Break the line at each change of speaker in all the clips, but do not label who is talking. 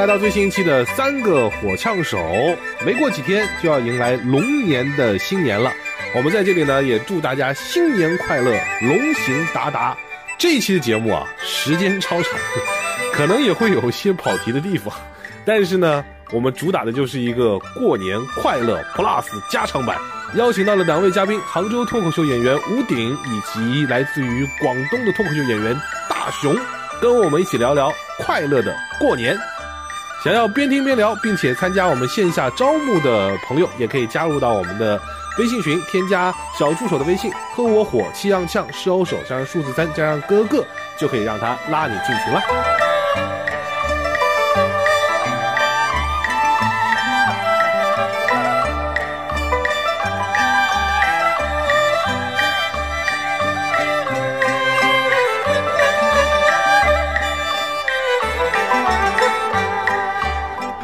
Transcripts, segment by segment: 来到最新一期的三个火枪手，没过几天就要迎来龙年的新年了。我们在这里呢，也祝大家新年快乐，龙行达达。这一期的节目啊，时间超长， 可能也会有些跑题的地方，但是呢，我们主打的就是一个过年快乐 Plus 加长版。邀请到了两位嘉宾，杭州脱口秀演员吴鼎以及来自于广东的脱口秀演员大熊，跟我们一起聊聊快乐的过年。想要边听边聊，并且参加我们线下招募的朋友，也可以加入到我们的微信群，添加小助手的微信“喝我火气样呛是欧手”，加上数字三，加上哥哥，就可以让他拉你进群了。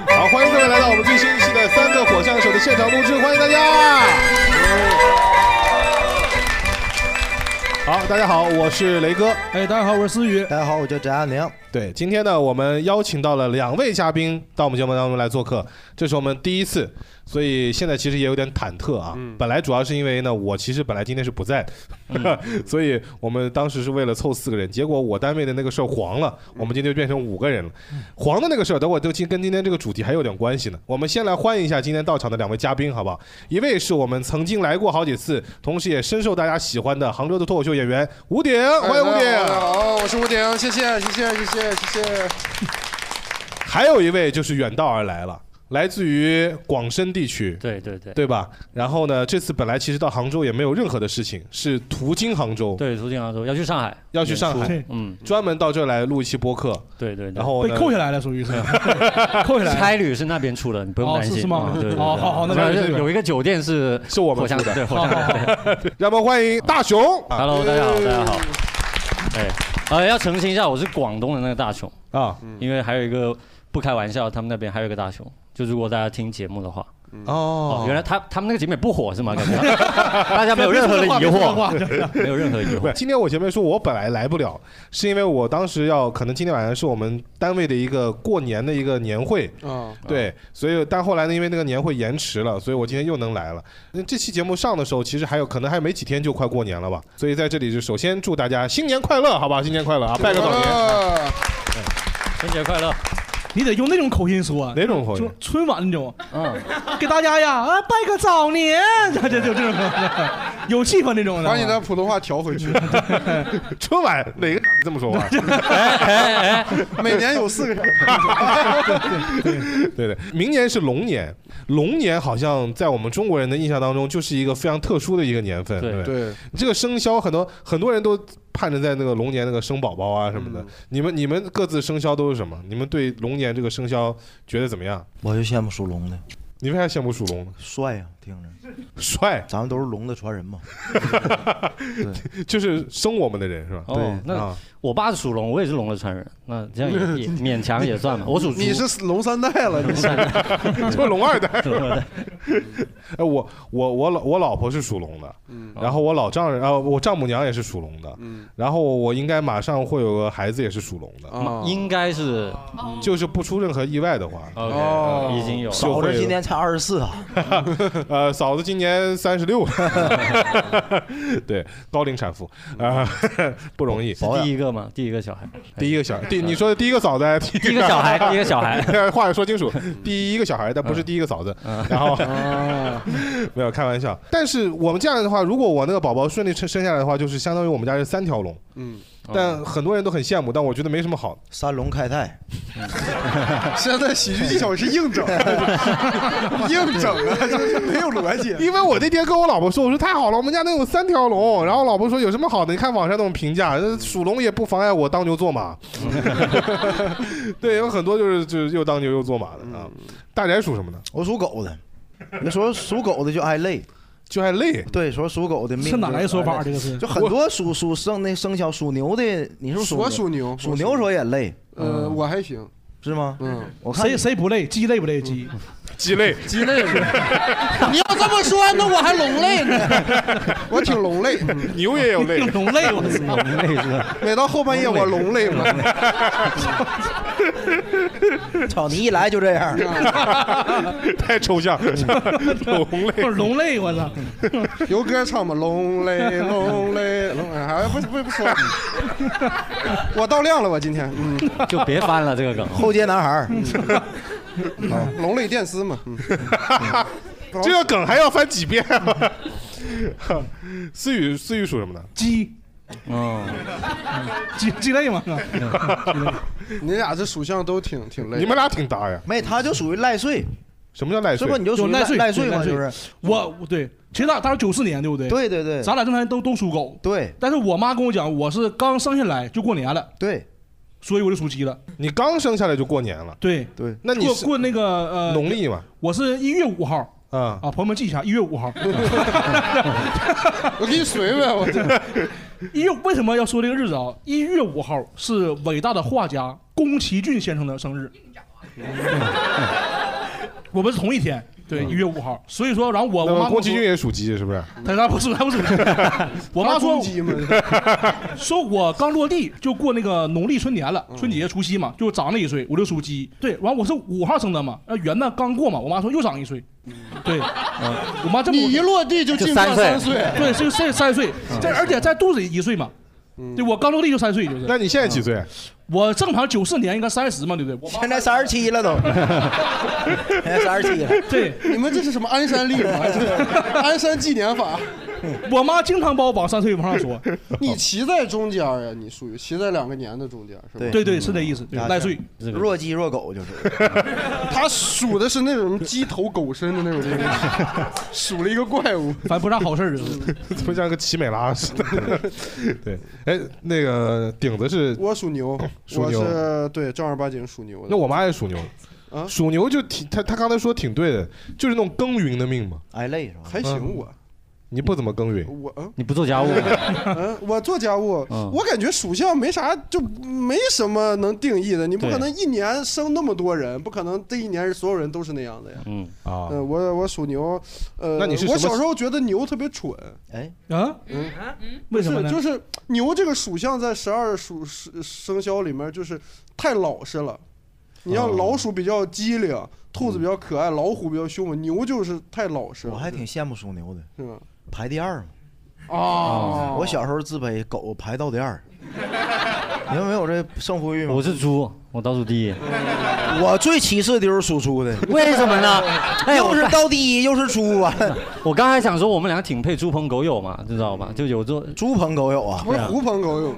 好，欢迎各位来到我们最新一期的《三个火枪手》的现场录制，欢迎大家！好，大家好，我是雷哥。
哎，大家好，我是思雨。
大家好，我叫翟亚宁。
对，今天呢，我们邀请到了两位嘉宾到我们节目当中来做客，这是我们第一次，所以现在其实也有点忐忑啊。
嗯
本来主要是因为呢，我其实本来今天是不在的， 所以我们当时是为了凑四个人，结果我单位的那个事儿黄了，我们今天就变成五个人了。黄的那个事儿，等会儿就今跟今天这个主题还有点关系呢。我们先来欢迎一下今天到场的两位嘉宾，好不好？一位是我们曾经来过好几次，同时也深受大家喜欢的杭州的脱口秀演员吴
哎
鼎，欢迎吴鼎。
大家好，我是吴鼎，谢谢，谢谢，谢谢，谢谢。
还有一位就是远道而来了。来自于广深地区，
对对对，
对吧？然后呢，这次本来其实到杭州也没有任何的事情，是途经杭州，
对，途经杭州要去上海，
要去上
演
海
出，嗯，
专门到这来录一期播客，
对对对
然后
被
呢
扣下来了，属于是 扣下来了
差旅是那边出了，你不用
哦
担
是
心。
是吗
嗯对对对
哦好好那没问题
有有一个酒店是
是我们
火象
住的
对火象对
让我们欢迎大熊。
Hello，大家好，大家好。哎，呃，要澄清一下，我是广东的那个大熊，
啊
因为还有一个不开玩笑，他们那边还有一个大熊，就如果大家听节目的话，
哦，
哦原来他他们那个节目也不火 是吗？感觉 大 家没有任何的疑惑，没有任何疑
不
惑
是，。今天我前面说我本来来不了，是因为我当时要可能今天晚上是我们单位的一个过年的一个年会，
嗯，
啊
对，所以但后来呢，因为那个年会延迟了，所以我今天又能来了。那这期节目上的时候，其实还有可能还没几天就快过年了吧，所以在这里就首先祝大家新年快乐，好吧？新年快乐啊，拜个早年。
年。
春节快乐！
你得用那种口音说，啊
哪种口
就
音？
春晚那种，
嗯，
给大家呀啊拜个早年， 这就这种 有气氛那种的。
把你的普通话调回 去。
春晚哎哪个这么说啊话？
哎哎哎，
每年有四个人，
对对，明年是龙年，龙年好像在我们中国人的印象当中就是一个非常特殊的一个年份。
对
不
对，
这个生肖很多很多人都盼着在那个龙年那个生宝宝啊什么的。你们你们各自生肖都是什么？你们对龙年这个生肖觉得怎么样？
我就羡慕属龙的，
你为啥羡慕属龙呢？
帅呀、听着，
帅，
咱们都是龙的传人嘛。
就是生我们的人是吧？
哦，那
啊，
我爸是属龙，我也是龙的传人，那这样 也也勉强也算吧。我属猪，
你是龙三代了，你是
就是龙二代。
龙二代
哎，我我我老我老婆是属龙的，
嗯
然后我老丈人啊，我丈母娘也是属龙的，然后我应该马上会有个孩子也是属龙的，
啊
应该是
就是不出任何意外的话，
哦
OK，已经有了。
嫂子今年才二十四啊，
呃，嫂子今年三十 六，对，高龄产妇啊， 不容易。
嗯是第一个嘛，第一个小孩，嗯
第一个小第你说的第一个嫂子，还是
第
第
一个小孩，第一个小孩， 嗯
话要说清楚，第一个小孩，但不是第一个嫂子。然后哦 没有开玩笑，但是我们这样的话，如果我那个宝宝顺利生生下来的话，就是相当于我们家是三条龙。
嗯，
但很多人都很羡慕，但我觉得没什么好。
三龙开泰，
现在喜剧技巧是硬整， 硬整啊， 就是没有逻 辑。
因为我那天跟我老婆说，我说太好了，我们家能有三条龙。然后我老婆说有什么好的？你看网上那种评价，呃属龙也不妨碍我当牛做马。 对，有很多就是就是又当牛又做马的啊。大宅属什么的？
嗯我属狗的。你说属狗的就爱累，
就还累。
对，说属狗的命
这哪来说法？这个
就是就很多属属生那生肖属牛的，你是不是
我
属
属牛，
嗯
属牛时候也累，
呃，我还行，
是吗？嗯，我看
谁谁不累？鸡累不累？鸡，
鸡肋，
鸡肋，
你要这么说，那我还龙类呢。
我挺龙类，
牛也有肋，
龙累我操！
龙类是吧？
每到后半夜我龙类嘛。
操，你一来就这 样，
太抽象， 龙
不
类
是龙累我操！
有歌唱吗？龙嘞龙嘞龙，哎，不不不说，我到量了，我今天，嗯，
就别翻了这个梗。嗯
后街男孩儿，
龙类电丝嘛，嗯，
这个梗还要翻几遍、啊？思雨，思雨属什么的？哦
鸡，嗯， 鸡鸡累吗？
嗯
你俩这属相都挺挺累。
你们俩挺搭呀？
没，他就属于赖睡，
什么叫赖
是
睡
不？？你就属于
有赖睡
赖睡嘛，
对
就是
赖，我我对，其实咱咱是九四年对不对？，
对对对
咱俩正常人都都属狗，
对
但是我妈跟我讲，我是刚生下来就过年了，
对
所以我就属鸡了。
你刚生下来就过年了，
对，
对，
那你
过
是
过那个呃，
农历嘛？
我是一月五号
啊、
啊，朋友们记一下，一月五 号。
我给你随呗，我这
一月为什么要说这个日子啊？一月五号是伟大的画家宫崎骏先生的生 日，我们是同一天，对，
嗯
一月五号。所以说，然后我
那
我
么
妈
宫崎骏，也属鸡是不是？
他他不是他不 是，我妈说
公鸡嘛，
说我刚落地就过那个农历春年了，
嗯
春节除夕嘛，就长了一岁，我就属鸡。对，完我是五号生的嘛，呃元旦刚过嘛，我妈说又长一岁，对，我妈这么
你一落地就进
就三
化
岁
三岁，嗯
对，就三三岁，在而且在肚子里一岁嘛，对我刚落地就三岁就是。嗯
那你现在几岁？
我正常九四年应该三十嘛，对不对？我妈
现在三十七 了都，现在三十七了，
对
你们这是什么鞍山 历吗？这鞍山纪年法，
我妈经常把我往三岁往上说，
你骑在中间呀，你属于骑在两个年的中间，是吧？
对
对对是这意思，对
嗯
赖睡。
这 个
若鸡若狗就是。
他数的是那种鸡头狗身的那 种东西，数了一个怪物。
反正不啥好事 儿，啊就是
不像个奇美拉似的。对，哎，那个顶子是，
我属牛，
属
我
牛
是对正儿八经属牛
那
的。
我妈也属牛，
啊
属牛就挺他他刚才说挺对的，就是那种耕耘的命嘛。嗯
挨累是吧？
还行，我
你不怎么耕耘，
我嗯
你不做家务吗？
嗯，我做家务，
嗯
我感觉属相没啥，就没什么能定义的。你不
对
可能一年生那么多人，不可能这一年所有人都是那样的呀。
嗯，
啊
嗯，我我属牛，呃，
那你是
我
什么
小时候觉得牛特别蠢，
哎，
啊，为什么呢
是？就是牛这个属相在十二属生生肖里面就是太老实了。你像老鼠比较机灵，
嗯
兔子比较可爱，老虎比较凶猛，牛就是太老实了。
我还挺羡慕属牛的，
是吧？
排第二嘛。
啊，
我小时候自卑，狗排倒第二。你们没有这胜负欲吗
我？是猪，我倒数第一，
我最歧视的就是属猪的，
为 什么呢？哎，
又
我
是
刚
倒第一，又是猪啊，
我刚才想说我们俩挺配猪朋狗友嘛，知道吧？就有做
嗯猪朋狗友啊。
不是狐朋狗友，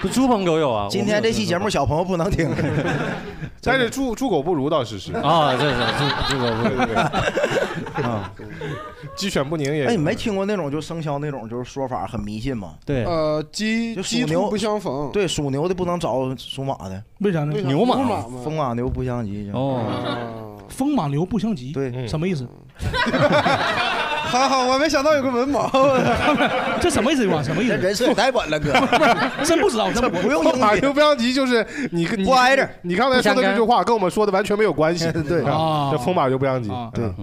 不猪朋狗友啊。
今天这期节目小朋友不能听，
但是猪猪狗不如倒是是，
啊，这是猪猪狗狗嗯友。
鸡犬不宁也。
哎，你
啊
没听过那种就生肖那种就是说法很迷信吗？
对，
呃，鸡
就属
鸡
牛
兔不相逢，
对，属牛的不能找属马的，
为啥呢
为？啥，
牛马
马
风
嘛。
马牛不相及。
哦，
啊
风马牛不相及，
对，
什么意思？
好好，我没想到有个文盲，
这什么意思？哇，什么意
这
思？
人设也太稳了，哥，
真不知道，真不
不用
后马
英
牛
语。
不相及，就是你跟你
不挨着。
你刚才说的这句话跟我们说的完全没有关 系。
对
啊，
啊
这风马牛不相及
啊。
嗯，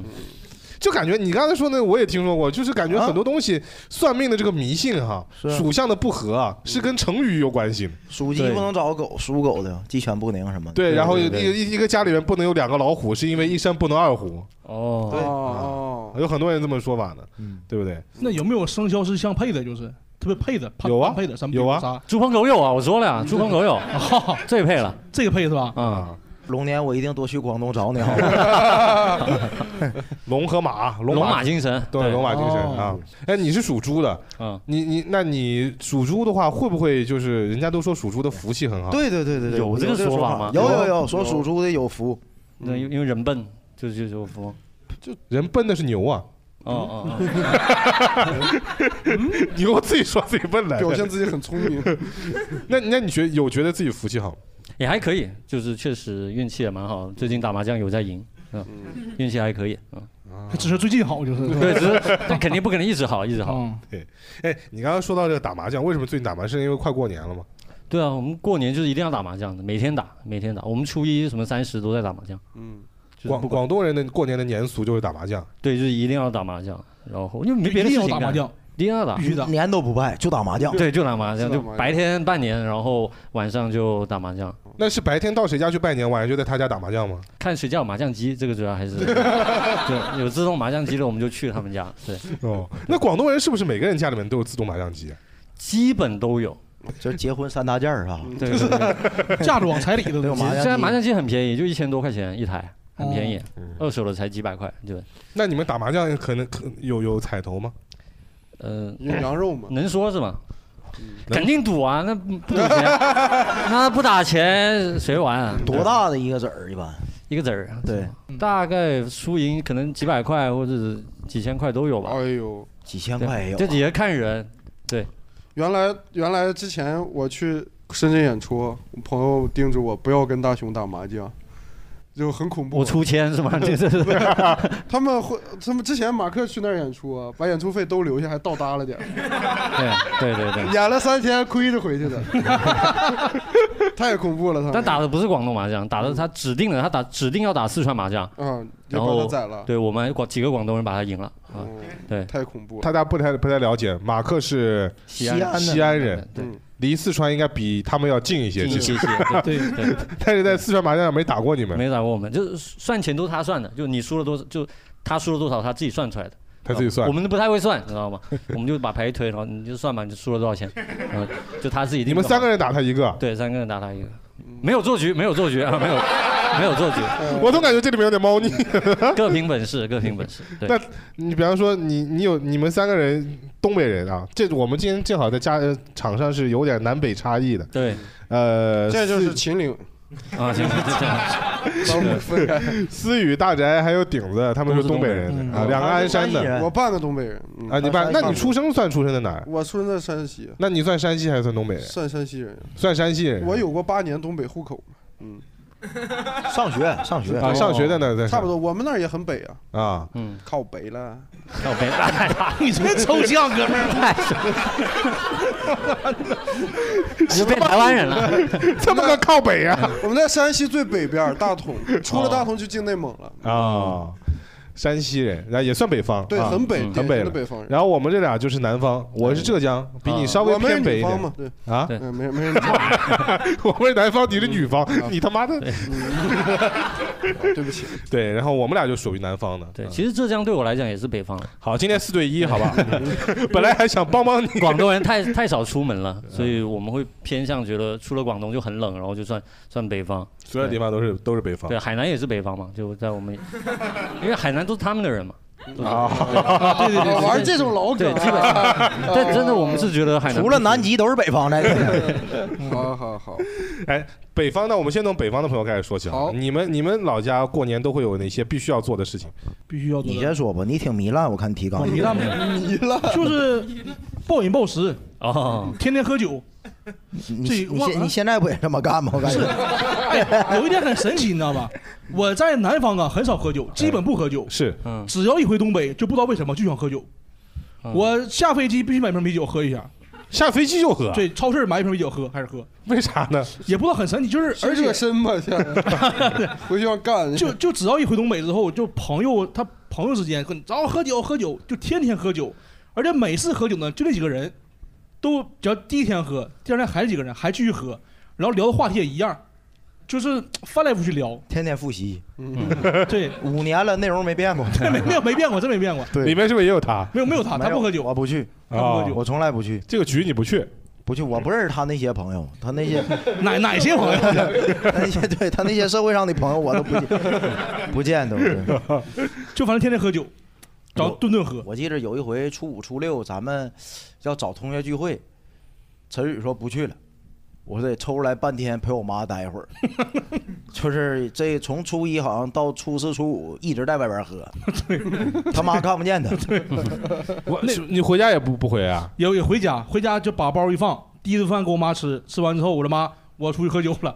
就感觉你刚才说那我也听说过，就是感
啊
觉很多东西算命的这个迷信哈，
啊
属相的不合啊，是跟成语有关系的。
属鸡
对
不能找狗，属狗的鸡犬不宁什么的。
对，然后一
对对
一一个家里面不能有两个老虎，是因为一山不能二虎，
哦，嗯
哦哦，
有很多人这么说法的，对不对？
那有没有生肖是相配的？就是特别配的，
有啊
配的什么？
有啊
啥？
猪朋狗友啊，我说了呀，猪朋狗 友，
哈，
最配了
这个配是吧？
啊。
嗯
龙年我一定多去广东找你，好吗？
龙和马，龙
龙马
马
精神，
对，龙马精神啊
哦！
哎，你是属猪的，
嗯，
你你那你属猪的话，会不会就是人家都说属猪的福气很好？
对对对对对，
有这个
个
说法
法
吗
有有有，说属猪的有福，嗯
那因为因为人笨，就就就服。
人笨的是牛啊，
哦哦哦，
牛自己说自己笨来
表
的。
现自己很聪明，
那那你觉得有觉得自己福气好吗？
也还可以，就是确实运气也蛮好，最近打麻将有在赢，嗯，运气还可以，嗯，
只是最近好，就是
对，只是但肯定不可能一直好，一直好，
嗯，
哎，你刚刚说到这个打麻将，为什么最近打麻将？是因为快过年了吗？
对啊，我们过年就是一定要打麻将的，每天打，每天打。我们初一什么三十都在打麻将。
嗯，
广广东人的过年的年俗就是打麻将。
对，就是一定要打麻将，然后因为没
就
别的
一
事
定要
情
打
干
麻将，
一定要打，
必须打年都不拜，就打麻将
对，就打麻将，
就
就
打麻将
白天半年，然后晚上就打麻将。
那是白天到谁家去拜年，晚上就在他家打麻将吗？
看谁家有麻将机，这个主 要还是对有自动麻将机的，我们就去他们家。对，
哦，那广东人是不是每个人家里面都有自动麻将机？啊
基本都有。
就是结婚三大件儿啊，
对对对
嫁妆彩礼的都有
其
麻将
实现
机
在麻将机很便宜，就一千多块钱一台，很便宜
哦，
二手的才几百块，对。
那你们打麻将可能可有有彩头吗？
呃，
有羊肉吗
能说是吗？肯定赌啊，那不 不赌钱，那不打钱谁玩啊？
多大的一个子儿一般？
一个子儿，啊
对，
大概输赢可能几百块或者是几千块都有吧。
哎呦，
几千
块也有
这也看人，对。
原来原来之前我去深圳演出，我朋友叮嘱我不要跟大雄打麻将，就很恐怖。
我出千 是吗这是
不他们会，他们之前马克去那儿演出啊，把演出费都留下，还倒搭了点儿，
对对对对。
演了三天亏着回去的， 太恐怖了他们。
但打的不是广东麻将，打的他指定的，他打指定要打四川麻将，
嗯，就
然
把
后
他宰了。
哦
嗯
对我们广几个广东人把他赢了啊，对，
太恐怖
大家不太不太了解，马克是
西安的
西安人，嗯
对，
离四川应该比他们要近一些，
近一些
其实
对对对
但是在四川麻将上没打过你们，
没打过我们，就是算钱都是他算的，就你输了多少，就他输了多少他自己算出来的。啊
他自己算
我们都不太会算，你知道吗？ 我们就把牌一推，然后你就算吧，你输了多少钱，嗯，就他自己定的嘛。
你们三个人打他一个，啊
对，三个人打他一个，没有做局，没有做局啊，没有，没有做局。
我总感觉这里面有点猫腻。
各凭本事，各凭本事。对
那，你比方说你你有你们三个人东北人啊，这我们今天正好在家呃场上是有点南北差异的。
对，
呃，
嗯这就是 秦岭
啊，这
把我们分开。
思雨、大宅还有顶子， 他们是东北
嗯
人啊，两个鞍山的
我半个东北人。嗯
啊。你爸，那你出生算出生在哪儿？
我出生在山西，
那你算山西还是算东北人？
算山西人。
算山西人。
我有过八年东北户口，嗯，
上学上学
啊上学在那儿在上
差不多，我们那儿也很北啊，
啊，
嗯，
靠北了，
靠北了
你这抽象哥们
儿
你变台湾人了
这么个靠北啊！
我们在山西最北边儿大同，出了大同就进内蒙 了。
啊，山西人，然后也算北方，
对
啊
很北
嗯
典
很
型
北
的
了
北方人嗯啊
然后我们这俩就是南方，我是浙江，比你稍微
我们是
偏北
女
一
方
点
嘛，对
啊。
嗯，没没人。 嗯
我们是南方，你是女方，
啊
你他妈的，
哦对不起。
对，然后哦我们俩就属于南方的。嗯
对，其实浙江对我来讲也是北方。
好，今天四 对一，好吧？ 本来还想帮帮你，
广东人 太太少出门了，所以我们会偏向觉得出了广东就很冷，然后就算 算北方。
所有地方都是都是北方。
对，海南也是北方嘛，就在我们， 因为海南都是他们的人嘛。都是
啊
对对对，对
玩这种老梗
对，
啊
基本上，但真的我们是觉得海南
除了南极都是北方的。
好好好，
哎，北方呢，我们先从北方的朋友开始说起啊。你们你们老家过年都会有哪些必须要做的事情？
必须要做
你先说吧，你挺糜烂，我看提纲。
糜烂吗？糜烂就是暴饮暴食
哦，
天天喝酒。
啊你
这
你
忘
现
了
你现在不也这么干吗？我感觉
哎，有一点很神奇，你知道 吧？我在南方啊，很少喝酒，基本不喝酒。
是，
只要一回东北，就不知道为什么就想喝酒。我下飞机必须买瓶啤酒喝一下。
下飞机就喝啊
对，超市买一瓶啤酒喝，还是喝。
为啥呢？
也不知道很神奇，就是而且
热身吧，现在回去要干。
就就只要一回东北之后，就朋友他朋友之间跟，只要喝酒喝酒，就天天喝酒，而且每次喝酒呢，就那几个人，都只要第一天喝，第二天还是几个人，还继续喝，然后聊的话题也一样，就是翻来覆去聊。嗯
天天复习。
对，
五年了，内容没变过。
没没有没变过，真没变过。
对
里面是不是也有他？
没有没有他，他不喝酒，
我不去，啊
他不喝酒
我从来不去。
这个局你不去，
不去，我不认识他那些朋友，他那些
哪哪些朋友
他 那些对他那些社会上的朋友，我都不见不见 都是。
就反正天天喝酒，然后顿顿喝。
我记得有一回初五、初六，咱们要找同学聚会，陈宇说不去了，我说得抽出来半天陪我妈待一会儿。 就是这从初一好像到初四、初五一直在外边喝，他妈看不见 他。
我你回家也不不回啊？
也也回家，回家就把包一放，第一顿饭给我妈吃，吃完之后我说妈，我出去喝酒 了，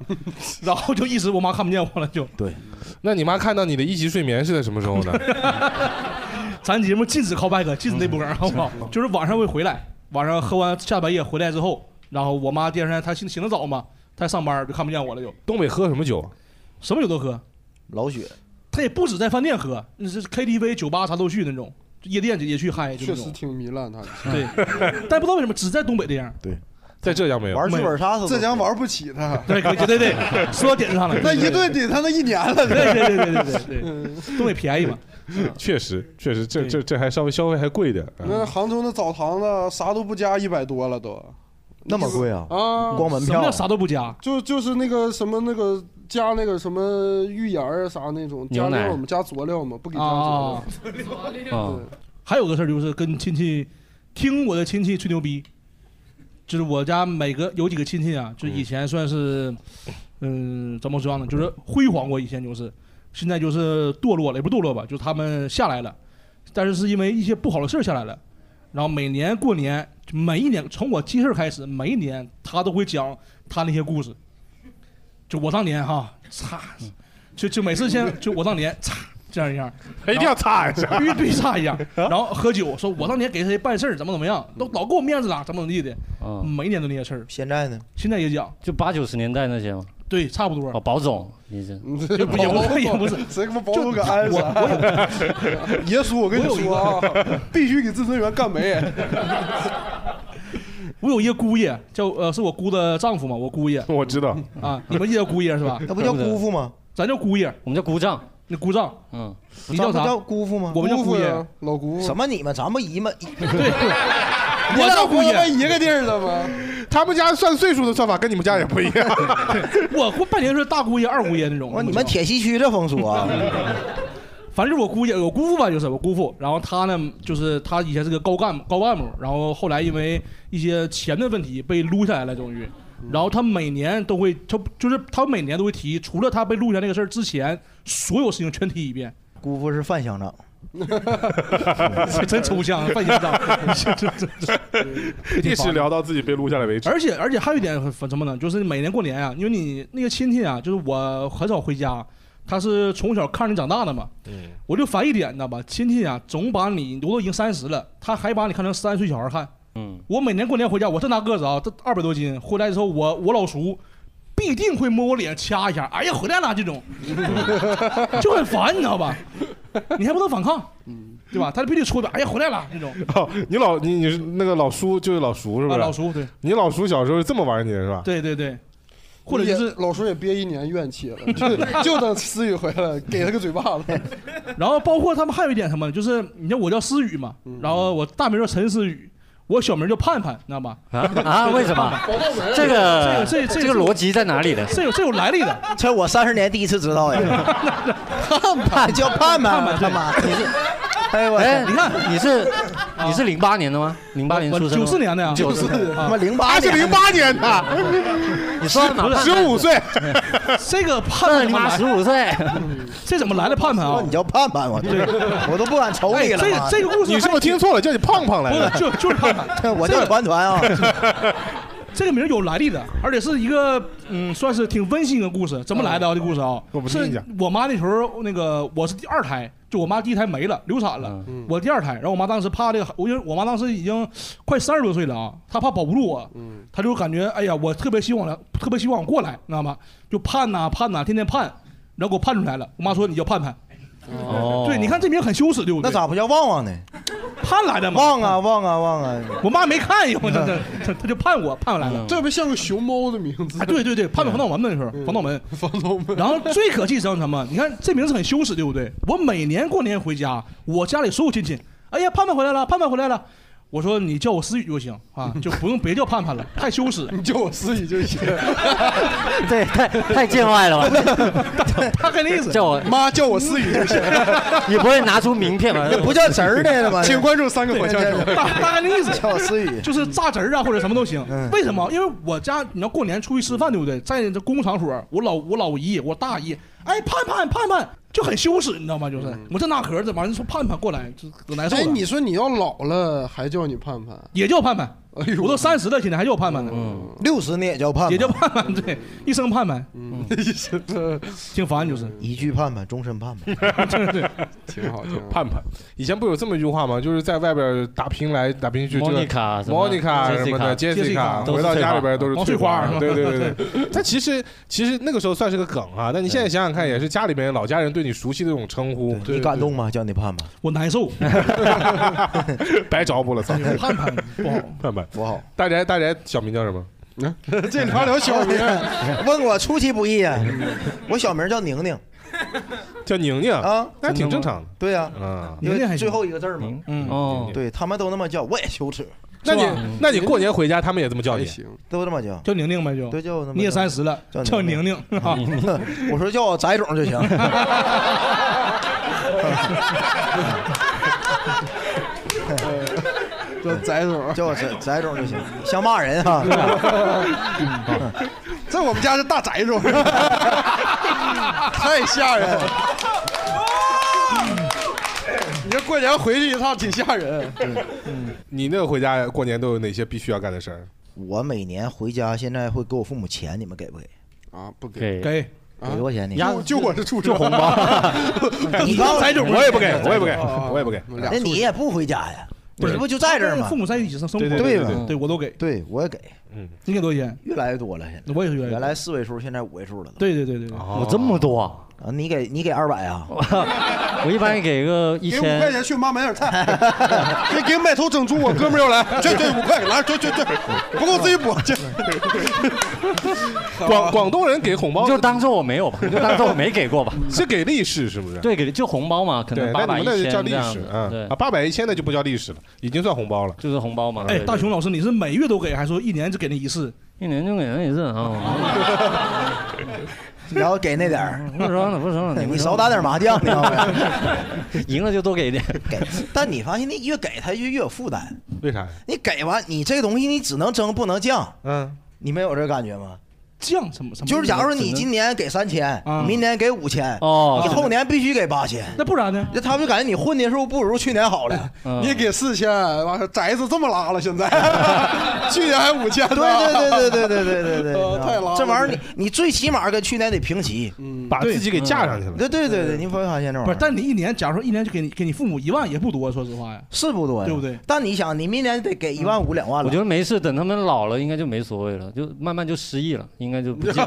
然后就一直我妈看不见我了，就
对。
那你妈看到你的一级睡眠是在什么时候呢？
咱
嗯
节目禁止 callback，禁止那波，好不好？就是晚上会回来，晚上喝完下半夜回来之后，然后我妈第二天她醒醒得早嘛，她上班就看不见我了就。
东北喝什么酒？啊
什么酒都喝，
老雪。
她也不止在饭店喝，那是 KTV、酒吧啥都去那种，夜店也去嗨，就那
确
种
实。挺糜烂他。
对，但不知道为什么只在东北这样。
对，
在浙江没有
玩剧本
杀
浙江玩不起他。
对对对对，说到点子上了。
那一顿
对
顶他那一年了。嗯
对对对对对对对对，东北便宜嘛。
确实，确实，这这这还稍微消费还贵点。啊
那杭州那澡堂子啥都不加，一百多了都。
那么贵啊
啊！
光门票什么叫啥
都不加？
就就是那个什么那个加那个什么芋盐儿啊啥那种，加
牛奶
料嘛，加佐料嘛，不给加
啊
佐 料。
啊！还有个事儿就是跟亲戚，听我的亲戚吹牛逼，就是我家每个有几个亲戚啊，就是以前算是，嗯，怎么说呢，就是辉煌过，以前就是，现在就是堕落了，也不堕落吧，就是他们下来了，但是是因为一些不好的事儿下来了，然后每年过年，就每一年从我记事儿开始，每一年他都会讲他那些故事，就我当年哈，擦，就就每次先就我当年擦这样一样，
一定要擦一下
然后必须必须擦一下，然后喝酒说我当年给谁办事儿怎么怎么样，都老给我面子了，怎么怎么地的，
哦
每年都那些事儿。
现在呢？？
现在也讲，
就八九十年代那些吗？
对，差不多。
哦，保总，你这
就不也不也不是，
谁他妈保总敢安
我我有
我？爷叔，我跟你说啊， 必须给自身员干没。
我有一个姑爷，叫呃是我姑的丈夫嘛，我姑 爷。
我知道
啊，你们也叫姑爷是吧
那不叫姑父吗？
咱叫姑爷，
我们叫姑丈。
那姑丈，
嗯，
你叫啥？
叫姑父啊吗？
我们叫姑爷，
老姑
什么你们？咱们姨 们，
我叫姑爷。
一个地儿的吗？
他们家算岁数的算法跟你们家也不一样。
我过半年是大姑爷、二姑爷那种。
你们铁西区这风俗 啊？
反正就是我姑爷，我姑父吧，就是我姑父。然后他呢，就是他以前是个高干部，高干部。然后后来因为一些钱的问题被撸下来了，终于。然后他每年都会，他就是他每年都会提，除了他被撸下那个事儿之前，所有事情全提一遍。
姑父是范乡长，
真抽象，啊范乡长，是是是是
一直聊到自己被录下来为止。
而且而且还有一点很什么呢？就是每年过年啊，因为你那个亲戚啊，就是我很少回家，他是从小看着你长大的嘛。
嗯，
我就烦一点，你知道吧？亲戚啊，总把你我都已经三十了，他还把你看成三岁小孩看。
嗯，
我每年过年回家，我这么大个子啊，这二百多斤，回来之后我我老叔必定会摸我脸掐一下，哎呀回来了这 种，就很烦，你知道吧？你还不能反抗，
嗯
对吧？他必须出的，哎呀回来了那种。
哦，你老你你是那个老叔，就是老叔是不是？
啊老叔对。
你老叔小时候是这么玩你的是吧？
对对对，
或者就是
老叔也憋一年怨气 了，就就等思雨回来给他个嘴巴子。
然后包括他们还有一点什么，就是你看我叫思雨嘛，
嗯
然后我大名叫陈思雨，我小名叫盼盼，你知道吧？
啊啊为什么这个
这
这个逻辑在哪里呢
这有这有来历的，
这我三十年第一次知道呀。盼盼叫盼盼，他妈，你是，哎呦
哎
我，，
你看你是你是零八年的吗？零八年出生的吗，
94年的呀
94
94
啊
他妈零八，
他是零八年的，
你算嘛？
十五岁，
这个盼盼
你妈十五岁，
这怎么来的盼盼啊
你？叫盼盼，我我都不敢瞅你了。
哎这
妈的
这个故事
你是不是听错了？叫你胖胖来
不是
的，
就就是盼 盼，
我叫团团啊，
这个名儿有来历的，而且是一个嗯，算是挺温馨的故事。怎么来的啊？这故事啊，
我不信你
是
讲
我妈那时候那个我是第二胎，就我妈第一胎没了，流产了，我第二胎。然后我妈当时怕这个，我因为我妈当时已经快三十多岁了啊，她怕保不住我，她就感觉哎呀，我特别希望来，特别希望我过来，你知道吗？就盼呐、盼呐、天天盼，然后给我盼出来了。我妈说你叫盼盼，
哦
对，你看这名很羞耻，对不对？
那咋不叫旺旺呢？
盼来的嘛？
旺啊旺啊旺啊！
我妈没看哟，
嗯
真的，她她就盼我，盼我来了。
嗯这不像个熊猫的名字嗯
啊，？对对对，盼盼防盗门那时候，防盗门，
房东们，
然后最可气是什么？你看这名字很羞耻，对不对？我每年过年回家，我家里所有亲戚，哎呀，盼盼回来了，盼盼回来了。我说你叫我思雨就行 啊，就不用别叫盼盼了，太羞耻。
你叫我思雨就行。
对，太太见外了吧？
他跟那意思，
叫我，
妈叫我思雨就行。
你不会拿出 名片
哎
吧？
不叫侄儿呢，他妈的。
请关注三个火枪手。
大大概那意思。
叫思雨，
就是榨汁儿啊，或者什么都行。为什么？因为我家你要过年出去吃饭，对不对？在这公共场所，我老我老姨，我大姨，哎，盼盼盼盼，就很羞耻，你知道吗？就是我这那嗯壳子，完了说盼盼过来，就可难受
哎，
了。
你说你要老了还叫你盼盼，
也叫盼盼，我都三十了，现在还叫盼盼呢。
六十你也叫盼，
也叫盼盼，对，一生盼盼， 挺烦就是。
一句盼盼，终身盼盼。
对，挺好，盼盼。以前不有这么一句话吗？就是在外边打拼来打拼去，就
Monica 什么
Monica 什么的
Jessica
，Jessica，
都是
回到
翠
家
花
里边都是
哦
翠
翠花
花
是吧
对对对对。但其实其实那个时候算是个梗啊，但你现在想想看，也是家里边老家人对你熟悉的这种称呼，
你感动吗？叫你盼盼，
我难受，
白招呼了，操！
盼盼不好，
盼盼。
不好。嗯
大宅大宅小名叫什么？
这聊聊小名，
问我出其不意啊！我小名叫宁宁
叫宁宁，
啊，
那挺正常的。
对呀，
嗯，
因
宁宁还
为
行
最后一个字儿嘛。
嗯，
哦，
对他们都那么叫，我也羞耻，
那
是吧
你那你过年回家，他们也这么叫
还
你？
行，
都这么叫。
叫宁宁呗，就
对，叫我那么
你也
叫
三十了，
叫
嗯叫宁
宁
宁啊，
我说叫我翟总就行。
叫翟总，
叫我翟翟总就行，想骂人啊！
在我们家是大翟总，太吓人了。你这过年回去一趟挺吓人，
嗯你那个回家过年都有哪些必须要干的事儿？
我每年回家，现在会给我父母钱，你们给不给？
啊，不给，
给
给
给多少钱你？
就就我是畜生，
你刚
翟总，我也不给，我也不给，我也不给。
俩
啊那你也不回家呀？
不
你
是
这不就在这儿吗
父？母在一起生生活，
对
对
对
吧
对我都给，
对，我也给，
你给多少钱？
越来越多了。现在
我也是原
原来四位数，现在五位数了都。
对对对对对，
我这么多啊，
啊，你给你给二百啊？
我一般给个一
给五块
千，
钱去妈买点菜，给给买头整猪，我哥们儿要来，这这五块来，这这这不够自 己补，这
广广东人给红包
你就当做我 没有吧，你就当做我没 给过吧。
是给利是是不是？
对，给就红包嘛，可能
那
八百
你
一
们那就叫
千
利
这样
是
子，
嗯
对
啊，，八百一千的就不叫利是了，已经算红包了。
就是红包嘛。
哎，
对
大
对
熊老师，你是每月都给，还是说一年只给那一次？
一年就给人一次啊，
然后给那点儿，
不说了不说了，
你少打点麻将，你知道吗？
赢了就多给一点。
给，但你发现那越给他就越有负担。
为啥呀？
你给完，你这东西你只能增不能降，
嗯，
你们有这感觉吗？
降什么什么？
就是假如你今年给三千，
啊
你明年给五千，
哦
你后年必须给八千，
那不然呢？
那他们就感觉你混的时候不如去年好了。
嗯
你给四千，完事儿宅子这么拉了，现在去年还五千呢，
对对对对对对对对
呃
对，
太拉了
这玩意儿你你最起码跟去年得平齐。
把自己给架上去了。
对对对对，你会发现这玩 意
不
儿
是，但你一年，假如说一年就给你给你父母一万也不多，说实话呀。
是不多呀，
对不对？
但你想，你明年得给一万五两万
我
了
觉。得没事，等他们老了应该就没所谓了，就慢慢就失忆了，应该就不记，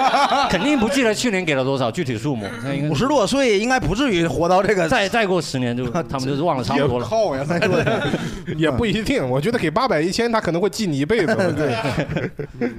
肯定不记得去年给了多少具体数目，那应该
五十多岁应该不至于活到这个。
再再过十 年就他们就忘了差不多了。
靠呀，
也不一定，我觉得给八百一千，他可能会记你一 辈子。对，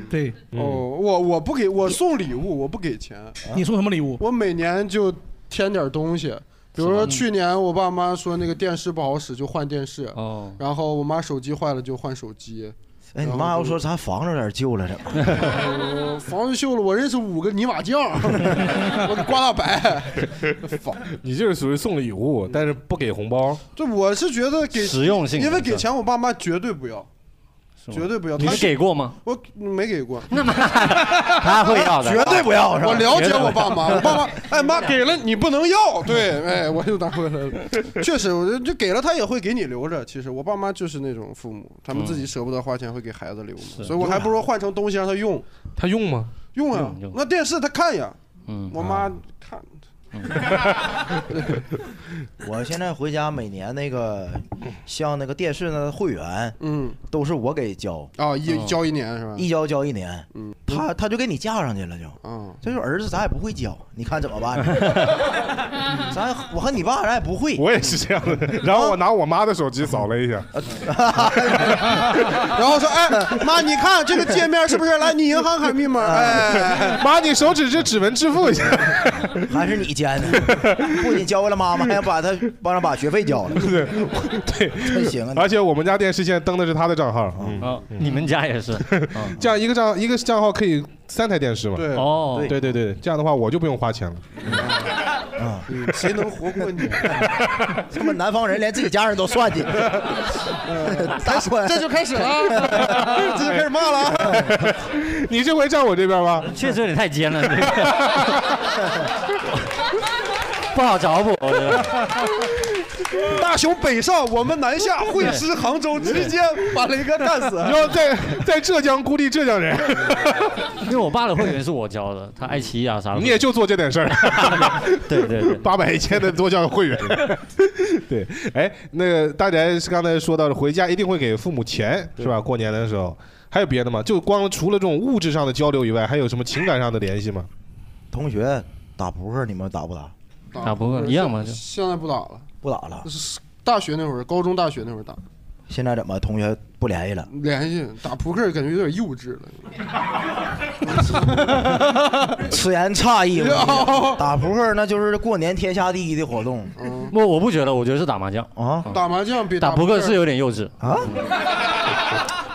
对，
哦，我我不给我送礼物，我不给钱，
你送什么礼物？
我每年就添点东西，比如说去年我爸妈说那个电视不好使，就换电视。
哦，
然后我妈手机坏了就换手机，
哎，你妈要 说咱房子有点旧了，怎么？
呃房子锈了，我认识五个泥瓦匠， 我给刮大白。 房，
你这是属于送礼物，但是不给红包。
这我是觉得给，
实用性的
因为给钱我爸妈绝对不要，
吗
绝对不要。
你
他
是给过吗？
我没给过，
他会要的，
绝对不要是
我
吧？
了解我爸妈，我爸妈， 哎妈给了你不能要，对，哎我就拿回来 了。确实，我觉得就给了他也会给你留着。其实我爸妈就是那种父母，他们自己舍不得花钱会给孩子留嘛，
嗯
所以我还不如换成东西让他用
他用吗？
用啊
用用。
那电视他看呀，
嗯，
我妈看，
我现在回家每年那个像那个电视那会员
嗯
都是我给交，
啊一交一年是吧？
一交交一年，
嗯
他他就给你架上去了就。
嗯，
这就是儿子，咱也不会教，你看怎么办？咱我和你
哎
爸咱也不会，
我也是这样 的。然后我拿我妈的手机扫了一下，
啊然后说哎 妈你看这个界面是不是？来你银行卡密码， 哎，
妈，你手指是指纹支付一下。
还是你教的，不仅教会了妈妈，还想把他帮他把学费 交了，
对对，
真行啊！
而且我们家电视现在登的是他的账号，嗯，
哦，你们家也 是，
这样一个账一个账号可以三台电视嘛。
对，嗯
哦，
对对对，这样的话我就不用花钱了。
啊
谁能活 过你？
他们南方人连自己家人都算计， 大算
这就开 始了，这就开始骂了啊。
你这回站我这边吧。
确实有点太尖了，这 个不好找补，我觉得
大雄北上，我们南下，会师杭州，直接把雷哥干死。
然后在在浙江孤立浙江人，
因为我爸的会员是我交的，他爱奇艺啊啥的。
你也就做这点事儿。
对对对，
八百一千的多交会员。 对，哎，那个大宅是刚才说到的，回家一定会给父母钱，是吧？过年的时候还有别的吗？就光除了这种物质上的交流以外，还有什么情感上的联系吗？
同学打扑克，你们打不打？
打扑啊克一样嘛，就
啊现在不打了，
不打了。
是大学那会儿，高中、大学那会儿打，
现在怎么同学不联系了？
联系打扑克感觉有点幼稚了。
此言差矣。我跟你打扑克那就是过年天下第一的活动。
我我不觉得，我觉得是打麻将嗯
啊，
打麻将比
打扑克是有点幼稚
啊。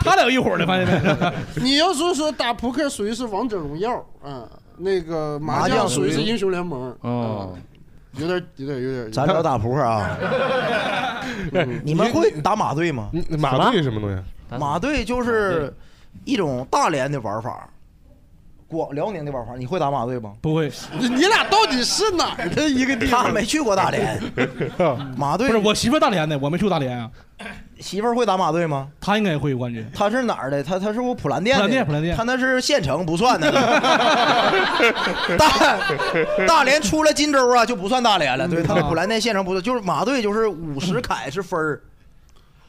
他俩有一伙儿的，发现没？
你要说说打扑克属于是王者荣耀，嗯，那个麻
麻将
属于
属
是
于
英雄联盟，
哦，
有点有点有点。嗯
咱聊打扑克啊。你们会打马队吗？
马队是什么东西？啊
马队就是一种大连的玩法，广辽宁的玩法。你会打马队吗？
不会，
你你俩到底是哪儿的一个地
他
方？
没去过大连。马
不
队
是我媳妇儿大连的，我没去过大连啊。
媳妇儿会打马队吗？
他应该也会，我感觉。
他是哪儿的？他他是不是普兰店的？
普兰店普兰店
他那是县城，不算的。 大大连出了金州啊，就不算大连了。对，他
嗯
们普兰店县城不算，就是马队就是五十凯是分儿，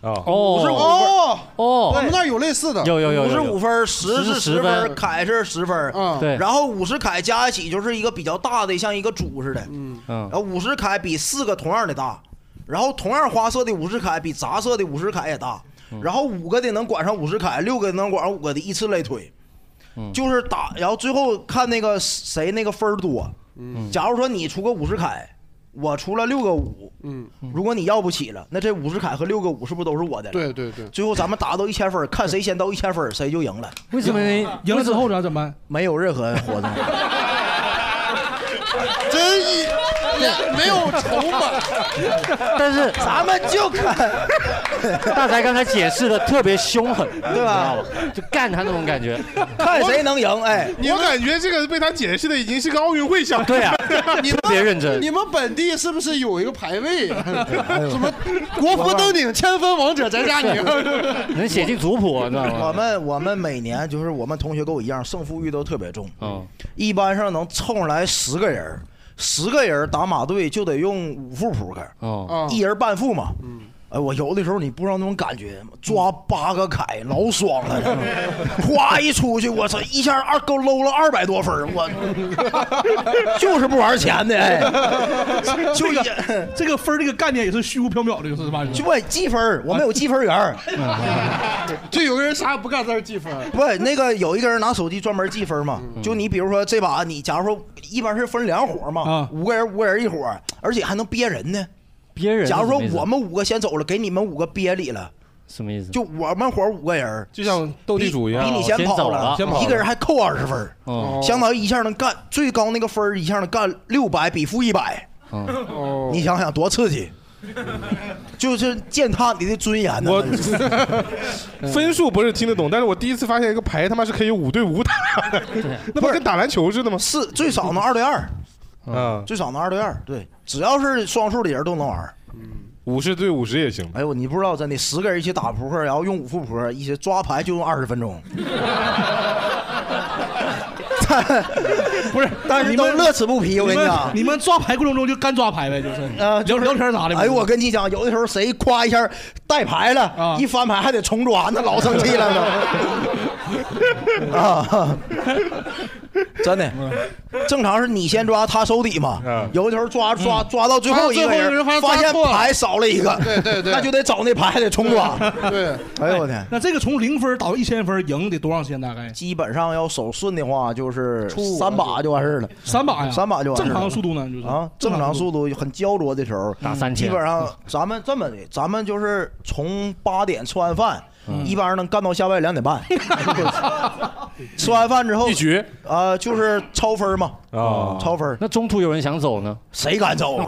哦，
哦，我
哦，
们那儿有类似的，
有有有
五
有
十
有
五分儿，十
十
是
十
十
分
分，凯是十分儿。
啊，
对，
然后五十凯加一起就是一个比较大的，像一个主似的。
嗯，
嗯
然后五十凯比四个同样的大，然后同样花色的五十凯比杂色的五十凯也大，
嗯
然后五个的能管上五十凯，六个能管上五个的，依次类推，
嗯
就是打，然后最后看那个谁那个分儿多。
嗯
假如说你出个五十凯，我出了六个五，
嗯，
如果你要不起了，那这五十凯和六个五是不是都是我的了？
对对对，
最后咱们打到一千分儿，看谁先到一千分儿， 谁就赢了，
为什么
赢了之后呢？怎么办？
没有任何活动。
真一也没有筹码，
但是
咱们就看，
大宅刚才解释的特别凶狠，
对吧
你知道吗？就干他那种感觉。
看谁能赢，哎，
我感觉这个被他解释的已经是个奥运会项目。
对
啊
呀，
你
特别认真哎
你们本地是不是有一个排位？啊 什么国服登顶千分王者翟佳宁？ 啊
能写进族谱，你知道
我
吗？
们我们每年就是我们同学跟我一样，胜负欲都特别重。
嗯，
一般上能凑上来十个人儿，十个人儿打马队就得用五副扑克，
哦，
啊，
一人半副嘛。
嗯
哎，我有的时候你不知道那种感觉，抓八个凯老爽了， 哗一出去，我操，一下二够搂了二百多分儿 我就是不玩钱的， 哎， 就也
这个分儿这个概念也是虚无缥缈的，就是吧？
就不积分儿我们有积分员儿。
就有个人啥也不干，在这计分。嗯
不，那个有一个人拿手机专门计分嘛，就你比如说这把你，假如说一般是分两伙嘛，
啊
五个人五个人一伙，而且还能憋人呢。
别人是
假如说
什么意思
我们五个先走了，给你们五个憋里了，
什么意思？
就我们伙五个人，
就像斗地主一样
比，比你先
先
跑
走了
先跑了
一个人还扣二十分儿，
哦
相当于一下能干最高那个分儿一下能干六百比负一百，
哦，
哦，
你想想多刺激，就是践踏你的尊严呢。
我 分数不是听得懂，但是我第一次发现一个牌他妈是可以五对五打， 那不是跟打篮球似的吗？
是最少能二对二，
啊，
最少能二对二，对，只要是双数的人都能玩儿。
五十对五十也行。
哎呦，你不知道，真的，十个人一起打扑克，然后用五副扑克，一起抓牌就用二十分钟。
不是，
但是
你
都
们
乐此不疲，我
你
跟你
们
讲。
你们抓牌过程中就干抓牌呗，就是
啊，
聊
就是
聊天啥的。
哎呦，我跟你讲，有的时候谁夸一下带牌
啊
了，一翻牌还得重抓，那老生气了 呢。啊，真的，正常是你先抓，他收底嘛
啊
嗯。
有的时候抓抓抓到最后一个
抓到最后一个人发现
发现
抓错了
牌少了一个，
对对对
那就得找那牌还得重抓。
对，
哎呦我天！
那这个从零分儿打到一千分儿赢得多长时间？大概
基本上要手顺的话，就是
五
三把就完事儿了。
三把呀，
三把就完事儿了
正常的速度呢，就是
啊，正常速度很焦灼的时候，
打三
基
千
本上咱们这么的，咱们就是从八点吃完饭，
嗯
一般能干到下班两点半。 吃完饭之后
一，局
啊，就是超分嘛，
啊
超分，
哦那中途有人想走呢，
谁敢走啊？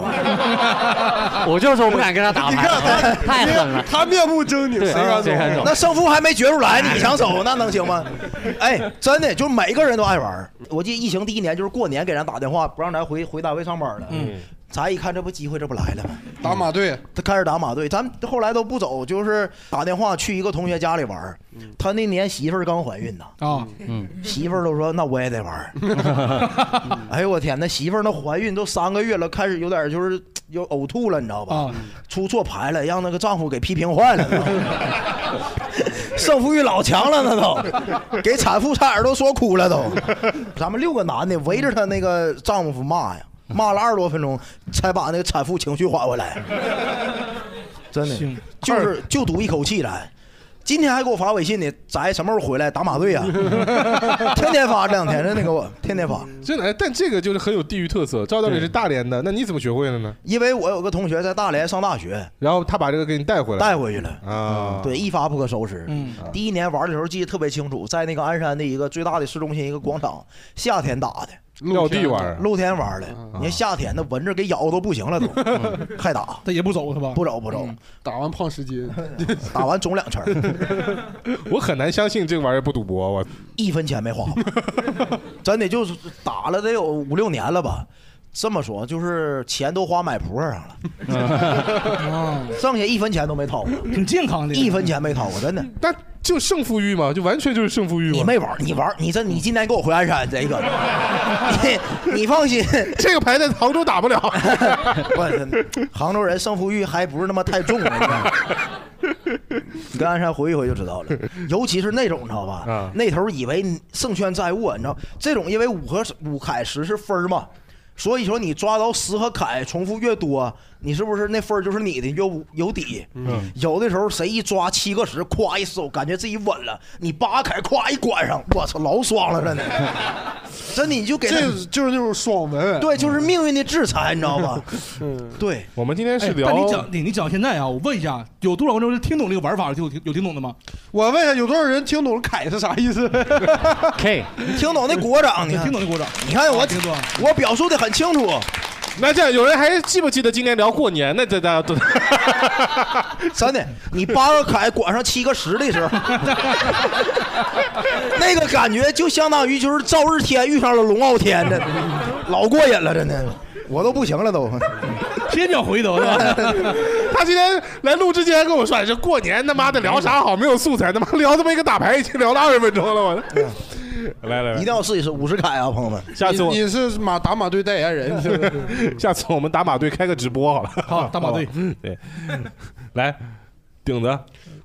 我就说我不敢跟 他打牌，太狠了。
他面目狰狞，谁敢
谁敢
走？
走？
那胜负还没决出来，你想走那能行吗？哎，真的，就是每个人都爱玩儿。我记得疫情第一年，就是过年给咱打电话，不让咱回回单位上班了。咱一看这不机会，这不来了吗？
打马队，
他开始打马队，咱们后来都不走，就是打电话去一个同学家里玩儿。他那年媳妇儿刚怀孕呢，
啊，
嗯，
媳妇儿都说那我也得玩 儿。哎呦我天，那媳妇儿那怀孕都三个月了，开始有点就是有呕吐了，你知道吧？出错牌了，让那个丈夫给批评坏了， 胜负欲老强了，那都给产妇差点都说哭了都。咱们六个男的围着她那个丈夫骂呀，骂了二十多分钟，才把那个产妇情绪缓回来。真的，就是就赌一口气来。今天还给我发微信呢，咱什么时候回来打马队啊？ 天天发这两天的那个我，天天发。
真的，但这个就是很有地域特色。照道理是大连
嗯
的，那你怎么学会的呢？
因为我有个同学在大连上大学，
然后他把这个给你带回来，
带回去了
啊。
对，一发不可收拾。
嗯
第一年玩的时候记得特别清楚，在那个鞍山的一个最大的市中心一个广场，夏天打的。
撂地玩儿
露天玩儿的。你看夏天那蚊子给咬都不行了，都 还打。
他也不走是吧？
不走不走，
打完胖十斤，
打完肿两圈儿，
我很难相信这个玩意儿不赌博，我
一分钱没花过。 真的就是打了得有五六年了吧。这么说就是钱都花买扑克上
哦
了，剩下一分钱都没掏过，
挺健康的，
一分钱没掏过，真的。
但就胜负欲嘛，就完全就是胜负欲。
你没玩儿，你玩儿，你这你今天给我回鞍山这 个，你你放心，
这个牌在杭州打不了。
不是，杭州人胜负欲还不是那么太重的。你知道吗你跟鞍山回一回就知道了，尤其是那种，你知道吧？
啊
那头以为你胜券在握，你知道这种，因为五和五凯十是分儿嘛，所以说你抓到十和凯重复越多，你是不是那分儿就是你的越无有底？
嗯
有的时候谁一抓七个十，咵一收，感觉自己稳了，你八凯咵一关上，我操，老爽了，真的，真的你就给
这就是那种爽文，
对，就是命运的制裁，你知道 吧？对，
我们今天
哎但你讲你你讲现在啊，我问一下，有多少观众是听懂这个玩法的？有有听懂的吗？
我问一下，有多少人听懂了“凯”是啥意思
？K，
你听懂那国掌，你看
听懂那国掌，
你看我
听懂。
我表述的很清楚。
那这样，有人还记不记得今年聊过年？那这大 家都
真的，你八个凯管上七个十的时候， 那个感觉就相当于就是赵日天遇上了龙傲天，真的老过瘾了，真的，我都不行了 都。
天鸟回头是吧？
他今天来录之前还跟我说，哎这过年他妈的聊啥好？没有素材，他妈聊他妈一个打牌已经聊了二十分钟了，我来来来，
一定要试一试五十凯啊，朋友们。
下次我
你是马打马队代言人，是不是
下次我们打马队开个直播好了。
好打马队
好吧 对，来顶子，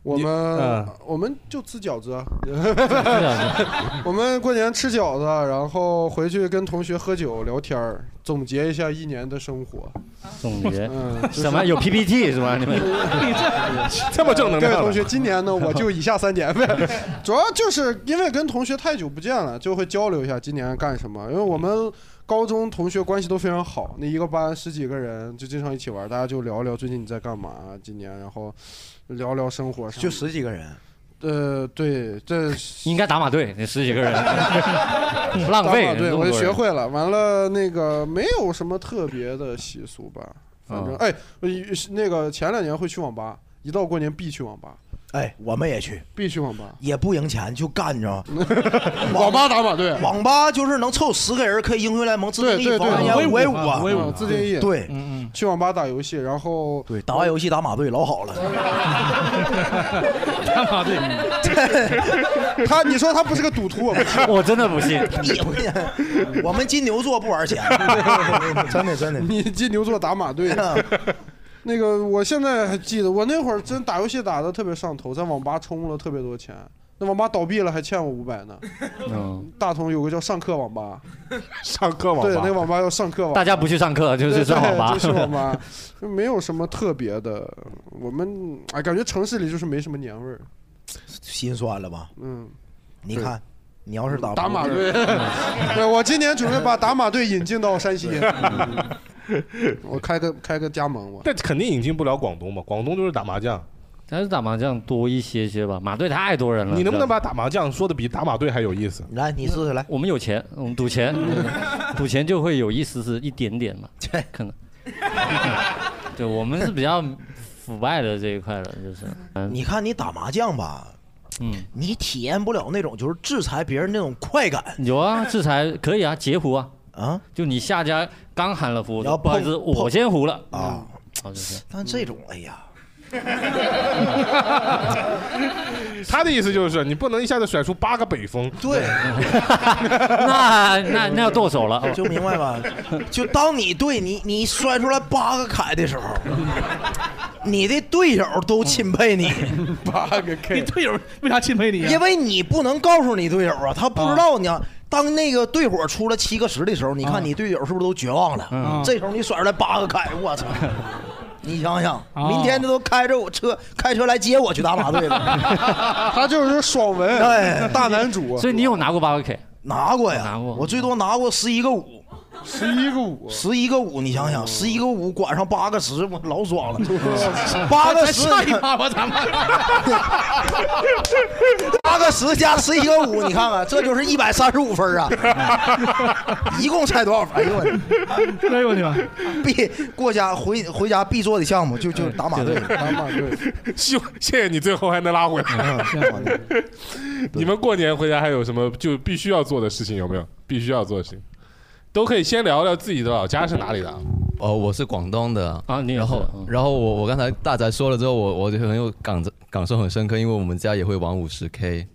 我们、
嗯
我们就吃饺子，啊 我们过年吃饺子，啊然后回去跟同学喝酒聊天儿，总结一下一年的生活。
总结
嗯，就是
什么有 PPT 是吧？你们
你这
这么正能
各
量
位
的
同学，今年呢，我就以下三 点呗，主要就是因为跟同学太久不见了，就会交流一下今年干什么。因为我们高中同学关系都非常好，那一个班十几个人就经常一起玩，大家就聊聊最近你在干嘛，今年，然后聊聊生活上。
就十几个人，
呃，对，这
应该打马队，那十几个人，浪费
啊
人，
对，
这么
我就
多人
学会了。完了，那个没有什么特别的习俗吧，反正、
啊
哎，我一那个前两年会去网吧，一到过年必去网吧，
哎，我们也去，
必去网吧。
也不赢钱就干，你知道吗？
网吧打马队，
网吧就是能凑十个人，可以英雄联盟自定义
对对
防
对
人烟五 v 五啊
五。v
嗯
五
自定义。，
对
嗯
去网吧打游戏，然后
对，打完游戏打马队老好 了。
嗯，打马 队，
他，你说他不是个赌徒，我不信
嗯 我真的不信。
你不信 我们金牛座不玩 钱，真的真的。
你金牛座打马队。
嗯
那个，我现在还记得，我那会儿真打游戏打的特别上头，在网吧充了特别多钱。那网吧倒闭了，还欠我五百呢。
嗯，
大同有个叫上课网吧，
上课网吧，
对，那网吧要上课网吧
大家不去上课，就是上网吧
对，就是网 吧，就没有什么特别的。我们哎，感觉城市里就是没什么年味儿。
心酸了吧？
嗯，
你看，你要是打
打马队， 对我今年准备把打马队引进到 山西， 我开个开个加盟我。
但肯定引进不了广东嘛，广东就是打麻将。
还是打麻将多一些些吧。马队太多人了，
你能不能
把
把打麻将说的比打马队还有意思？
来，你试试来。
我们有钱，我们赌钱， 赌钱就会有一丝丝一点点嘛，可能。 对，我们是比较腐败的这一块的，就是，嗯
你看你打麻将吧，
嗯，
你体验不了那种就是制裁别人那种快感。
有啊，制裁可以啊，截胡啊，
啊，
就你下家刚喊了胡，
然后
不好意思，
砰
我先胡了嗯
啊，
好就是
但这种，哎呀，
他的意思就是你不能一下子甩出八个北风。
对，
那那那要剁手了，
就明白 吧？ 就当你对你你摔出来八个凯的时候，你的队友都钦佩你，
八个 K，
你队友为啥钦佩你、啊？
因为你不能告诉你队友啊，他不知道你啊。当那个队伙出了七个十的时候，你看你队友是不是都绝望了？
啊嗯
这时候你甩出来八个凯，我 操！你想想，
哦
明天他都开着我车开车来接我去打马队了。
他就是爽文，
哎
大男主，
哦所以你有拿过八个 K，
拿过呀，
拿过
我最多拿过十一个五，
十一个五，
十一个五，你想想，十一个五管上八个十，我老爽 了。八个
咱
十，
下一趴吧， 咱们
八个十加十一个五，你看看，这就是一百三十五分啊！一共才多少分？哎呦我的
哎呦我的妈！
必过家回回家必做的项目就就是打马嗯队，
打马队，
希望谢谢你最后还能拉回来。 你们过年回家还有什么就必须要做的事情有没有？必须要做的事情，都可以先聊聊自己的老家是哪里的啊。
哦，我是广东的
啊你也是
然后
嗯
然后我我刚才大宅说了之后，我我就很有感感受很深刻，因为我们家也会玩五十 K，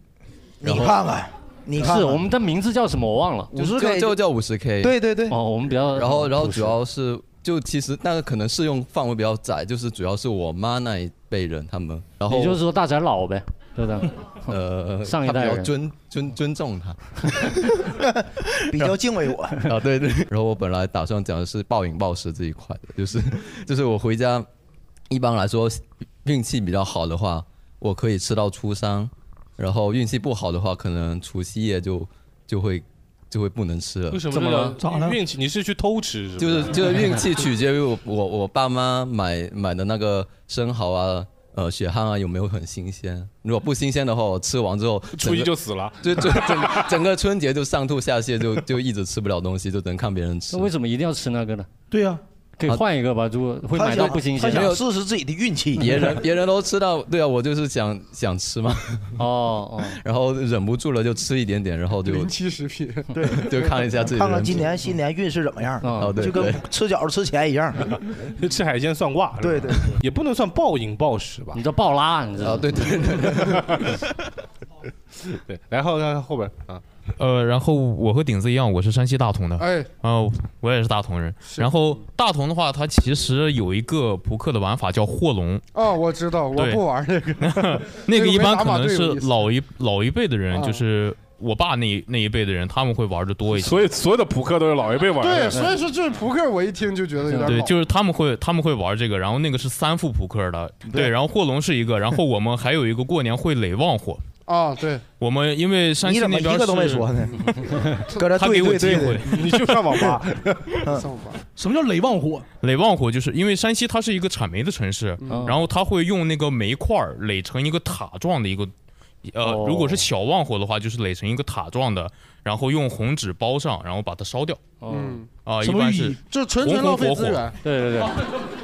你看看，你看看，
是我们的名字叫什么我忘了。
五十
就
K，
就叫五十 K，，
对对对，
哦，我们比较
然后然后
朴实
主要是就其实那个可能适用范围比较窄，就是主要是我妈那一辈人他们，然后
也就是说大宅老呗，对不 对？
呃
上一
她
代
比较
人
尊尊尊 重他，
比较敬畏我。
啊，对对。然后我本来打算讲的是暴饮暴食这一块的，就是就是我回家，一般来说运气比较好的话，我可以吃到初三，然后运气不好的话，可能除夕夜就就会就会不能吃了
为。什
怎么
么
了
这叫运气？你是去偷吃是吗？
就是就是运气取决于我我我爸妈买买的那个生蚝啊，呃血ham啊有没有很新鲜。如果不新鲜的话，我吃完之后
初一就死了。
整 个就就整整个春节就上吐下泻，就就一直吃不了东西，就只能看别人吃
那。为什么一定要吃那个呢？
对呀、
可以
啊
换一个吧，如果会
他
买到
想
不新
他
鲜的。
想试试自己的运气，
别人别人都吃到， 对啊，我就是想想吃嘛，
哦哦，
然后忍不住了就吃一点点，然后就
零七食品，
就看一下自己的人品。
看看今年新年运势怎么样，
哦，对
就跟
对，
吃饺子吃钱一样。
吃海鲜算卦，
对对，
也不能算暴饮暴食吧
你。这爆拉，你知道
啊？对对对，
对，然后看看后边啊，
呃，然后我和顶子一样，我是山西大同的，
哎，
然后我也是大同人。然后大同的话，它其实有一个扑克的玩法叫霍龙，
哦，我知道，我
对
不玩那个，
那个一般
打
可
马
能
队有
是
意思
老一老一辈的人，
嗯
啊
就是我爸那那一辈的人，他们会玩的多一些。
所以所有的扑克都是老一辈玩
对，
的。嗯
所以说就是扑克，我一听就觉得有点
对，
老
就是他们会他们会玩这个，然后那个是三副扑克的，对，然后霍龙是一个，然后我们还有一个过年会垒旺火。
啊，对，
我们因为山
你
西
怎么
那
一
边
个都没
是
说呢？搁这
他
对
给我
对
机
对
会
对，，
你就上网 吧，
上吧，
什么叫雷旺火？
垒旺火就是因为山西它是一个产煤的城市，
嗯
然后它会用那个煤块儿垒成一个塔状的一个，呃，
哦
如果是小旺火的话，就是垒成一个塔状的，然后用红纸包上，然后把它烧掉
哦
嗯，
啊、一
什么
般
寓
是
意？
这纯纯浪费资
红红
源，
对对对，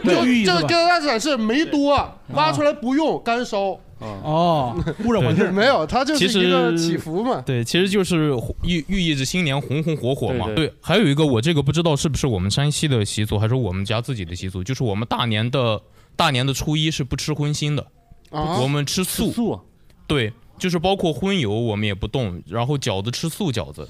没有寓意是
这
吧
跟？大家展示没多，
啊
挖出来不用，干烧，
哦，污染环境。
没有，它就是
其实
一个起伏嘛，
啊对，其实就是寓寓意着新年红红火火嘛。
对对
对，还有一个我这个不知道是不是我们山西的习俗，还是我们家自己的习俗，就是我们大年的大年的初一是不吃荤腥的，
啊
我，们吃素
吃。素
对，就是包括荤油我们也不动，然后饺子吃素饺子，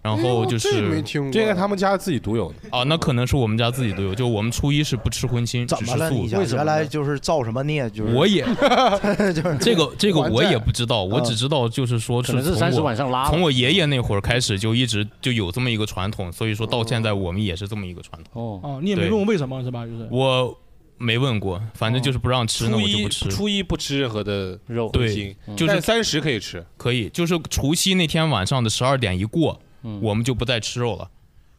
然
哎
后
呦
就
这没
是
听过，
这应该他们家自己独有的。
啊，那可能是我们家自己都有，就我们初一是不吃荤腥，
怎
只
么
吃
了？你
素。
想原来就是造什么孽？就是
我也
就是
这 个这个
还
我
债
也不知道，我
啊
只知道就是说
可
是
能是三
从
十
我
晚上拉了。
从我爷爷那会儿开始就一直就有这么一个传统，所以说到现在我们也是这么一个传统。
哦，
啊，你也没问为什么是吧？就是
我没问过，反正就是不让吃，那
初
我就
一
不吃。
初一不吃任何的
肉嗯
对
腥
就
但
是
三十可以吃。
嗯可以，就是除夕那天晚上的十二点一过，
嗯
我们就不再吃肉了。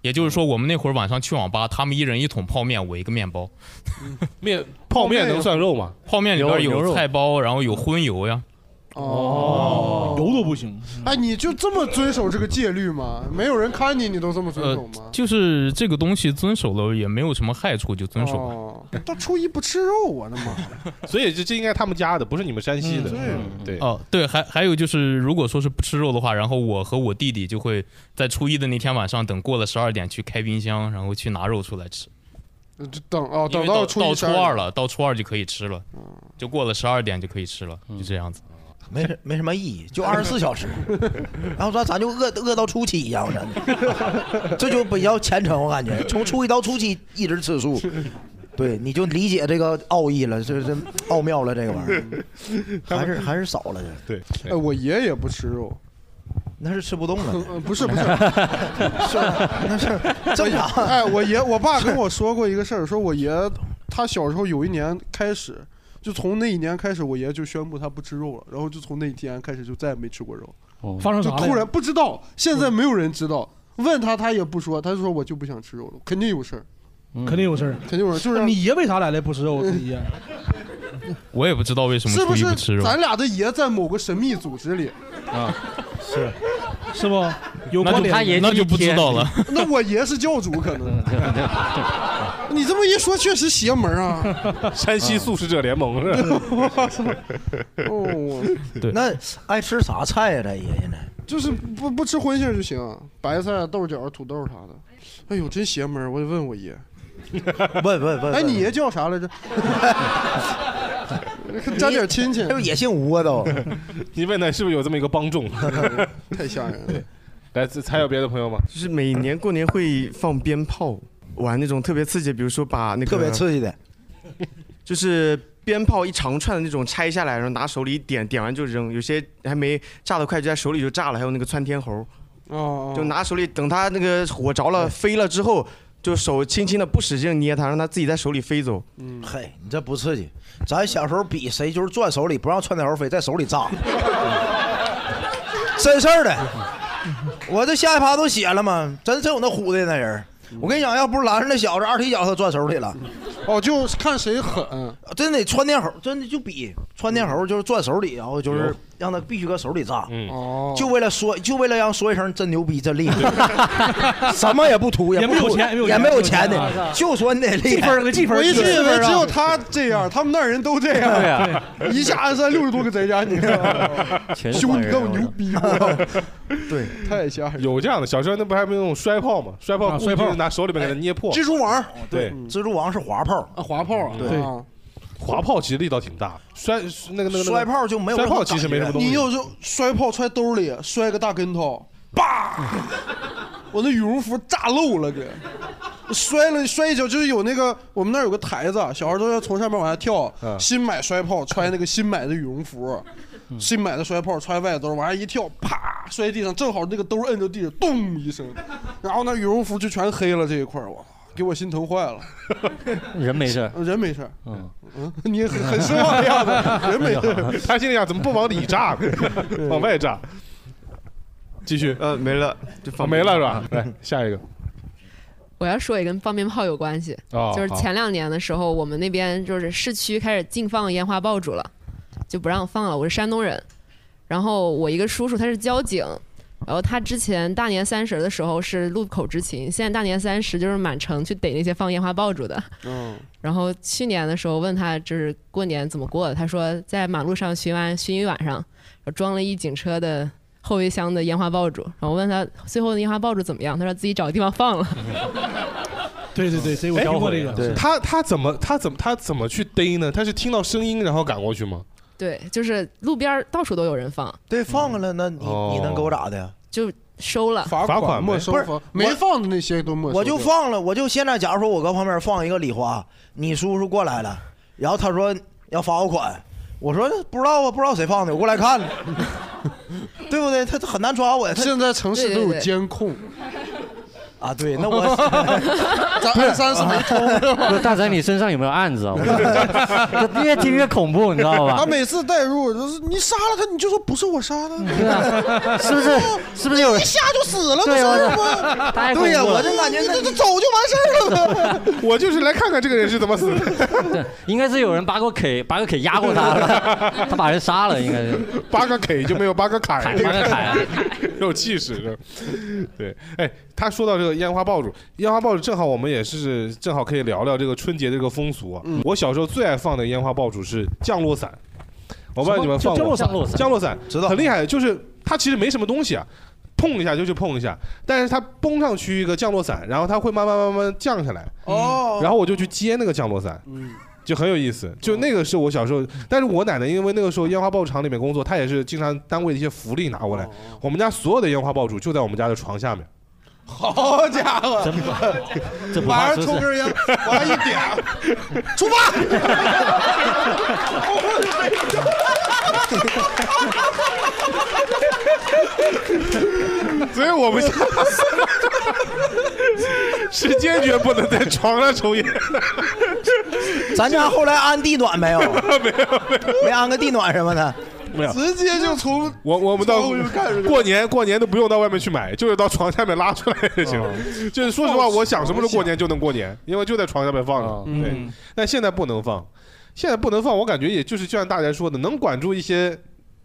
也就是说，我们那会儿晚上去网吧，他们一人一桶泡面，我一个面包。
面泡面能算肉吗？
泡面里边
有牛
有
肉
菜包，然后有荤油呀，
哦，
油都不行。
哎，你就这么遵守这个戒律吗？没有人看你，你都这么
呃
遵守吗？
就是这个东西遵守了也没有什么害处，就遵守吧。
哦，到初一不吃肉，我的妈！
所以这这应该他们家的，不是你们山西的。
嗯
嗯对，
哦，对，还还有就是，如果说是不吃肉的话，然后我和我弟弟就会在初一的那天晚上，等过了十二点去开冰箱，然后去拿肉出来吃。
等哦，
因
等
为到
初
到
一
初
十嗯
二
了，
了，到初二就可以吃了，就过了十二点就可以吃了，
嗯
就这样子。
没什没什么意义，就二十四小时。然后咱咱就饿饿到初七一样，真的， 这就比较虔诚，我感觉从初一到初七一直吃 素，对，你就理解这个奥义了，这这奥妙了，这个玩 意儿还是还是少了这，
对，
哎，我爷 爷不吃肉，
那是吃不动了。
呃不 是不是，是那是
正常
哎，我爷我爸跟我说过一个事儿，说我爷他小时候有一年开始，就从那一年开始，我爷就宣布他不吃肉了，然后就从那一天开始就再也没吃过肉，
哦
发生
就
啥了呀？
突然不知道，现在没有人知道，问他他也不说，他就说我就不想吃肉了，肯定有事儿，
肯定有事儿。
肯定有人，啊就是
那你爷为啥来了不吃肉？你爷
我也不知道为什么
是
初
不
一
是
吃肉。
咱俩的爷在某个神秘组织里？
是不有
那
关
就
联？
他爷
那就不知道了。
那我爷是教主可能。
哦
你这么一说，确实邪门啊！
山西素食者联盟是吧？
哦，
那爱吃啥菜呀？这爷爷呢？
就是不不吃荤腥就行，白菜、豆角、土豆啥的。哎呦，真邪门！我得问我爷。
问问问，
哎，
问
你爷叫啥来着？ 沾点亲 戚
这，不也姓吴啊都？
你问他是不是有这么一个帮众？
太吓人了。
来，这还有别的朋友吗？
就是每年过年会放鞭炮，玩那种特别刺激，比如说把那个
特别刺激的，
就是鞭炮一长串的那种拆下来，然后拿手里一点，点完就扔，有些还没炸得快就在手里就炸了，还有那个窜天猴，
哦，
就拿手里等它那个火着了飞了之后，就手轻轻的不使劲捏它，让它自己在手里飞走。
嘿，你这不刺激。咱小时候比谁就是攥手里不让窜天猴飞，在手里 炸，真事儿的。我这下一趴都写了嘛，真是有那虎的那人。我跟你讲，要不是拦上那小子二踢脚，他攥手里了。
哦，就是看谁狠。
真得窜天猴，真的就比窜天猴就是攥手里，然后就是让他必须搁手里炸，
哦，
就为了说，就为了让说一声真牛逼，真厉害， 什么也不图，
也
不
没有
图
钱也没有
也
钱
没有
没有
钱
钱
的，就说你得
记
厉
分儿
害。
个记分
我
儿，
一直以
记分
为
儿啊
只有他这样，他们那儿人都这样。
啊
一下按三六十多个在家，你 看，
全是
兄
坏
你
人
够牛逼！我操
对，
太吓人了。
有这样的，小时候那不还没有那种摔炮吗？摔炮
啊摔炮
就是拿手里边给它捏破。
蜘蛛网
对，
蜘蛛王是滑炮，
啊滑炮啊，对，
啊，
滑炮其实力道挺大，摔那个那个那个
摔炮就没有
摔
任何
炮其实没什么
感觉
东西。
你有时候摔炮揣兜里，摔个大跟头，叭， 我那羽绒服炸漏了，给摔了摔一跤，就是有那个我们那儿有个台子，小孩都要从上面往下跳。
嗯
新买摔炮揣那个新买的羽绒服，
嗯
新买的摔炮揣外兜，往下一跳，啪摔地上，正好那个兜摁着地上，咚一声，然后那羽绒服就全黑了这一块儿，我靠给我心疼坏 了。
人没事儿，
人没事儿，
嗯哎
嗯， 你也很很失望的 样子，人
哎
没事儿。
他心里想，怎么不往里炸，往外炸？继续，
呃，没了，就
啊
放
没了是吧？来下一个
我要说也跟放鞭炮有关系，
哦，
就是
好
前两年的时候，我们那边就是市区开始禁放烟花爆竹了，就不让放了。我是山东人，然后我一个叔叔他是交警，然后他之前大年三十的时候是路口执勤，现在大年三十就是满城去逮那些放烟花爆竹的。
嗯，
然后去年的时候问他就是过年怎么过的，他说在马路上巡完巡一晚上，装了一警车的后备箱的烟花爆竹。然后问他最后的烟花爆竹怎么样，他说自己找个地方放了。
对对对，这我听过这个，
对哎他他怎么他怎么他怎么去逮呢？他是听到声音然后赶过去吗？
对，就是路边儿到处都有人放，
对，放了，那你
嗯哦
你能给我咋的呀？
就收了。
罚
罚款呗
没收
不是
罚，没放的那些都没收掉。
我就放了，我就现在，假如说我搁旁边放一个礼花，你叔叔过来了，然后他说要罚我款，我说不知道啊，不知道谁放的，我过来看， 对不对？他他很难抓我呀，他
现在城市都有监控，
啊，对，那 我咱
不是
二三是没通的
不
吗
是？大仔，你身上有没有案子啊？我越听越恐怖，你知道吧？
他每次代入，就是你杀了他，你就说不是我杀的，
对啊是不是是不是有
一下就死了？不
对
是
我
吗？
太恐怖了对呀我就
感觉这这走 就完事儿了呗。
哦我就是来看看这个人是怎么死的。
应该是有人拔过 K，拔个 K 压过他了，他把人杀了，应该是。
八个 K 就没有八个凯，
凯八个凯啊
有气势是吧。对，哎，他说到这个烟花爆竹，烟花爆竹正好我们也是正好可以聊聊这个春节这个风俗啊。我小时候最爱放的烟花爆竹是降落伞，我不知道你们放
降
过
落伞降落伞
降落伞知道很厉害，就是它其实没什么东西啊。碰一下就去碰一下，但是它崩上去一个降落伞，然后它会慢慢慢慢降下来。
哦
然后我就去接那个降落伞，
嗯
就很有意思。就那个是我小时
哦
候，但是我奶奶因为那个时候烟花爆竹厂里面工作，她也是经常单位的一些福利拿过
哦
来。我们家所有的烟花爆竹就在我们家的床下面。
好家伙，
这不怕
晚上
说是
抽根烟，往上一点， 出发！
所以我 们家是坚决不能在床上抽烟的。
咱家后来安地暖没有？没有，没安个地暖什么 的。
没有
直接就从
我我们到
窗户就看着
过年过年都不用到外面去买，就是到床下面拉出来就行了。
哦
就是说实话，我想什么时候过年就能过年，因为就在床下面放着。
嗯
对，但现在不能放，现在不能放，我感觉也就是就像大家说的，能管住一些。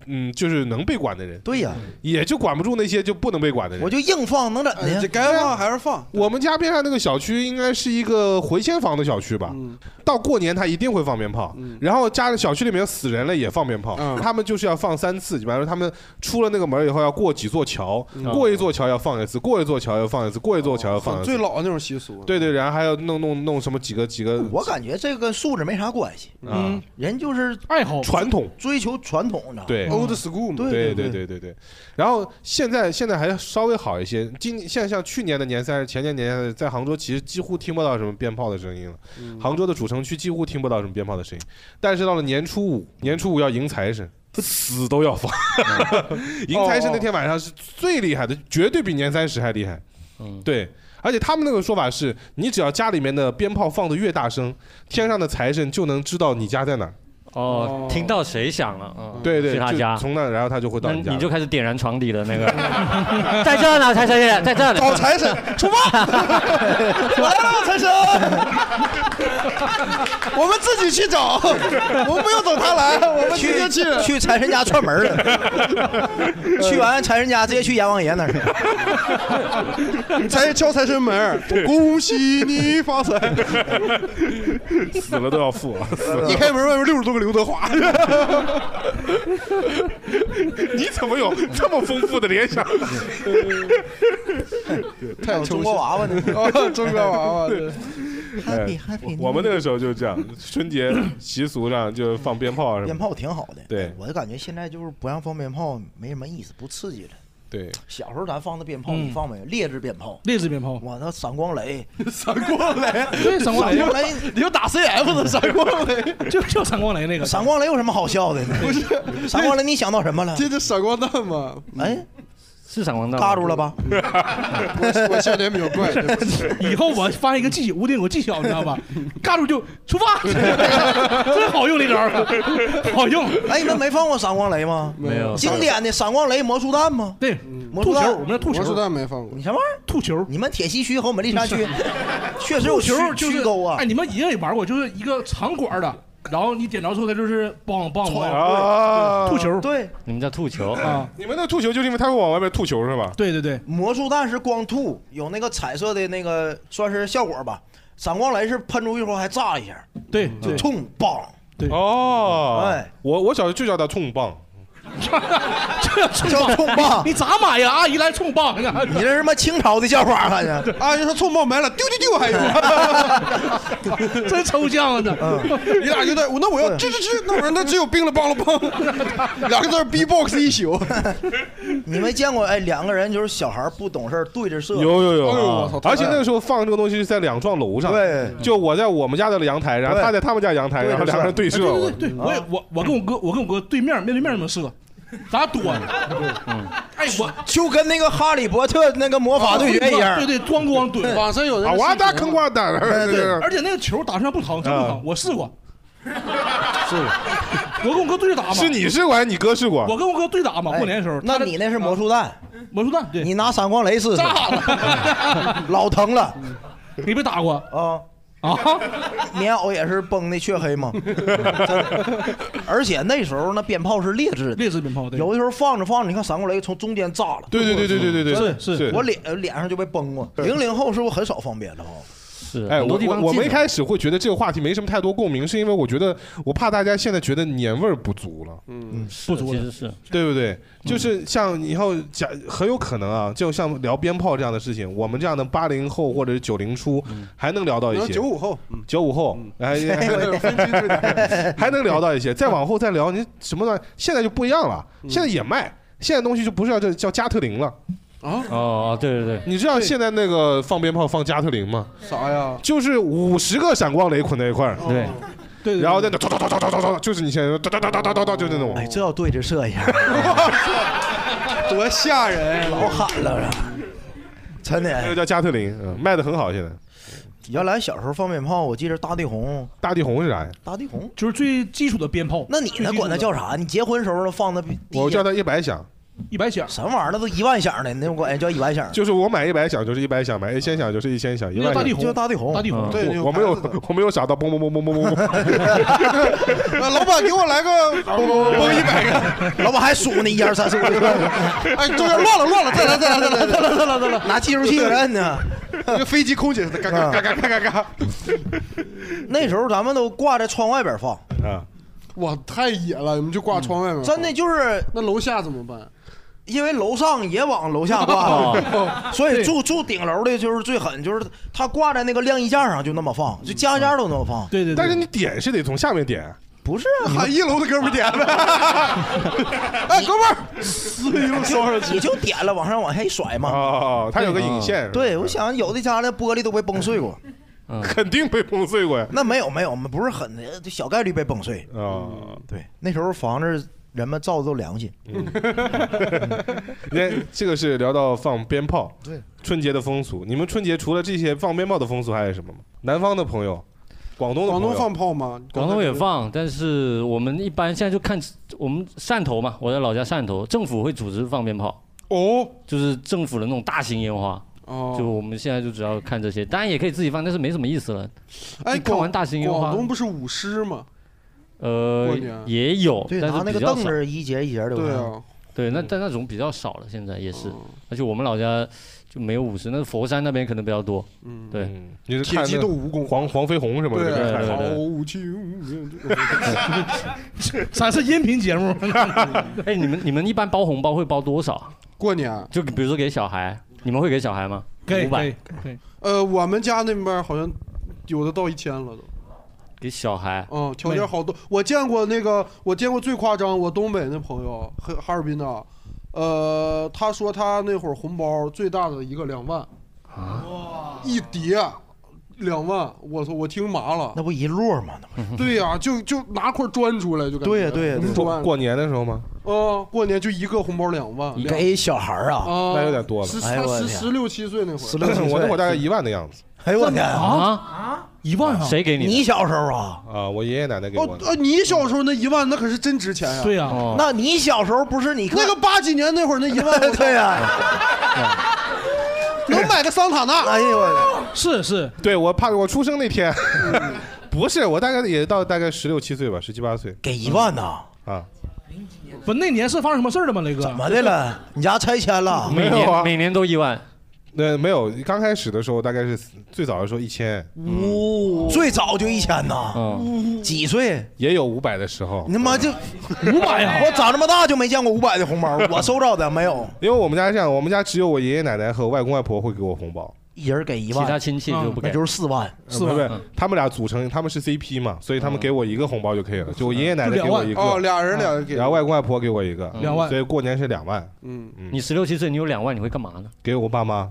嗯，就是能被管的人，
对呀，
也就管不住那些就不能被管的人。
我就硬放，能怎的呀？
哎该放还是放。
我们家边上那个小区应该是一个回迁房的小区吧？
嗯
到过年他一定会放鞭炮，然后家里小区里面死人了也放鞭炮，
嗯
他们就是要放三次。比方说他们出了那个门以后要过几座桥，
嗯
过一座桥要放一次，过一座桥要放一次，过一座桥要放一次。
哦最老那种习俗，啊
对对，然后还要弄弄弄什么几个几个。
我感觉这个素质没啥关系，
嗯，
人就是
爱好
传统，
追求传统，你知道吗
对
school 嘛
对对对对对。然后现在现在还稍微好一些，今现在像去年的年三十、前年年三十，在杭州其实几乎听不到什么鞭炮的声音了。杭州的主城区几乎听不到什么鞭炮的声音，但是到了年初五，年初五要迎财神，死都要放。 迎财神那天晚上是最厉害的，绝对比年三十还厉害。对。而且他们那个说法是，你只要家里面的鞭炮放的越大声，天上的财神就能知道你家在哪儿。
哦，听到谁响了？嗯
对对，
去他
就
家，
从那然后他就会到
那
你家
你
了。
就开始点燃床底的那个，在这儿呢，财神爷，在这儿呢，
找财神
出发，我来了，财神，
我们自己去找， 我们不用等 他来，我们直接
去去财神家串门了。 去完财神家，直接去阎王爷那儿。
财敲财神门，恭喜你发财。
死了都要付 啊！死了
一开门，外面六十多个刘德华。
你 怎么有这么丰富的联想？
太
中国娃娃呢
哦中国娃娃对
Happy, happy
哎我我们那个时候就这样， 春节习俗上就放鞭炮啊什么的。
鞭炮挺好的，
对
我就感觉现在就是不让放鞭炮没什么意思，不刺激了。
对，
小时候咱放的鞭炮，
嗯
你放没有？劣质鞭炮，
劣质鞭炮，
哇，那闪光雷，
闪 光雷
对 闪光雷
闪光 雷，
你就打 CF 的闪 光雷，
就就闪光雷那个，
闪光雷有什么好笑的呢？不是，闪光雷你想到什么了？
这就闪光弹嘛。
哎，
是闪光弹吗，
嘎住了吧？
我我笑点比较怪，
以后我发现一个技巧，我得有个技巧，你知道吧？尬住就出发， 真好用那 招儿，好用。
哎，你们没放过闪光雷吗？
没有
经典的闪光雷、魔术弹吗？嗯
对，
魔
吐
术
球，
弹
我们叫吐
魔术
球，
弹没放过
你。什么玩意儿？
吐球，
你们铁西区和我们历山 区确实有
吐
区
球就是
区沟啊
哎，！你们也也玩过，就是一个长管的，然后你点着之后，它就是梆梆
哦
梆，
啊，
吐球
对，
你们叫吐球
啊，
你们那吐球就是因为他会往外面吐球是吧？
对对对，
魔术弹是光吐，有那个彩色的那个算是效果吧。闪光雷是喷出去后还炸一下，
对
就
对，
冲嘣。
哦，
哎，
我我小时候就叫他冲棒，
这冲
叫
棒，
冲棒
你咋买呀？阿姨来冲棒呢？
你这是什么清朝的叫啊法？好像
阿姨说冲爆没了，丢丢丢还有，
真抽象啊！
嗯
这
你俩有点，我那我要吱吱吱，那我说那 只有冰了梆了 梆，两个字 B box 一宿，
你没见过哎，两个人就是小孩不懂事儿对着射，
有有有，
哎呦我
啊
操
而且那个时候放这个东西是在两幢楼上，
对
就我在我们家的阳台，然后
对
他在他们家阳台，
对
然后两个人对射，
对对对，我也我我跟我哥，我跟我哥对面面对面那么射，咋躲呀？哎，我
就跟那个哈利波特那个魔法对决一样，
哦对对，咣咣怼。
网上有人
我
啊哇哒坑哇哒
对对，
对
而且那个球打身上不疼，真不疼，我试过。
是，
我跟我哥对打嘛。
是你试过还是你哥试过？啊
我跟我哥对打嘛，过年的时候。
哎那你那是魔术弹，
魔术弹，对，
你拿闪光雷试试， 老疼了。
嗯你被打过
啊？
啊，
棉袄也是崩的黢黑 嘛，而且那时候那鞭炮是劣质的，
劣质鞭炮，
有的时候放着放着，你看闪光雷从中间炸了，
对对对对对对对是是
我脸脸上就被崩过。零零后是不是很少放鞭了啊哈？
是
哎，
很多
我
地
我
方
我
禁
们一
了
开始会觉得这个话题没什么太多共鸣，是因为我觉得我怕大家现在觉得年味儿不足了，
嗯，
不足
其实是嗯
对不对？就是像以后假很有可能啊，就像聊鞭炮这样的事情，我们这样的八零后或者是九零初
嗯
还能聊到一些，
九五后，
九五后，哎，还能聊到一些，再往后再聊，你什么段现在就不一样了，现在也卖，现在东西就不是叫这叫加特林了。
啊
哦，对对对，
你知道现在那个放鞭炮放加特林吗？
啥呀？
就是五十个闪光雷捆在一块儿，
对，
对，
然后
嗯
在那咚咚咚咚咚咚咚，就是你现在咚咚咚咚咚咚咚，就是那种。哎，
这要对着射一下，
多吓人！
老喊了，真的。
那个叫加特林，嗯，卖的很好，现在。
原来小时候放鞭炮，我记得大地红，
大地红是啥呀？
大地红
就是最基础的鞭炮。
那你呢？管它叫啥？你结婚时候放的，
我叫它一百响，
一百响，
什么玩意儿？那都一万响的，那种管叫一万响。
就是我买一百响就是一百响，买一千响就是一千响，一万响
就大地红，
嗯
对，
我我没有我没有傻到嘣嘣嘣嘣嘣嘣
呃老板给我来个崩崩一百
个，老板还数呢，一二三四五六。
哎，中间乱了乱了，再来再来再来再来
再来再来，拿计数器搁这摁呢。嗯
那飞机空姐嘎嘎嘎嘎嘎嘎嘎，
那时候咱们都挂在窗外边放，嗯
嘣。啊，
哇，太野了！你们就挂窗外面，
真的就是
那楼下怎么办？
因为楼上也往楼下
哦
挂，所以住住顶楼的就是最狠，就是他挂在那个晾衣架上就那么放，就家家都那么放。
对对。
但是你点是得从下面点，
不是啊，
喊一楼的哥们儿 点呗。哎，哥 们儿，
撕
一
哎
路烧上
去，你就点了，往上往下一甩嘛。
哦，它有个引线是吧
对，我想有的家那玻璃都被崩碎过，
嗯
肯定被崩碎过呀。
那没有没有，我们不是狠的，就小概率被崩碎。嗯
啊，
对，那时候房子人们造的都良心，
嗯你看这个是聊到放鞭炮，
对，
春节的风俗。你们春节除了这些放鞭炮的风俗，还有什么吗？南方的朋友，广东的
广
朋友，
东放炮吗？
广东也放，但是我们一般现在就看我们汕头嘛，我在老家汕头，政府会组织放鞭炮。
哦，
就是政府的那种大型烟花。
哦
就我们现在就主要看这些，当然也可以自己放，但是没什么意思了。
哎，
你看
广
完大型烟
广
花，
东不是舞狮吗？
呃
过年，
也有，
对，
但
拿
是
那
比
个
较
凳
少。
子一节一节的。
对啊
我看
对，那但那种比较少了，现在也是。
哦
而且我们老家就没有舞狮，那佛山那边可能比较多。
嗯，
对。
你是看那个黄黄飞鸿什么的，
对
看
好
的
情。
咱是音频节目。
哎，你们你们一般包红包会包多少？
过
啊
年
就比如说给小孩，你们会给小孩吗？
给
五百
给给
呃，我们家那边好像有的到一千了都。
给小孩。
哦
嗯，条件好多。我见过那个，我见过最夸张，我东北那朋友，哈哈尔滨的，呃，他说他那会儿红包最大的一个两万，
啊
一叠两万，我操，我听麻了。
那不一摞吗？
对呀、就就拿块砖出来就感觉。
对呀对呀啊对呀
砖。
过年的时候吗？
嗯，过年就一个红包两万，两
给小孩儿
啊
啊，
那有点多了
十
哎呦我
十
的
十
天！
六七岁那会 儿，
16 17岁
我那会儿大概一万的样子。
哎呦我天
啊！
一万
谁给你的？
你小时候啊？
啊，我爷爷奶奶给
哦
我，的。哦
呃，你小时候那一万那可是真值钱呀、
对呀、
那你小时候不是你
那个八几年那会儿那 一万，我操
对呀？
能买个桑塔纳。
哎呦我
是是，
对我怕我出生那天， 不是我大概也到大概十六七岁吧，十七八岁
给一万呐？
啊，
不，那年是发生什么事儿了吗，雷哥？
怎么的了？你家拆迁了？
没有啊，
每年都一万。
那没有，刚开始的时候大概是最早的时候一千，
嗯
哦，最早就一千呐？
嗯，
几岁？
也有五百的时候
你，他妈就
五百啊呀！
我长这么大就没见过五百的红包， 我收着的没有，
因为我们家是这样，我们家只有我爷爷奶奶和我外公外婆会给我红包，嗯
一人给一
其他
万，嗯
亲戚就不
那
给。
就是四万。
是
不
吧？
是他们俩组成，他们是 CP 嘛，所以他们给我一个红包就可以
嗯
了，就我爷爷奶奶
就
给
两
我
万
一
哦，
个，
俩人俩人给
然后外公外婆给我一
嗯
个，
两万
所以过年是两万，
嗯，
你十六七岁，你有两万，你会干嘛呢？
给我爸妈，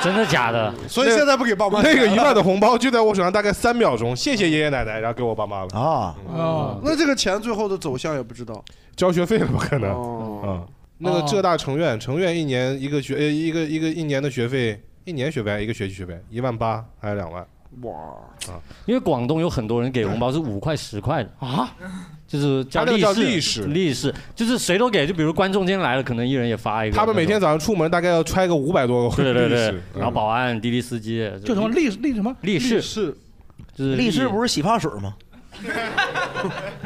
真的假的？
所以现在不给爸妈啊
那个一万的
红包就在我手上，大概三秒钟。谢谢爷爷奶奶，然后给我爸妈了
啊
啊，那这个钱最后的走向也不知道。哦
交学费了吧？可能啊，那
哦
个浙大成院，成院一年一个学呃一个一个一年的学费，一年学费一个学期学费一万八还是两万？
哇
啊！
因为广东有很多人给红包是五块、十块的
啊，
就是叫
他那个叫
利是
利是
利是，就是谁都给，就比如观众今天来了，可能一人也发一个。
他们每天早上出门大概要揣个五百多个嗯
对对
利
对
是，
然后保安、滴滴司机，
叫什么立立什么？
利是
是，
就是
力士不是洗发水 吗？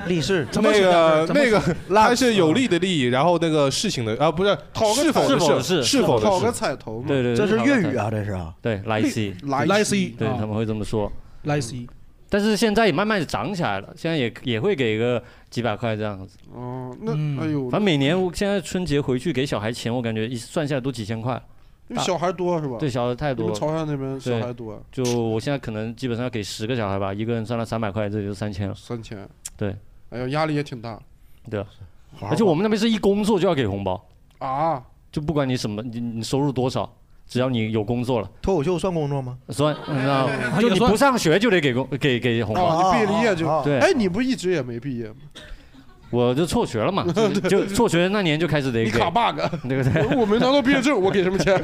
力士
那个那个， 它是
啊
有利的利，然后那个事情的啊，不是
讨个
是否
是否
的
的是
是否的
讨
是
个彩头
对对，
这是粤语
讨
啊
个彩
这是啊
对，来 C，
来来 C
对
啊
他们会这么说。
来 C，
但是现在也慢慢地涨起来了，现在也也会给个几百块这样子。
哦，那哎呦，
反正每年我现在春节回去给小孩钱，我感觉一算下来都几千块。
因为小孩多是吧？
对，小孩太多
你们
了。
潮汕那边嗯小孩多，
对。就我现在可能基本上给十个小孩吧，一个人算到三百块，这就三千了。
三千。
对
哎呦，压力也挺大
对啊，
玩
而且
吧
我们那边是一工作就要给红包，
啊。
就不管你什么，你你收入多少，只要你有工作了，
脱口秀算工作吗？
算，你知 道吗
哎
就
也
你
算
不上学就得给工给给红包。
啊，你毕了业就
对，
哎，你不一直也没毕业吗？
我就辍学了嘛，就 就辍学那年就开始得
你
给，
卡 bug，
对不对？
我没拿到毕业证，我给什么钱？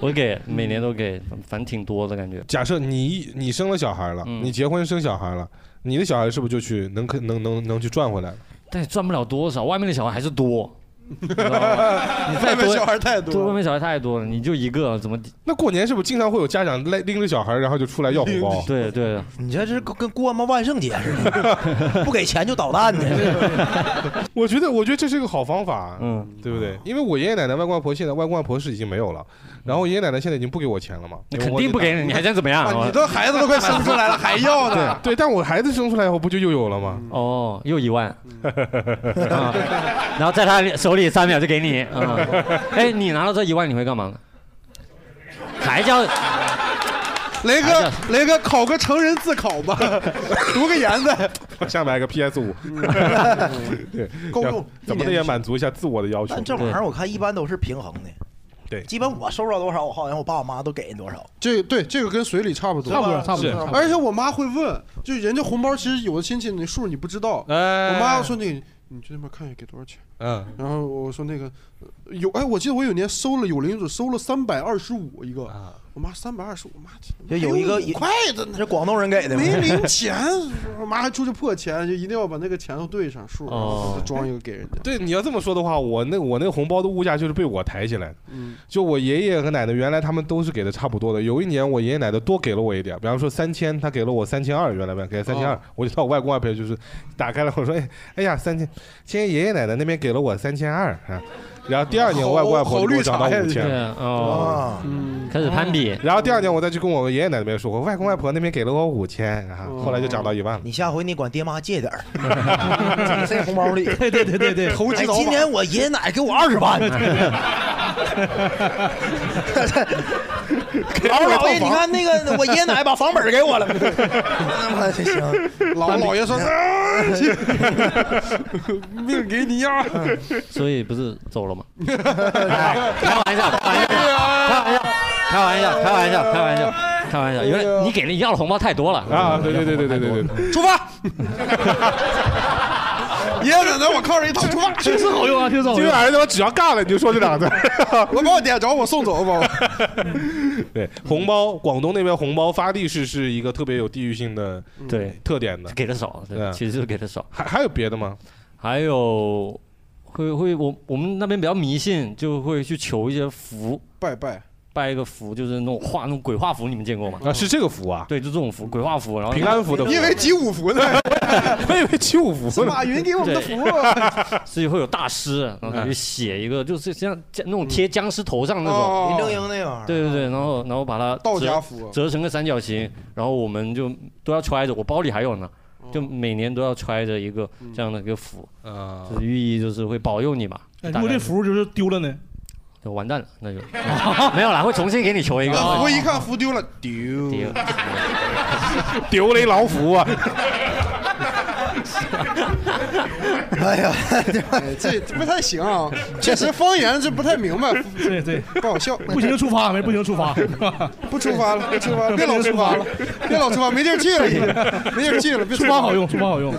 我给每 年都给，反正挺多的感觉。嗯
假设你你生了小孩了，你结婚生小孩了，你的小孩是不是就去能可能能能去赚回来了？
但也赚不了多少，外面的小孩还是多。你知道吗你再
外面
多
小孩太多
对，外面小孩太多了，你就一个呃怎么？
那过年是不是经常会有家长来拎着小孩，然后就出来要红包？啊
对对，
你这是跟过他妈万圣节似 的，不给钱就捣蛋呢。
我觉得，我觉得这是一个好方法，
嗯，
对不对？因为我爷爷奶奶、外公外婆现在外公外婆是已经没有了，然后爷爷奶奶现在已经不给我钱了嘛，
嗯那肯定不给你，你还想怎么样？
啊
都孩子都快生出来了还要 呢
对，对但我孩子生出来以后不就又有了吗？
哦，又一万，啊然后在他手里三秒就给你。嗯哎，你拿到这一万你会干嘛呢？还叫
雷哥，雷哥考个成人自考吧， 读个研 的。
我想买个 PS 五， 对，
够用
要怎么的也满足一下自我的要求。
但这玩意儿我看一般都是平衡的。
对，
基本我收着多少，我好像我爸我妈都给人多少。
这对这个跟随礼差不多，
差不多差不多是差不多
而且我妈会问，就人家红包，其实有的亲戚你数你不知道，
哎
我妈说那个你去那边看一下给多少钱。
嗯，
然后我说那个呃有，哎，我记得我有年收了有领主收了三百二十五一个，哎我妈三百二十五，我妈
就有一个
还有五块的呢，
这广东人给的吗
没零 钱，我妈还出去破钱，就一定要把那个钱都对上数，
哦
再装一个给人家。
对，你要这么说的话，我那我那个红包的物价就是被我抬起来的。
嗯，
就我爷爷和奶奶原来他们都是给的差不多的，有一年我爷爷奶奶多给了我一点，比方说三千，他给了我三千二，原来吧，给三千二
哦，
我就到我外公外婆就是打开了，我说哎哎呀三千，今天爷爷奶奶那边给了我三千二啊，然后第二年我外公外婆就给我涨到
好好绿茶呀啊
五千
对，哦，
嗯
开始攀比，
然后第二年我再去跟我爷爷奶奶那边说，我外公外婆那边给了我五千，然
哦
后后来就涨到一万了。
你下回你管爹妈借点 儿， 这红包里。
对对对对对
投机
哎
倒把
今年我爷爷奶奶给我二十 万。老老爷，你看那 个我爷爷奶奶把房本儿给我了。 那行，
老老爷说
命给你 呀！
所以不是走了吗？开玩笑，开玩笑，开玩笑，开玩笑，开玩笑，开玩笑，因为你给了你要的红包太多了
啊！对对对对对对对，
出发。爷爷奶奶，我靠着一套，出发。
确实好用啊，确实好用
今天。晚上他妈只要尬了你就说这两个字。
我把我点着，我送走吧。
对，红包，广东那边红包发地市是一个特别有地域性的
嗯
对
特点的，
给的少，对，
嗯
其实就是给的少。
还还有别的吗？
还有会会我我们那边比较迷信，就会去求一些符，
拜拜。
拜一个符，就是那种画那种鬼画符，你们见过吗？
啊，是这个符啊？
对，就这种符，鬼画符，然后
平安符的符
因为集 五福呢，
我以为七五福
是马云给我们的福。啊
所以会有大师，然后他就写一个，就是像那种贴僵尸头上那
哦
种，
林正英 那玩意儿。
对对对，然后然后把它
道
折
家符
折成个三角形，然后我们就都要揣着，我包里还有呢，就每年都要揣着一个这样的一个符，
啊，
就是寓意就是会保佑你吧。
哎如
大
果
概
这
是
符就是丢了呢？
就完蛋了，那就没有了，会重新给你求一个。
啊我一看福丢了，丢
丢
丢雷老虎啊！
哎呀， 这这不太行啊，确实方言这不太明白，
对对，
不好笑，
不行就出发，没不行出发，
不出发了，不出发了，别老出发 了，别老出发，没地儿去了，已经没地儿去了，别
出发好用，出发好用。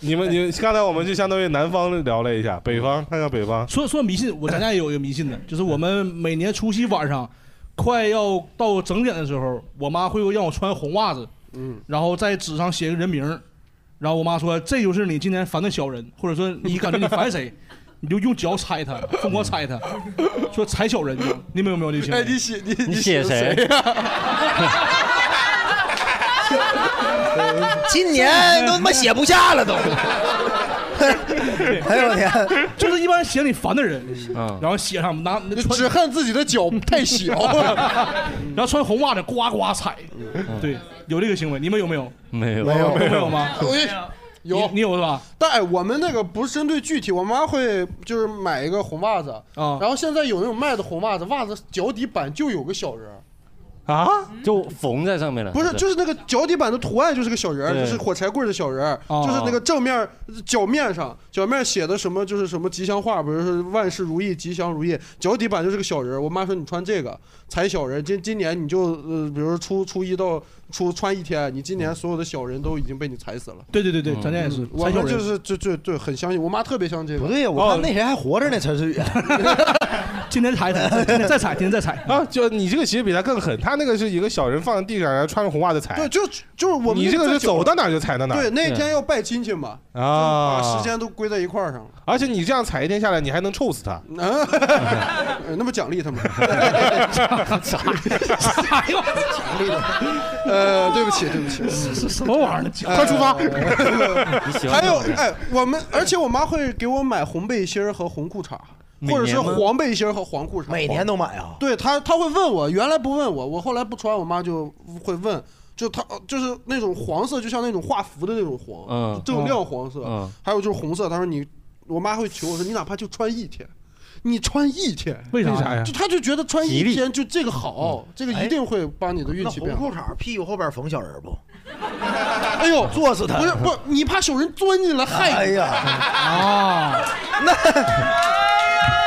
你们你刚才我们就相当于南方聊了一
嗯
下，北方看看北方。
说说迷信，我咱家也有一个迷信 的，就是我们每年除夕晚上快要到整点的时候，我妈会让我穿红袜子，
嗯，
然后在纸上写个人名儿，然后我妈说这就是你今天烦的小人，或者说你感觉你烦谁，你就用脚踩他，疯狂踩他，说踩小人就，你们有没有这些？
哎，你写你
你写谁
呀？啊
今 年都他妈写不下了都。
哎呦我天，就是一般写你烦的人，然后写上拿
嗯只恨自己的脚太小了，
然后穿红袜子呱呱踩，对，有这个行为，你们有没有？
没有
没有没有吗？
我有，
你有是吧？
但哎我们那个不是针对具体，我妈会就是买一个红袜子
啊，
然后现在有那种卖的红袜子，袜子脚底板就有个小人儿，
啊，就缝在上面了。
不是，就是那个脚底板的图案就是个小人儿，
对
就是火柴棍儿的小人儿，
哦
就是那个正面呃脚面上脚面写的什么就是什么吉祥话，比如说万事如意、吉祥如意，脚底板就是个小人儿。我妈说你穿这个踩小人，今今年你就呃，比如说初初一到初穿一天，你今年所有的小人都已经被你踩死了。
对对对对，咱家也是
嗯我
踩小
们
人，
就是就就对，很相信，我妈特别相信这个。不
对呀，
哦
我看那谁还活着呢，陈 思宇。
今天踩踩，今天再踩，今天再踩
啊！就你这个其实比他更狠，他那个是一个小人放在地上，然后穿着红袜子踩。
对，就就是我们
你这个是
在酒
走到哪儿就踩到哪儿。
对，那天要拜亲戚嘛，
啊，
把时间都归在一块儿上 了。
而且你这样踩一天下来，你还能臭死他。
嗯
呃那么奖励他们，
啥呀？
呃，对不起，对不起，
什么玩 意
儿快出发！
喜欢
还
这
有
种人
哎，我们而且我妈会给我买红背心儿和红裤衩，
每
或者是
年吗
黄背心儿和黄裤衩，
每年都买啊？
对她，她会问我，原来不问我，我后来不穿，我妈就会问。就她就是那种黄色，就像那种画符的那种黄，
嗯
就锃亮黄色。
嗯
还有就是红色，她说你，我妈会求我说你哪怕就穿一天，你穿一天，
为啥呀
就她就觉得穿
吉
一
利嗯哎
天就这个好，这
哎
个一定会帮你的运
那
气变
红
好。
裤衩屁股后边缝小人不？
哎 呦，
坐死他
不是不是，你怕小人钻进来害你？
哎呀，
啊，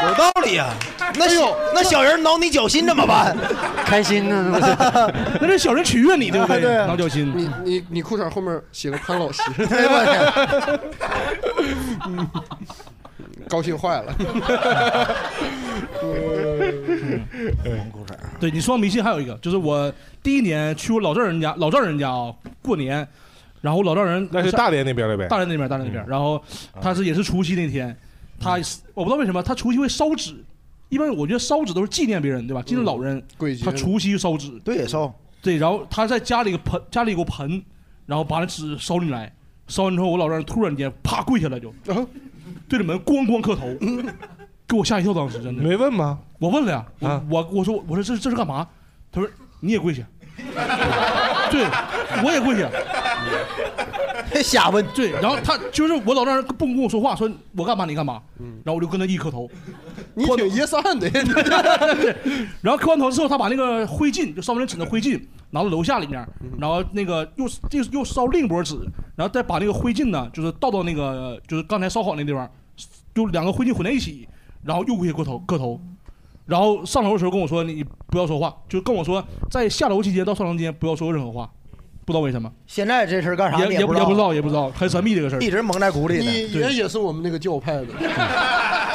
有道理啊。那小那小人挠你脚心怎么办？
开心呢，那不
是？
那这小人取悦你，对 不对？
对啊
挠脚心，
你你你裤衩后面写个潘老师，
哎
高兴 坏了。
对你说到迷信还有一个，就是我第一年去我老丈人家，老丈人家啊、过年，然后我老丈人
那是大连那边的呗嗯
大连那边，大连那边，然后他是也是除夕那天，他我不知道为什么他除夕会烧纸，一般我觉得烧纸都是纪念别人对吧？纪念老人，
节
他除夕烧纸，
对烧，
对，然后他在家里个盆，家里有个盆，然后把那纸烧进来，烧完之后我老丈人突然间啪跪下来就，对着门咣咣磕头。给我吓一跳，当时真的。
没问吗？
我问了呀，我、我我说我说这这是干嘛？他说你也跪下，对，我也跪 下，
瞎问。
对，然后他就是我老丈人不跟我说话，说我干嘛你干嘛，然后我就跟他一磕头，
嗯你挺噎散 的呀，
然后磕完头之后，他把那个灰烬就烧完纸的灰烬拿到楼下里面，
嗯
然后那个又又又烧另一波纸，然后再把那个灰烬呢，就是倒到那个就是刚才烧好那地方，就两个灰烬混在一起，然后又跪下磕头磕头，然后上楼的时候跟我说你不要说话，就跟我说在下楼期间到上楼间不要说任何话，不知道为什么，
现在这事儿干啥
也
你
也
不
不
知
也不知
道，
道也不知道，很神秘这个事儿，
一直蒙在鼓里呢。
你爷也是我们那个教 派的，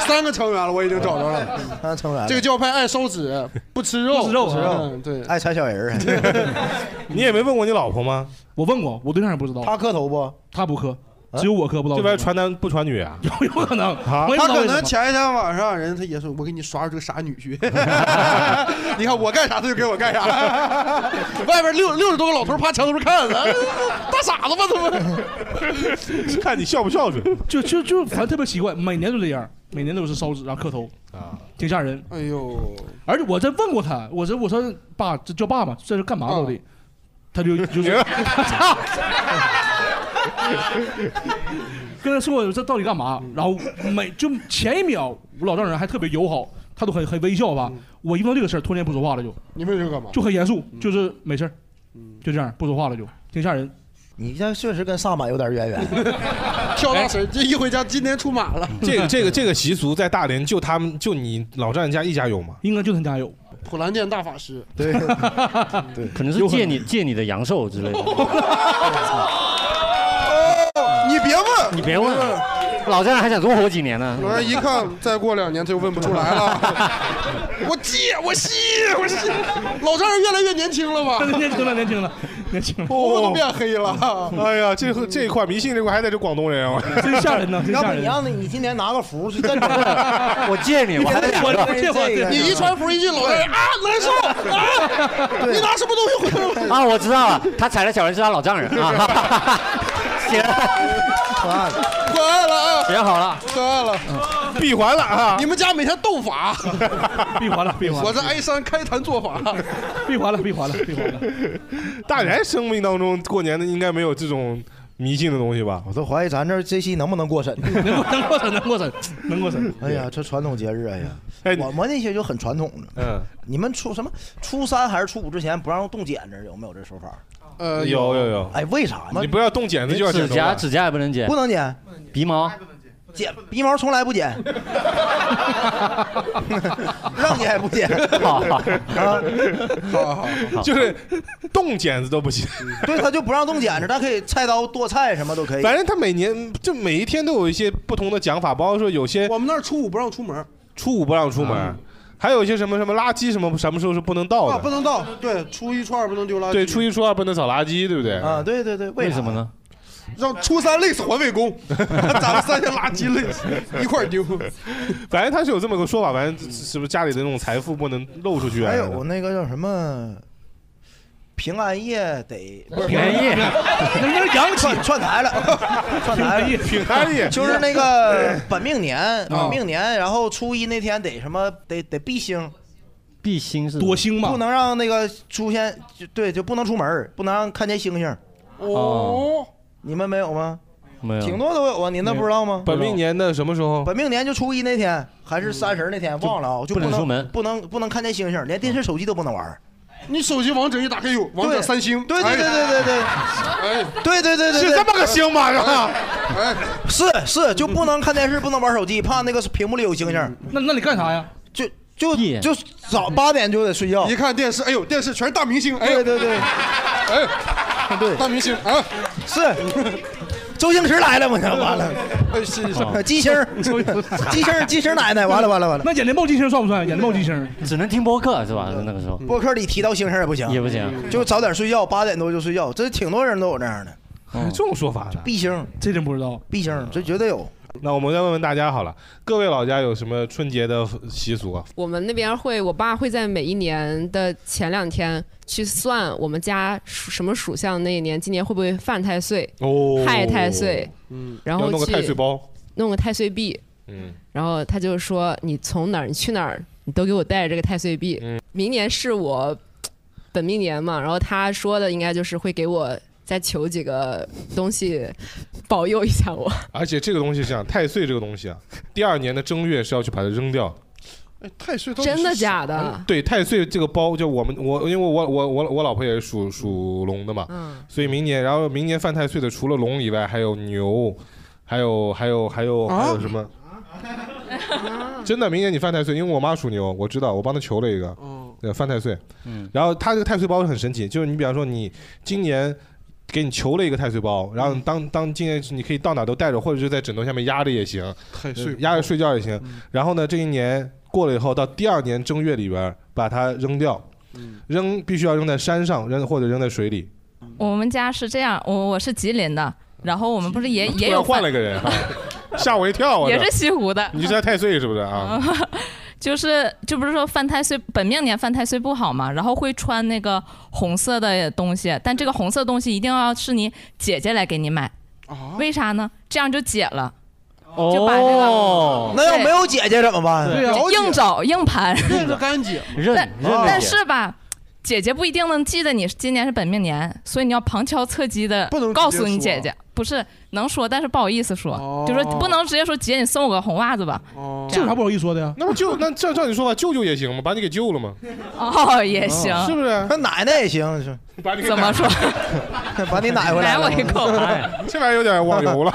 三个成员了，我已经找着了。
啊，成员
这个教派爱烧纸，不吃肉，
不吃肉不吃啊肉
嗯对，
爱踩小人儿。
啊
啊
你也没问过你老婆吗？
我问过，我对象也不知道。
他磕头不？啊
他不磕，只有我磕不到。
这边传男不传女啊？
有有可能，
啊
我也
他
不知道为什
可
么
能前一天晚上人他也说，我给你刷出个傻女 婿，你看我干啥他就给我干啥， 外边六六十多个老头趴墙头上 看呢，大傻子吧他们。
看你孝不孝顺，
就就就反正特别奇怪，每年都这样，每年都是烧纸然后磕头啊，挺吓人。
哎呦，
而且我在问过他，我说我说爸，这叫爸爸，这是干嘛
啊
到底？他就就是 操，跟他说我这到底干嘛？然后每就前一秒我老丈人还特别友好，他都很很微笑吧。
嗯
我一问到这个事儿，突然间不说话了就，
你问这干嘛？
就 很严肃，
嗯
就是没事儿，就这样不说话了就，挺吓人。
你这确实跟萨满有点渊源。
跳大神，这一回家今天出 马了。
这个这个这个习俗在大连就他们就你老丈人家一家有吗？
应该就他家有。
普兰剑大法师，
对
对，
可能是借你借你的阳寿之类的。
嗯
你别问，
你别问，老丈人还想多活几年呢。
老人一看，再过两年他就问不出 来了。我借，我吸，我吸。老丈人越来越年轻 了吧？
年轻了，年轻了，年轻了，
头发都变黑了。
哦 哎呀，这这一块迷信这块还在这广东人啊，
真吓人呢
要不你 让你今年拿个符去镇镇，
我借你，
我还
我借我借
你一穿符一进老丈人啊，难受啊！你拿什么东西回来了？
啊，我知道了，他踩了小人是他老丈人啊。 写
可爱了，可爱了啊！
写好了，
可爱了，
闭环了啊！
你们家每天斗法，
闭环了，闭环了
我在哀山开坛做法，
闭环了，闭环了，闭环了。
大连生命当中过年的应该没有这种迷信的东西吧？
我都怀疑咱这这期能不能过审。
能过审，能过审，能过审。
哎呀，这传统节日，哎呀，我们那些就很传统的。
嗯，
你们初什么初三还是初五之前不让用动剪子，有没有这说法？
呃
有有有。
哎，为啥呢？
你不要动剪子就要剪
哎指
头发
甲指甲也不能剪，
不能剪，
鼻毛
剪鼻毛从来不剪，让你还不剪，
好好
啊，
好 好
好
就是动剪子都不行。
对，他就不让动剪子，但可以菜刀剁菜什么都可以。
反正他每年就每一天都有一些不同的讲法，包括说有些
我们那儿初五不让出门，
初五不让出门，还有一些什么什么垃圾什么什么时候是不能
啊，
倒
不
的，
能倒。对，初一初二不能丢垃圾。
对，初一初二不能扫垃圾，对不对？
啊，对对对，
为什么 呢？
让初三累死环卫工，咱们三天垃圾累死 一块儿丢。
反正他是有这么个说法，反正是不是家里的那种财富不能露出去啊？
哎
还有那个叫什么？平安夜得
平安夜
那是洋气
串串台了， 串台了。
平安夜
就是那个本命
嗯
年，
哦
本命年，然后初一那天得什么得得避星，
避星是
躲星
不能让那个出现，就对，就不能出门儿，不能让看见星星。
哦，
你们没有吗？
没有，
挺多都有啊，你那不知道吗？
本命年的什么时候？
本命年就初一那天，还是三十那天，忘了啊，就
不能
能
出门嗯
不能不能看见星星，连电视、手机都不能玩儿。
你手机王者一打开有王者三星，
对对对对对对，
哎，
对对对对，
是这么个星吗是吧
哎， 是是，就不能看电视，不能玩手机，怕那个屏幕里有星
嗯
星。
那那你干啥呀？
就就就早
嗯
八点就得睡觉。
一看电视，哎呦，电视全是大明星，哎，
对对对，
哎，
对，
大明星啊，
是， 周星驰来了吗？完了，
哎是
哦
是鸡星儿鸡星儿鸡星儿奶奶完了完了完了
那演的冒金星算不算？演的冒金星，
只能听播客是吧？那个时候
播客里提到星星也不行，
也不行
就早点睡觉，八点多就睡觉，这挺多人都有这样的。
还有这种说法呢？
避星，
这真不知道。
避星，这绝对有。
那我们再问问大家好了，各位老家有什么春节的习俗啊？
我们那边会，我爸会在每一年的前两天去算我们家属什么属相那一年，今年会不会犯太岁、
哦
害太岁，
嗯
然后
要弄个
去
太岁包，
弄个太岁币。
嗯，
然后他就说：“你从哪儿，你去哪儿，你都给我带着这个太岁币。明年是我本命年嘛，然后他说的应该就是会给我再求几个东西保佑一 下我。
而且这个东西是这样，太岁这个东西啊，第二年的正月是要去把它扔掉的。
太岁
真的假 的？
对，太岁这个包，就我们我因为我我我我我老婆也是属属龙的嘛，所以明年然后明年犯太岁的除了龙以外，还有牛，还有还有还有还有什么？真的，明年你犯太岁，因为我妈属牛，我知道，我帮她求了一个，对，犯太岁。
嗯，
然后它这个太岁包是很神奇，就是你比方说你今年给你求了一个太岁包，然后你当当今年你可以到哪都带着，或者是在枕头下面压着也行，
太岁
呃压着睡觉也行。然后呢，这一年过了以后，到第二年正月里边儿把它扔掉，扔必须要扔在山上，扔或者扔在水里。
我们家是这样，我我是吉林的，然后我们不是也也
突然
有
换
犯
了一个人，哈吓我一跳啊！
也是西湖的，
你是在太岁是不是啊？
就是就不是说犯太岁，本命年犯太岁不好嘛，然后会穿那个红色的东西，但这个红色东西一定要是你姐姐来给你买，
哦
为啥呢？这样就解了，就把这
哦
那要没有姐姐怎么办？啊
个啊硬找硬盘，
认着干姐，
认
但
认着
但
姐
是吧。姐姐不一定能记得你今年是本命年，所以你要旁敲侧击的
不能直接
告诉你姐
说
姐。不是能说，但是不好意思说，就说不能直接说姐，你送我个 红袜子 吧。
这有啥不好意思说的
嗯
呀？
那不就那照照你说法，救救也行嘛，把你给救了嘛。
哦，也行，
是不是？
那奶奶也行， 是
把你给
怎么
奶
说？
把你奶回来
奶
了
我一 口
哎 这玩意儿有点网游了。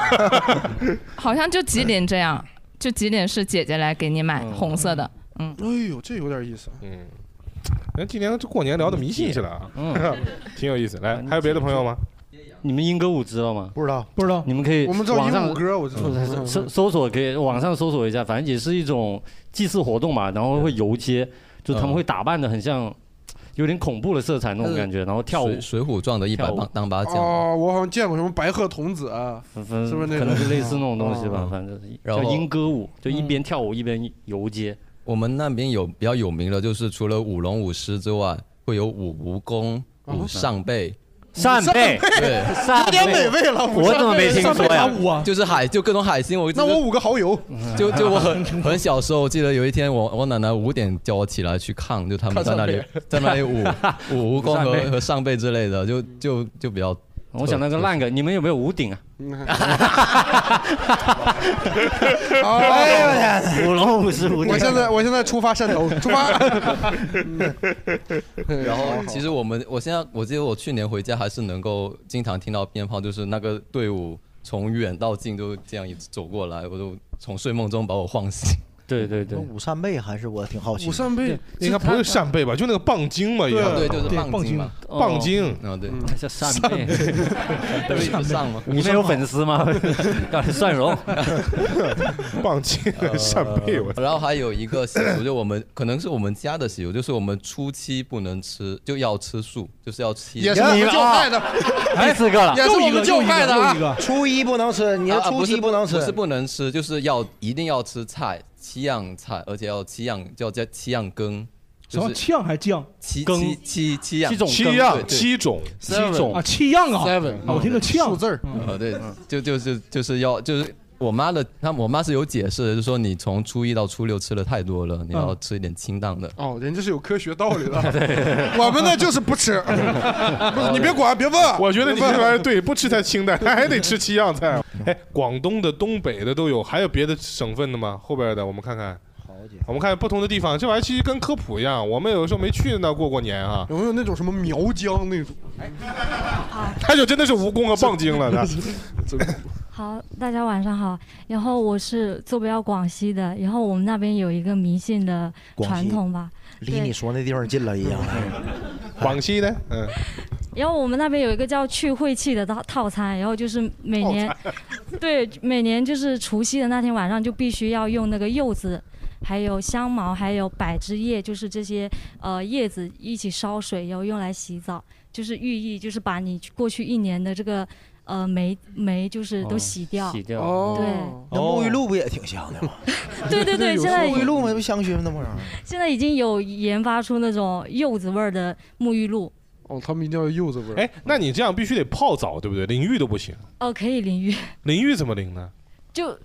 好像就吉林这样，就吉林是姐姐来给你买红色的。嗯，
哎呦，这有点意思。
嗯，咱今年这过年聊的迷信去了啊，
嗯
挺有意思。来，还有别的朋友吗？
你们英歌舞知道吗？
不知道，
不知道。你们可以
我们知道
网
鹦
上
鹉歌我知道
嗯搜搜索可以网上搜索一下，反正也是一种祭祀活动嘛，然后会游街，就
嗯
他们会打扮的很像，有点恐怖的色彩那
嗯
种感觉，然后跳舞
水。水浒传》的一百
跳舞
棒当八将，
哦，我好像见过什么白鹤童子啊，
反正
是不是那种？
可能是类似那种东西 吧，反正
哦然
叫
后
英歌舞，就
嗯
一边跳舞一边游街。
我们那边有比较有名的，就是除了舞龙舞狮之外，会有舞蜈蚣、
哦
舞扇贝。
扇贝
对，
扇贝有点美味了 舞扇贝我怎么没听说呀扇贝啥舞啊
就是海，就各种海星。我
那我五个蚝油，
就就我很很小时候，我记得有一天我我奶奶五点叫我起来去看，就他们
看
在那里在
扇贝
那里 舞舞蜈蚣
扇贝
和和扇贝之类的，就就就比较。
我想到个烂梗，你们有没有屋顶啊？
哎呦我天哪！
舞龙舞狮舞
我现在我现在出发汕头，出发。
然后其实我们，我现在我记得我去年回家还是能够经常听到鞭炮，就是那个队伍从远到近都这样一直走过来，我都从睡梦中把我晃醒。
对对对，
五扇贝还是我挺好奇的。
五扇贝
应该不是扇贝吧？就那个棒精
啊
嘛，一样
对，就是棒精嘛，
哦棒精。
哦
嗯，对，
叫扇贝，
对不上嘛，
你们有粉丝吗？ 要是蒜蓉，
棒精扇贝，我。
然后还有一个习俗，就我们可能是我们家的习俗，就是我们初七不能吃，就要吃素，就是要啊吃。
也是我们教派的
第哎四个了
也是我们教派的啊
初一不能吃，
啊
你的初七不能吃
不是不能吃，就是要一定要吃菜，七样菜，而且要七样，要加七样羹。
什
就
么
是
酱还酱？
七七七七样，
七样七种
七
七种
啊，七样啊！啊我听个
数
酱
字儿，呃，对，就就是就是要就是我妈的，她我妈是有解释的，就说你从初一到初六吃的太多了，你要吃一点清淡的。
哦，人家是有科学道理的
对，
我们呢就是不吃，不 是你别管，别问。
我觉得你
别
这
问
玩意儿对，不吃才清淡，还得吃七样菜。哎，广东的、东北的都有，还有别的省份的吗？后边的我们看看。我们看不同的地方，这玩意儿其实跟科普一样。我们有的时候没去那过过年啊，
有没有那种什么苗疆那种？
他就真的是蜈蚣和棒精了。他
好，大家晚上好。然后我是坐标广西的，然后我们那边有一个迷信的
广西
传统吧。
离你哎说那地方近了一样。
广西呢？嗯，
然后我们那边有一个叫去晦气的套套餐，然后就是每 年，对，每年就是除夕的那天晚上就必须要用那个柚子，还有香茅，还有柏枝叶，就是这些呃叶子一起烧水，然后用来洗澡，就是寓意就是把你过去一年的这个呃霉霉就是
哦
都洗掉，对。
那
哦
沐浴露不也挺香的吗？
对对 对，现在
沐浴露嘛，不香薰那玩意儿。
现在已经有研发出那种柚子味儿的沐浴露，
哦，他们一定要柚子味
哎，那你这样必须得泡澡，对不对？淋浴都不行，
哦，可以淋浴，
淋浴怎么淋呢？
就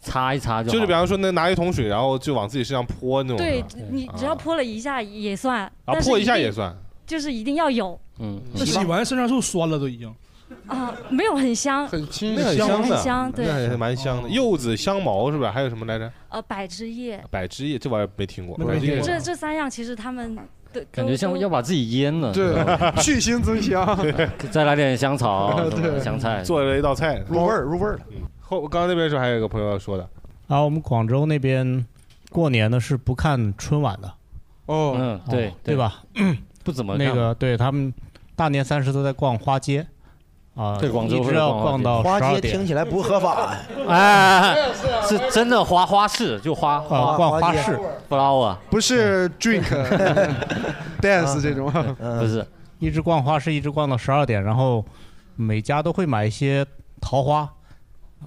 擦一擦就好
就是比方说，那拿一桶水，然后就往自己身上泼那种。
对
是吧
你只要泼了一下也算，
啊，
但是
泼一下
定
也，算。
就是一定要有
嗯，
那洗完身上是不是酸了都已 经？
啊，没有很香，
很清
那很香的，
很香，
那
对，
还蛮香的。柚子、香茅是吧？还有什么来着？
呃，柏枝叶，
柏枝叶这玩意儿没听过，、
没听过
这这三样其实他们的
感觉像要把自己腌了。
对
知道吧，
去腥增香，
再来点香草
哦
什么香菜。
做了一道菜，嗯
入味
儿，入味儿了。
后刚刚那边是还有一个朋友要说的，
啊，我们广州那边过年呢是不看春晚的。
哦
嗯对
哦对吧？
不怎么
那
看
个，对他们大年三十都在逛花街啊，
对广州
一
会
直要
逛花
逛
街
到
花
十
街
二
听
点。
听起来不合法呀。
哎，是真的花花市，就花
啊
花
逛花市
flower，
不是 drink dance 这种，
不是，
一直逛花市，一直逛到十二点，然后每家都会买一些桃花，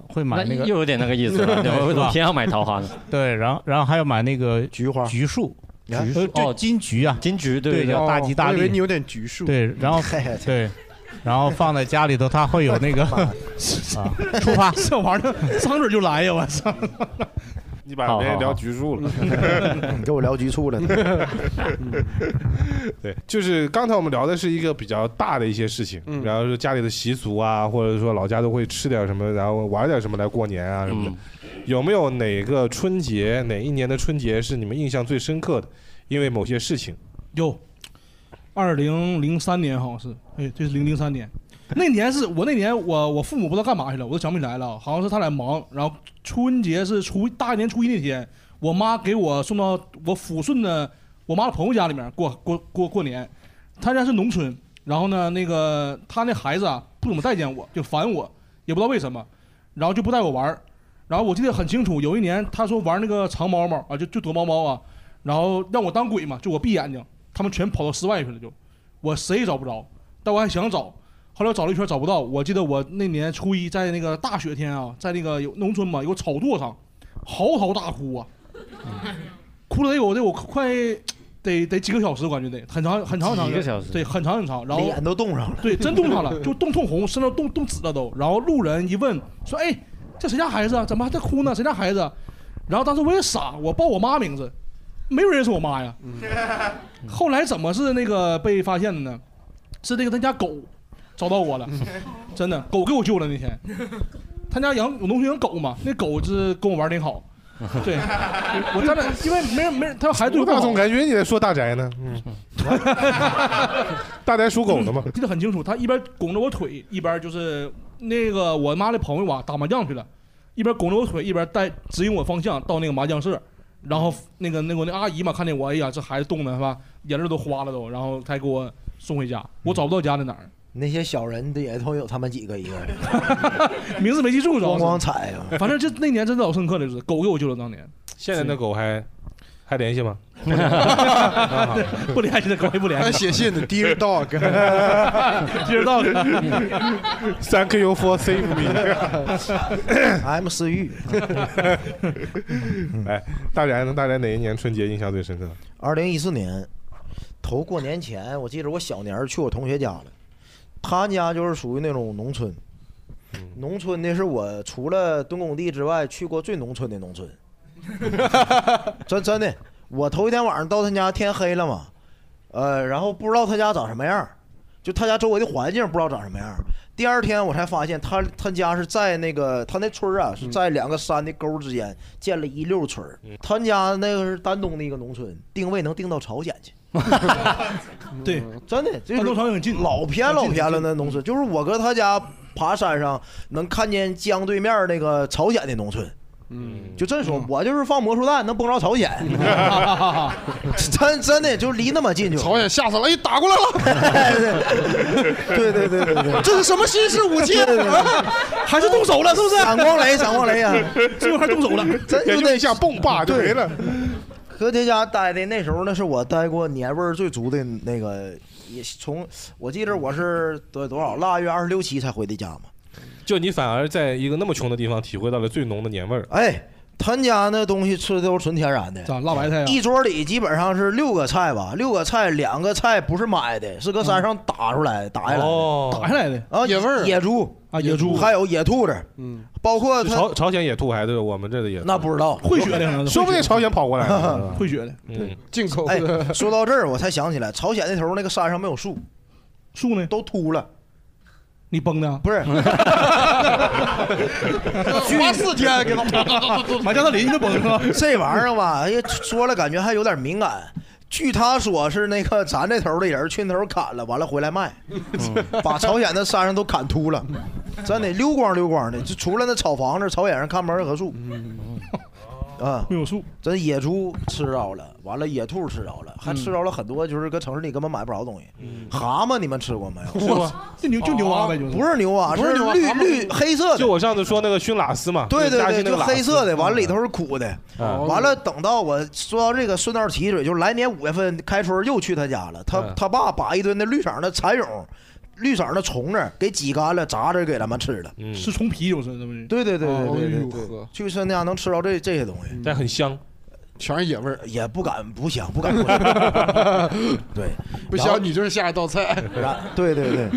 会买
那
个，
又有点那个意思了 对我为什么偏要买桃花呢？
对，然后然后还要买那个菊花、橘树、
呀
橘树
哦
哦，金桔啊，
金桔对对
叫大吉大
哦我以为
利。
你有点橘树。哎
对，然后对，然后放在家里头，它 会 有那个啊，出发，
这玩意儿张嘴就来呀！我操！
你把别人聊局促了。
你 给我聊局促了呢。
对， 就是刚才我们聊的是一个比较大的一些事情，然后说家里的习俗啊，或者说老家都会吃点什么，然后玩点什么来过年啊什么的。有没有哪个春节，哪一年的春节是你们印象最深刻的？因为某些事情，
有，二零零三年好像是，哎，这是零零三年，那年是我那年我我父母不知道干嘛去了，我都想不起来了，好像是他俩忙，然后春节是初一大年初一那天，我妈给我送到我抚顺的我妈的朋友家里面过过过过年，他家是农村，然后呢那个他那孩子啊不怎么待见我，就烦我，也不知道为什么，然后就不带我玩儿然后我记得很清楚，有一年他说玩那个藏猫猫啊，就就躲猫猫啊，然后让我当鬼嘛，就我闭眼睛，他们全跑到室外去了就，我谁也找不着，但我还想找，后来我找了一圈找不到。我记得我那年初一在那个大雪天啊，在那个有农村嘛，有草垛上嚎啕大哭 啊，哭了得有得我快得得几个小时，我感觉得很长很长很长
几个小时
对，很长很长，然后
脸都冻上了，
对，真冻上了，就冻通红，身上冻冻紫了都。然后路人一问，说：“哎，这谁家孩子啊？怎么还在哭呢？谁家孩子啊？”然后当时我也傻，我报我妈名字，没有人认识我妈呀。后来怎么是那个被发现的呢？是那个他家狗找到我了，真的，狗给我救了那天。他家养有农村养狗嘛，那狗是跟我玩儿挺好。对，我站在，因为没人没人，他孩子对
我
不好
咋总感觉你在说大宅呢？嗯，大宅属狗的嘛。
嗯记得很清楚，他一边拱着我腿，一边就是那个我妈的朋友啊打麻将去了，一边拱着我腿，一边带指引我方向到那个麻将室。然后那个那个我那阿姨嘛，看见我，哎呀，这孩子冻的是吧，眼泪都花了都，然后才给我送回家。
嗯
我找不到家在哪儿，
那些小人的也都有他们几个一个，
名字没记住，主要
咣
是
咣踩 呀。
反正就那年真的老深刻了，就是狗给我救了当年。
现在的狗还还联系吗？
不联系的狗也不联系。
还写信呢 ，Dear
dog，Dear
dog，Thank you for saving me，I'm
思玉。
哎，大宅呢？大宅哪一年春节印象最深刻？
二零一四年头过年前，我记得我小年儿去我同学家了，他家就是属于那种农村，农村的是我除了蹲工地之外去过最农村的农村，真真的，我头一天晚上到他家，天黑了嘛，呃，然后不知道他家长什么样儿，就他家周围的环境不知道长什么样儿。第二天我才发现他他家是在那个他那村儿啊
嗯
是在两个山的沟儿之间建了一溜村儿他家那个是丹东的一个农村，定位能定到朝鲜去。
对，
真的，这
丹东啊朝鲜近，嗯
老偏老偏了。那农村就是我搁他家爬山上能看见江对面那个朝鲜的农村。
嗯，
就这说，我就是放魔术弹能崩着朝鲜， 真真的就离那么近就。朝
鲜吓死了，哎，打过来了。
对对对对对，
这是什么新式武器？
对对对
还是动手了，是不是？
闪光雷，闪光雷呀、
这会儿动手了
真
研
就
究
那
一下蹦吧就没了。
搁他家待的那时候，那是我待过年味儿最足的那个，也从我记得我是多多少腊月二十六七才回的家嘛。
就你反而在一个那么穷的地方，体会到了最浓的年味儿。
哎，他家那东西吃的都是纯天然的，
辣白菜啊
一桌里基本上是六个菜吧，六个菜，两个菜不是买的，是搁山上打出来、打下来的，
哦
嗯打下来的
啊，野味儿、野猪
啊，野猪，
还有野兔子，
嗯，
包括
是
他
朝朝鲜野兔还是我们这的野兔？
那不知道，
会学的 可能是
说不定朝鲜跑过来了，
会学的。
嗯，
进口
哎，说到这儿，我才想起来，朝鲜那头那个山上没有树，
树呢
都秃了。
你崩的啊
不是？
花四天给他
马加特林就崩了。
这玩意儿吧，哎呀，说了感觉还有点敏感。据他说是那个咱这头的人去那头砍了，完了回来卖，把朝鲜的山上都砍秃了，真的溜光溜光的。就除了那草房子，朝鲜人看不着任何树。 啊，
没有树，
真野猪吃着了，完了野兔吃着了，还吃着了很多就是搁城市里根本买不着的东西。蛤蟆你们吃过没有？
是吗？就牛就牛蛙呗，就是
不是牛蛙，是绿绿黑色的。
就我上次说那个熏喇丝嘛，
对对
垃圾
对，
那
就
个嗯
黑色的，完了里
头
头是苦的。
嗯
完了，等到我说到这个，顺道提一嘴，就是来年五月份开春又去他家了，他
嗯
他爸把一堆那绿色的蚕蛹、绿色的虫子给挤干了，炸着给咱们吃了。
嗯
是虫皮，有时候对
对对对
哦
对对
哎
对对，去他家能吃着这这些东西，
但很香，
呃全是野味儿，
也不敢不香，不敢不香。对，
不
然后
行，你就是下一道 菜。
然对对对，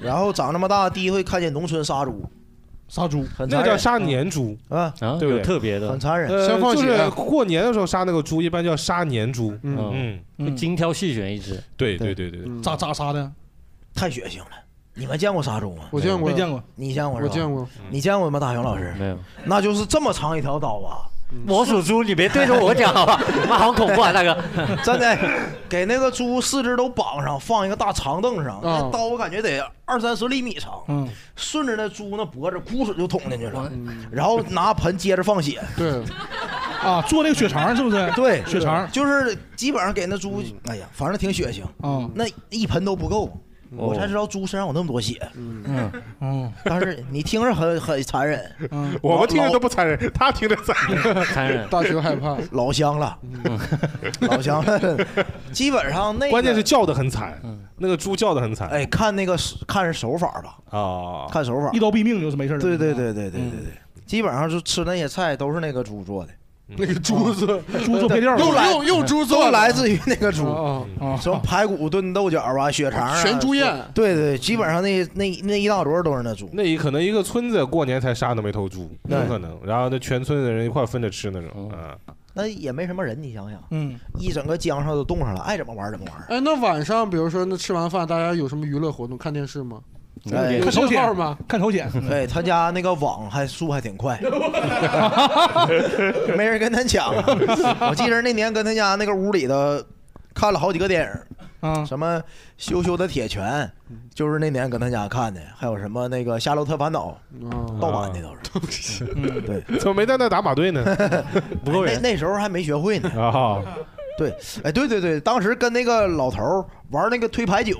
然后长这么大第一回看见农村杀猪，
杀猪，
很
那
残
个叫
忍
杀年猪
啊
啊
对不对？
有特别的很残忍
呃
先放
就
血啊
是过年的时候杀那个猪，一般叫杀年猪。
嗯，会精挑细选一只。
对对对对，
咋咋杀的？
嗯太血腥了。你们见过杀猪吗？
我见过没见
过。嗯
你见过？
我见过。
你见过吗，大雄老师？
没有。
那就是这么长一条刀啊！
我属猪，你别对着我讲 好吧？妈，好恐怖啊，大哥！
真的，给那个猪四肢都绑上，放一个大长凳
啊
上，
啊
那刀我感觉得二三十厘米长，
嗯
顺着那猪那脖子，咕水就捅进去了，然后拿盆接着放血。
对。
啊，做那个血肠是不是？
对，
血肠
就是基本上给那猪，哎呀，反正挺血腥。
嗯，
那一盆都不够，我
哦
才知道猪身上有那么多血。
嗯嗯，
但是你听着很很残忍，
我们听着都
不
残忍，他听着 残
忍，
残忍
大熊害怕，
老乡了，
嗯
老乡了，基本上那个嗯
关键是叫的很惨，那个猪叫的很惨。
哎，看那个看是手法吧，
啊，
看手法，
一刀毙命就是没事儿了。
对对对对对对对，基本上就吃那些菜都是那个猪做的，
那个猪做
哦猪 做 配料
又来
用用猪做的
都来自于那个猪
哦，
什么排骨炖豆角啊、血肠啊、
全猪宴
对对，基本上那那那一大桌都是那猪，
那一可能一个村子过年才杀那么一头猪，有可能，然后那全村的人一块分着吃那种
嗯
啊。
那也没什么人，你想想，
嗯，
一整个江上都冻上了，爱怎么玩怎么玩。
哎，那晚上比如说那吃完饭，大家有什么娱乐活动？看电视吗？
哎
有信号吗？
看头剪。
对他家那个网还速还挺快，没人跟他抢。 我记得那年跟他家那个屋里头看了好几个电
嗯
影，
什么《羞羞的铁拳》，就是那年跟他家看的，还有什么那个《夏洛特烦恼》，
哦
盗版的都 是。
嗯
对，
怎么没在那打马 队呢？
不
够
那
人
那时候还没学会呢。
啊，
对，哎，对对对，当时跟那个老头儿玩那个推牌九，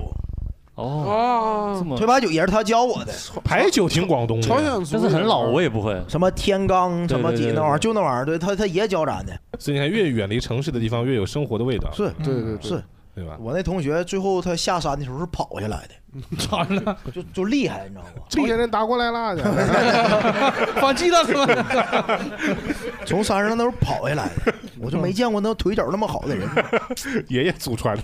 哦
推牌九也是他教我的。
牌九挺广东的，
朝鲜族但是很老我也
不会。
什么天罡什么
对对
几
对
那玩意儿，
对
就那玩意儿，对他他也教咱的。
所以你看，越远离城市的地方，越有生活的味道。
是对对对是
对吧？
我那同学最后他下山的时候是跑下来的，
咋了？
就就厉害，你知道吗？
朝鲜人打过来了，
反击了是吧？
从山上那时候跑下来的，我就没见过那腿脚那么好的人。
爷爷祖传的。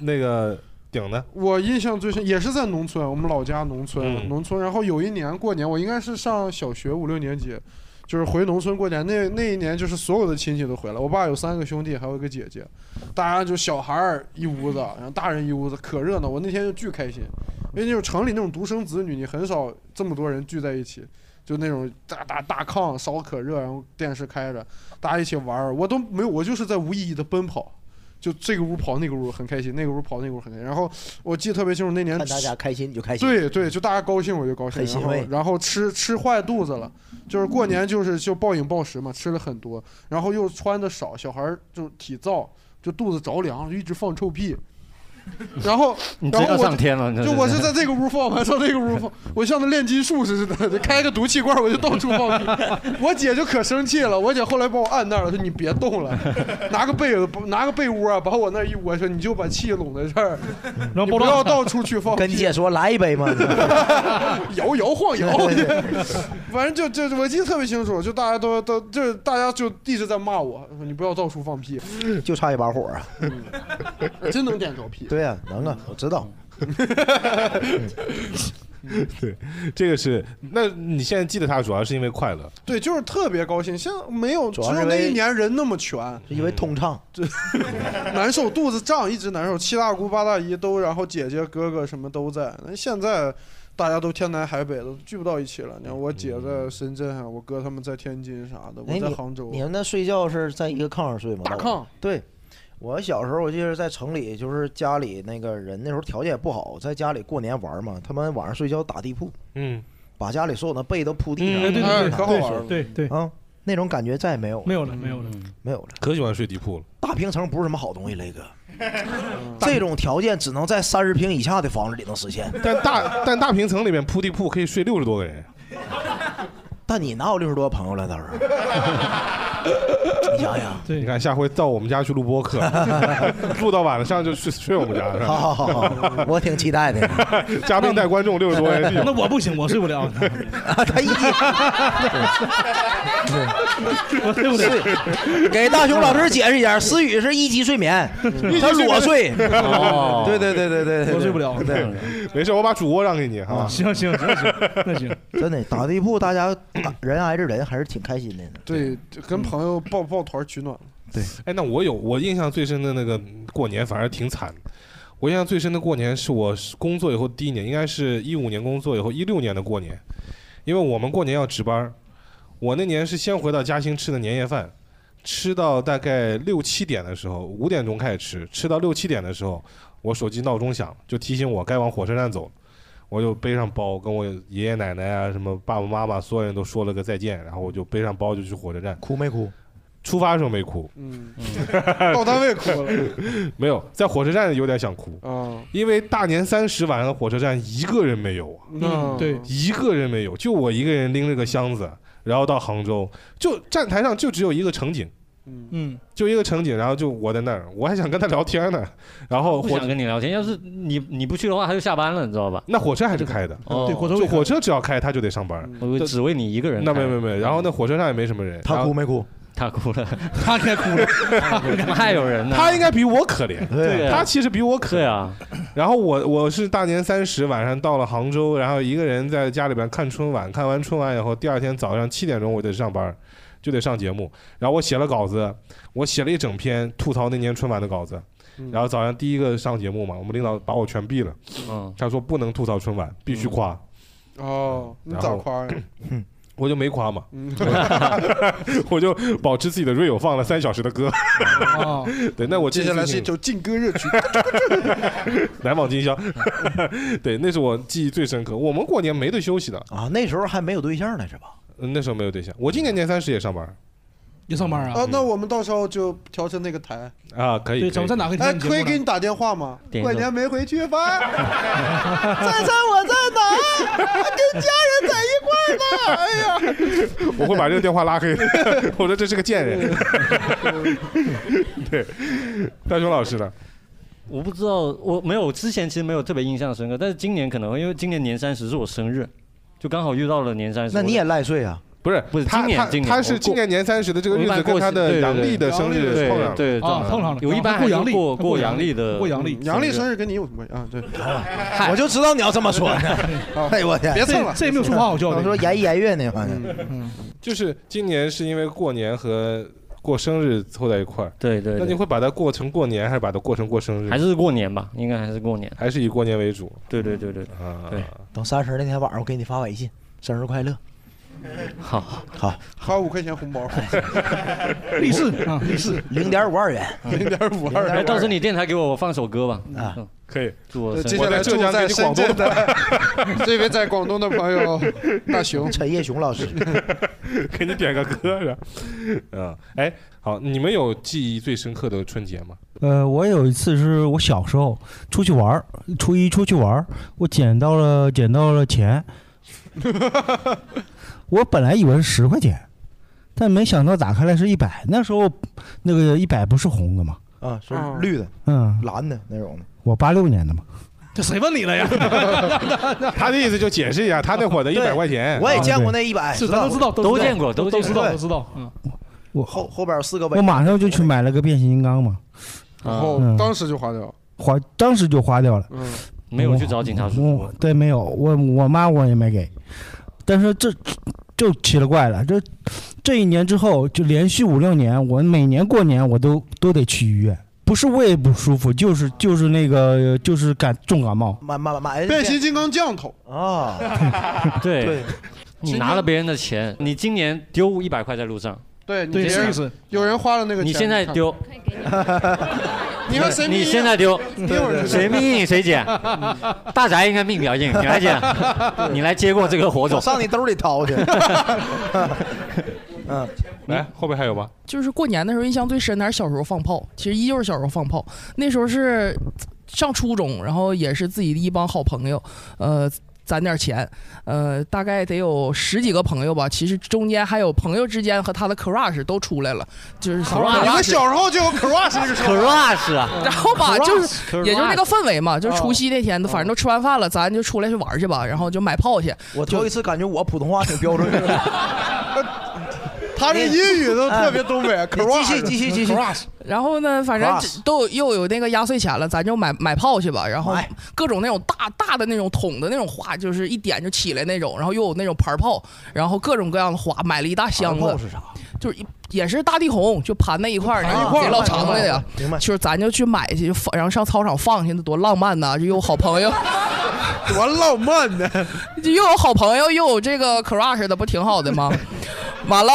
那个顶呢？
我印象最深也是在农村，我们老家农村，农村。然后有一年过年，我应该是上小学五六年级，就是回农村过年。那那一年就是所有的亲戚都回来，我爸有三个兄弟，还有一个姐姐，大家就小孩儿一屋子，然后大人一屋子，可热闹。我那天就巨开心，因为那种城里那种独生子女，你很少这么多人聚在一起。就那种大大大炕烧可热，然后电视开着，大家一起玩儿，我都没有，我就是在无意义的奔跑，就这个屋跑那个屋很开心，那个屋跑那个屋很开心。然后我记得特别清楚，那年
看大家开心你就开心。
对对，就大家高兴我就高兴，
很欣
然后
慰
然后吃吃坏肚子了，就是过年就是就暴饮暴食嘛，吃了很多，然后又穿的少，小孩儿就体燥，就肚子着凉，就一直放臭屁。然后，
你
然
真
后
要
我
上天了你这
就是我是在这个屋放，完上那个屋放， 我像那炼金术似的，就开个毒气罐，我就到处 放屁。我姐就可生气了，我姐后来把我按那儿了，说你别 动了，拿个被拿个被窝啊，把我那儿一窝，说你就把气拢在这儿，
然后
不要到处去放屁。
跟姐说来一杯嘛，
摇摇晃 摇，反正就就我记得特别清楚，就大家都都就是大家就一直在骂我，说你不要到处放屁，
就差一把火啊！
真能点着屁。
对呀，能 啊，我知道。
对，这个是。那你现在记得他，主要是因为快乐。
对，就是特别高兴。现在没有，只
要
有
是
那
为
一年人那么全，
因为通 畅，
这难受，肚子胀，一直难受。七大姑八大姨都，然后姐姐哥哥什么都在。那现在大家都天南海北的，都聚不到一起了。你看我姐在
嗯
深圳啊，我哥他们在天津啥的，
哎，
我在
你
杭州。啊
你们那睡觉是在一个炕上睡吗？
大炕。
对，我小时候我记得在城里，就是家里那个人那时候条件也不好，在家里过年玩嘛，他们晚上睡觉打地铺，
嗯，
把家里所有的被都铺地上，
嗯对对对
打
可好玩了
哎对对
啊，那种感觉再也没有，
没有了，没有了，
没有了。
可喜欢睡地铺了。
大平层不是什么好东西，雷哥，
嗯
这种条件只能在三十平以下的房子里能实现。
但大但大平层里面铺地铺可以睡六十多个人。
但你哪有六十多朋友了？到时候哎
你想想，你看下回到我们家去录 播客，录到晚上就去睡我们家。
好好好好，我挺期待的。
嘉宾带观众 六十多人，
那我不行，我睡不了。
他一
我睡不
是 给大雄老师解释一下，思雨是一级睡眠，
嗯
他裸睡。
哦
对对对对对对，
我睡不了
对，
没事，我把主播让给你哈。
哦行行行行，那行。
真的，打地铺大家打人挨着人还是挺开心的呢。
对，跟朋友抱抱团取暖。
对，
哎，那我有我印象最深的那个过年，反而挺惨的。我印象最深的过年是我工作以后第一年，应该是一五年工作以后一六年的过年，因为我们过年要值班儿。我那年是先回到嘉兴吃的年夜饭，吃到大概六七点的时候，五点钟开始吃，吃到六七点的时候，我手机闹钟响，就提醒我该往火车站走了。我就背上包，跟我爷爷奶奶啊、什么爸爸妈妈，所有人都说了个再见，然后我就背上包就去火车站。
哭没哭？
出发的时候没哭，
嗯，到单位哭 了。
没有，在火车站有点想哭，
啊，
因为大年三十晚上的火车站一个人没有啊，
嗯对
一个人没有，就我一个人拎着个箱子，然后到杭州，就站台上就只有一个乘警，
嗯，
就一个乘警，然后就我在那儿，我还想跟他聊天呢，然后
不
火
想跟你聊天，要是你你不去的话，他就下班了，你知道吧？
那火车还是开的，
哦对火车会
就
开
火车只要开，他就得上班，
我以为只为你一个人
那
开
没没没，然后那火车上也没什么人，
他哭没哭？
他哭了，
他该哭了，
太有人了。
他应该比我可怜，
对啊
他其实比我可怜。
啊。
然后我我是大年三十晚上到了杭州，然后一个人在家里边看春晚，看完春晚以后，第二天早上七点钟我得上班，就得上节目。然后我写了稿子，我写了一整篇吐槽那年春晚的稿子。然后早上第一个上节目嘛，我们领导把我全毙了，
嗯，
他说不能吐槽春晚，必须夸。
哦，你
然
咋
后
夸呀？
我就没夸嘛
嗯，
我就保持自己的 real 放了三小时的歌。
哦，
对，那我
接
这
下
次
来
性
是一首劲歌热曲。
来往今宵， 对，那是我记忆最深刻。我们过年没得休息的嗯
啊，那时候还没有对象呢，是吧？
那时候没有对象，我今年年三十也上班
你上班
啊，那我们到时候就调成那个台。
啊，可以。可以
哎，可以给你打电话吗？
点一
过
个
年没回去吧？猜猜我 在哪？跟家人在一块儿呢。哎呀，
我会把这个电话拉 黑。我说这是个贱人。对，大雄老师呢？
我不知道，我没有，我之前其实没有特别印象深刻，但是今年可能会，因为今年年三十是我生日，就刚好遇到了年三十。
那 你也
我
赖睡啊？
不是
不是
他
今年
他
今年
他
我
是
过
今年年三十的这个日
我一
子
般
跟
过
他的
对对
阳历的
对
生日
对
碰上了
对对
啊
碰上了有一般还
过
是
阳历
过过阳历的
过阳历
阳历生日跟你有什么关系啊？对，
我就知道你要这么说。 哎呦我天，
别蹭了这这也没有什么好笑的嗯
我说言言月呢，好像。
就是今年是因为过年和过生日凑在一块儿。
对对
那你会把它过成过年，还是把它过成过生日？
还是过年吧，应该还是过年，
还是以过年为主。嗯啊
对对对对对对，
等三十那天晚上，我给你发微信，生日快 乐。
好，
好，
花五块钱 红包，
立誓 啊，立誓，
零点五二元，
零点五二
哎，
元。
到时候你电台给我放首歌吧。嗯
啊，
可以。
祝我
呃
生
接
日
下
快
来
乐
住在深圳的，这位在广东的朋友，大雄，
陈叶雄老师，
给你点个歌是吧？ 嗯，哎，好，你们有记忆最深刻的春节吗？
呃，我有一次是我小时候出去玩儿，初一出去玩儿，我捡到了捡到了钱，我本来以为是十块钱，但没想到打开来是一百。那时候那个一百不是红的嘛，
啊，是绿的、
嗯，
蓝的那种的。
我八六年的嘛，
这谁问你了呀？
他的意思就解释一下，他那会儿的一百块钱，啊
我也见过那一百，
啊是咱都知道，
知道
都知道，都知道。嗯，
后后边有四个尾。
我马上就去买了个变形金刚嘛，
然后
嗯
当时就花掉。
花当时就花掉了。
嗯，
没有去找警察叔叔。
我对，没有，我我妈我也没给，但是这就奇了怪了，这这一年之后就连续五六年，我每年过年我都都得去医院，不是胃不舒服，就是就是那个就是感重感冒，
买买买
变形金刚降头
啊！
对，你拿了别人的钱，你今年丢一百块在路上，
对，你
对
别人
试一试
有人花了那个钱，
你现在
看
丢，
你和谁？啊
你现在丢，谁命硬 谁捡。
嗯
大宅应该命比较硬，你来捡，你来接过这个火种
我。上你兜里掏 去。嗯，
来后边还有吗？
就是过年的时候印象最深的还是小时候放炮，其实依旧是小时候放炮。那时候是上初中，然后也是自己的一帮好朋友，呃，攒点钱，呃，大概得有十几个朋友吧。其实中间还有朋友之间和他的 crush 都出来了，就是什么
Crush 你们小时
候就有
crush 这个说法 Crush 啊
然后吧，
Crush，
就是也就是那个
Crush
氛围嘛，就是除夕那天，反正都吃完饭了，咱就出来去玩去吧，然后就买炮去。
我头一次感觉我普通话挺标准的。
他这英语都特别 东北
你继续
crush
继续继续。
然后呢，反正
Crush
都有又有那个压岁钱了，咱就买买炮去吧。然后各种那种大大的那种桶的那种花，就是一点就起来那种，然后又有那种盘炮，然后各种各样的花，买了一大箱子。
盘炮是啥？
就是一也是大地红，就盘那一块儿，
盘一块儿
给老长的
明
呀
白明白。
就是咱就去买去，就放然后上操场放去，那多浪漫呐！就又有好朋友，
多浪漫呢！
就 又有好朋友，又有这个 crush 的，不挺好的吗？完了。